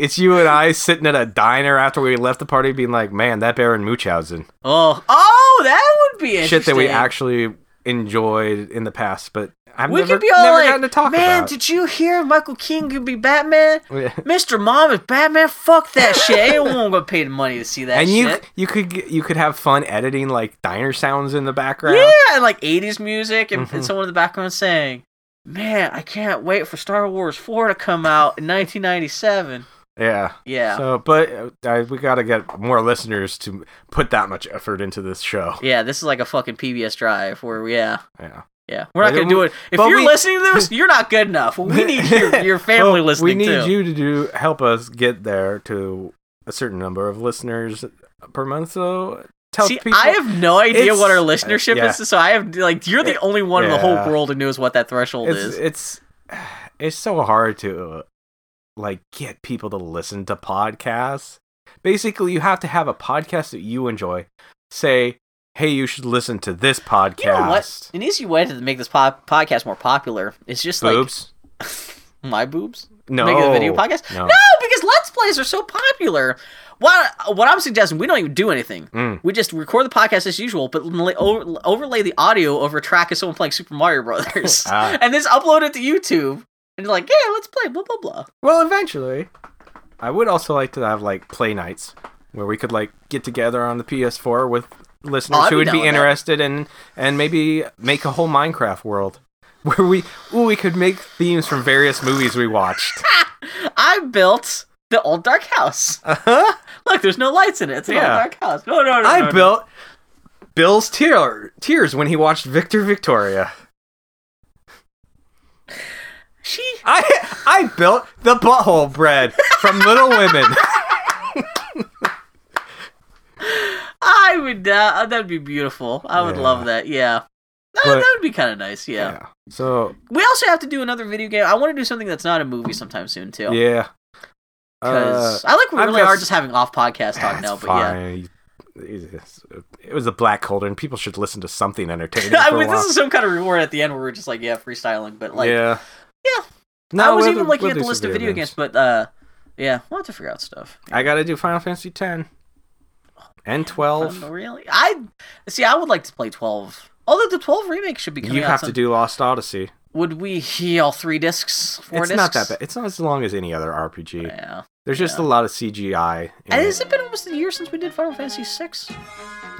Speaker 2: it's you and I sitting at a diner after we left the party, being like, "Man, that Baron Munchausen."
Speaker 1: Oh, oh, that would be interesting.
Speaker 2: shit that we actually enjoyed in the past, but I've
Speaker 1: we
Speaker 2: never,
Speaker 1: could be all
Speaker 2: never
Speaker 1: like,
Speaker 2: gotten to talk
Speaker 1: man,
Speaker 2: about.
Speaker 1: did you hear Michael Keaton could be Batman?
Speaker 2: <laughs> Yeah.
Speaker 1: Mr. Mom is Batman. Fuck
Speaker 2: <laughs>
Speaker 1: that shit. Ain't no one gonna pay the money to see that.
Speaker 2: and you
Speaker 1: shit.
Speaker 2: you could get- you could have fun editing like diner sounds in the background.
Speaker 1: yeah, and like '80s music, and, and
Speaker 2: Mhm.
Speaker 1: someone in the background saying, "Man, I can't wait for Star Wars 4 to come out in 1997."
Speaker 2: Yeah.
Speaker 1: Yeah,
Speaker 2: So, but uh, I, we got to get more listeners to put that much effort into this show.
Speaker 1: yeah, this is like a fucking PBS drive where, yeah.
Speaker 2: Yeah.
Speaker 1: Yeah, we're not
Speaker 2: But
Speaker 1: gonna
Speaker 2: we-
Speaker 1: do it. If
Speaker 2: but
Speaker 1: you're
Speaker 2: we-
Speaker 1: listening to this, you're not good enough. We
Speaker 2: <laughs>
Speaker 1: need your, your family
Speaker 2: Well,
Speaker 1: listening
Speaker 2: We need
Speaker 1: too.
Speaker 2: you to do help us get there to a certain number of listeners per month. So tell
Speaker 1: See,
Speaker 2: people.
Speaker 1: I have no idea what our
Speaker 2: It's-
Speaker 1: listenership
Speaker 2: yeah.
Speaker 1: is, so I have like you're the
Speaker 2: It-
Speaker 1: only one in the
Speaker 2: yeah.
Speaker 1: whole world who knows what that threshold
Speaker 2: it's
Speaker 1: is.
Speaker 2: it's it's so hard to like get people to listen to podcasts. Basically, you have to have a podcast that you enjoy. Say, "Hey, you should listen to this podcast."
Speaker 1: You know what? An easy way to make this po- podcast more popular is just
Speaker 2: Boobs?
Speaker 1: like my boobs.
Speaker 2: no.
Speaker 1: Make it a video podcast.
Speaker 2: No.
Speaker 1: because let's plays are so popular. What what I'm suggesting, we don't even do anything.
Speaker 2: Mm.
Speaker 1: We just record the podcast as usual, but la- over- overlay the audio over a track of someone playing Super Mario Brothers,
Speaker 2: <laughs> Ah.
Speaker 1: and then upload it to YouTube. And like, yeah, let's play blah blah blah.
Speaker 2: Well, eventually, I would also like to have like play nights where we could like get together on the PS4 with listeners
Speaker 1: Oh, I'd be
Speaker 2: who would
Speaker 1: down
Speaker 2: be
Speaker 1: with that.
Speaker 2: interested and and maybe make a whole Minecraft world <laughs> where we ooh, we could make themes from various movies we watched.
Speaker 1: I built the old dark house.
Speaker 2: Uh-huh.
Speaker 1: Look, there's no lights in it. It's an
Speaker 2: Yeah.
Speaker 1: old dark house. No, no, no. no,
Speaker 2: I
Speaker 1: no.
Speaker 2: built Bill's tear- tears when he watched Victor Victoria.
Speaker 1: She.
Speaker 2: I I built the butthole bread from Little Women.
Speaker 1: I would. Uh, that'd be beautiful. I would
Speaker 2: Yeah.
Speaker 1: love that. Yeah. That,
Speaker 2: But-
Speaker 1: that would be kind of nice. <laughs> Yeah.
Speaker 2: So
Speaker 1: We also have to do another video game. I want to do something that's not a movie sometime soon too.
Speaker 2: yeah. Uh,
Speaker 1: Because I like we
Speaker 2: I've
Speaker 1: really
Speaker 2: got
Speaker 1: are
Speaker 2: s-
Speaker 1: just having off podcast talk
Speaker 2: That's
Speaker 1: now, but
Speaker 2: fine. It's- It was a black holder, and people should listen to something
Speaker 1: <laughs>
Speaker 2: entertaining.
Speaker 1: yeah. I
Speaker 2: for a
Speaker 1: mean, this
Speaker 2: while.
Speaker 1: is some kind of reward at the end where we're just like, yeah, freestyling. But like,
Speaker 2: yeah,
Speaker 1: yeah.
Speaker 2: No,
Speaker 1: I was
Speaker 2: we'll
Speaker 1: even
Speaker 2: do-
Speaker 1: looking
Speaker 2: we'll
Speaker 1: at
Speaker 2: do
Speaker 1: the
Speaker 2: some
Speaker 1: list of video games, but uh, yeah, we'll have to figure out stuff.
Speaker 2: I gotta do Final Fantasy ten and
Speaker 1: Um,
Speaker 2: twelve.
Speaker 1: really? I see. I would like to play twelve. Although the twelve remake should be coming
Speaker 2: You
Speaker 1: out
Speaker 2: have
Speaker 1: soon.
Speaker 2: to do Lost Odyssey.
Speaker 1: Would we heal all three discs? Four
Speaker 2: it's
Speaker 1: discs?
Speaker 2: not that bad. It's not as long as any other RPG.
Speaker 1: Yeah.
Speaker 2: There's just a lot of CGI. in
Speaker 1: And
Speaker 2: it.
Speaker 1: has it been almost a year since we did Final Fantasy VI?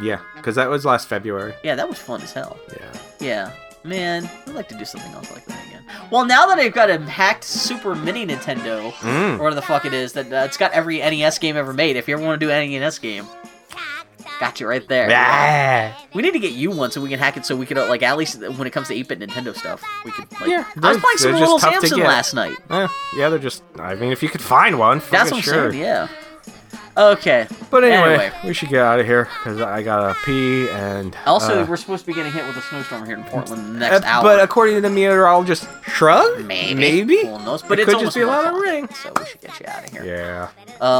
Speaker 2: Yeah, because that was last February.
Speaker 1: Yeah, that was fun as hell.
Speaker 2: Yeah.
Speaker 1: Yeah. Man, I'd like to do something else like that again. Well, now that I've got a hacked Super Mini Nintendo,
Speaker 2: Mm.
Speaker 1: or whatever the fuck it is, that uh, it's got every NES game ever made. If you ever want to do any NES game, got you right there.
Speaker 2: Ah.
Speaker 1: We need to get you one so we can hack it so we can, uh, like, at least when it comes to 8 bit Nintendo stuff, we can, like.
Speaker 2: Yeah,
Speaker 1: I was
Speaker 2: they're-
Speaker 1: playing some
Speaker 2: they're
Speaker 1: Little
Speaker 2: just tough to
Speaker 1: Samson
Speaker 2: get.
Speaker 1: last night.
Speaker 2: Eh, yeah, they're just. I mean, if you could find one, fucking
Speaker 1: That's what
Speaker 2: sure.
Speaker 1: I'm saying, yeah. Okay.
Speaker 2: But anyway,
Speaker 1: Anyway.
Speaker 2: we should get out of here because I gotta pee and.
Speaker 1: Also,
Speaker 2: uh,
Speaker 1: we're supposed to be getting hit with a snowstorm here in Portland in the next
Speaker 2: Uh,
Speaker 1: hour.
Speaker 2: But according to the meteorologist, shrug?
Speaker 1: maybe.
Speaker 2: Maybe?
Speaker 1: Who knows? But
Speaker 2: it
Speaker 1: it's
Speaker 2: could
Speaker 1: almost
Speaker 2: just be a lot of
Speaker 1: lunchtime,
Speaker 2: rain.
Speaker 1: So we should get you out of here.
Speaker 2: Yeah.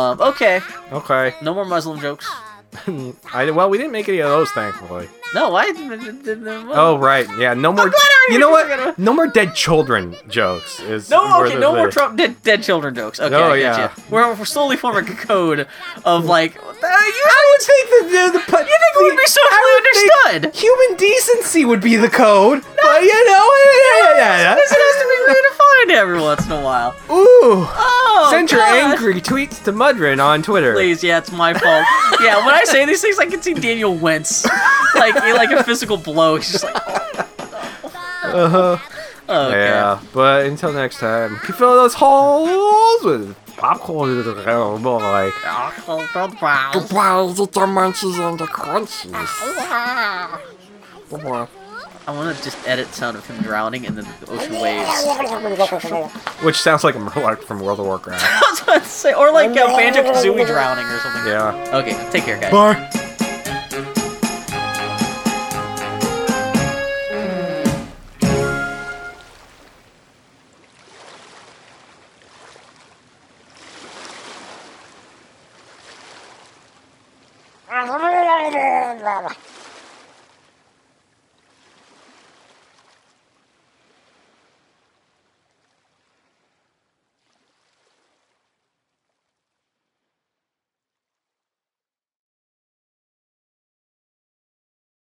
Speaker 1: Um, okay.
Speaker 2: Okay.
Speaker 1: No more Muslim jokes.
Speaker 2: I, well, we didn't make any of those, thankfully.
Speaker 1: No, I didn't. didn't-
Speaker 2: Oh right, yeah. No more.
Speaker 1: glad I
Speaker 2: You know
Speaker 1: remembered
Speaker 2: what? No more dead children jokes. Is
Speaker 1: No,
Speaker 2: where
Speaker 1: okay,
Speaker 2: the-
Speaker 1: no more
Speaker 2: the-
Speaker 1: Trump dead, dead children jokes. Okay,
Speaker 2: Oh,
Speaker 1: I get
Speaker 2: yeah.
Speaker 1: you. We're, we're slowly forming a code of
Speaker 2: <laughs>
Speaker 1: like, uh, you
Speaker 2: I would think that the, the, you think
Speaker 1: would be socially understood.
Speaker 2: Human decency would be the code, but you know, yeah, yeah, yeah,
Speaker 1: This has to
Speaker 2: <laughs>
Speaker 1: be redefined every once in a while.
Speaker 2: yeah. Ooh,
Speaker 1: Oh,
Speaker 2: send your
Speaker 1: God.
Speaker 2: angry tweets to Mudrin on Twitter.
Speaker 1: Please, yeah, it's my fault. yeah, when I say these things, I can see Daniel wince, like in, like a physical blow. He's just like,
Speaker 2: Uh-huh.
Speaker 1: oh, okay.
Speaker 2: Yeah, but until next time, keep filling those holes with popcorn. <laughs> Oh boy.
Speaker 5: Goodbye to the munchies and the crunchies. Goodbye.
Speaker 1: I want to just edit sound of him drowning and then the ocean waves. <laughs>
Speaker 2: Which sounds like a Murloc from World of Warcraft.
Speaker 1: That's what I'd say. Or like yeah, Banjo Kazooie drowning or something.
Speaker 2: yeah.
Speaker 1: Okay, take care, guys.
Speaker 2: Bye.
Speaker 5: Goodbye.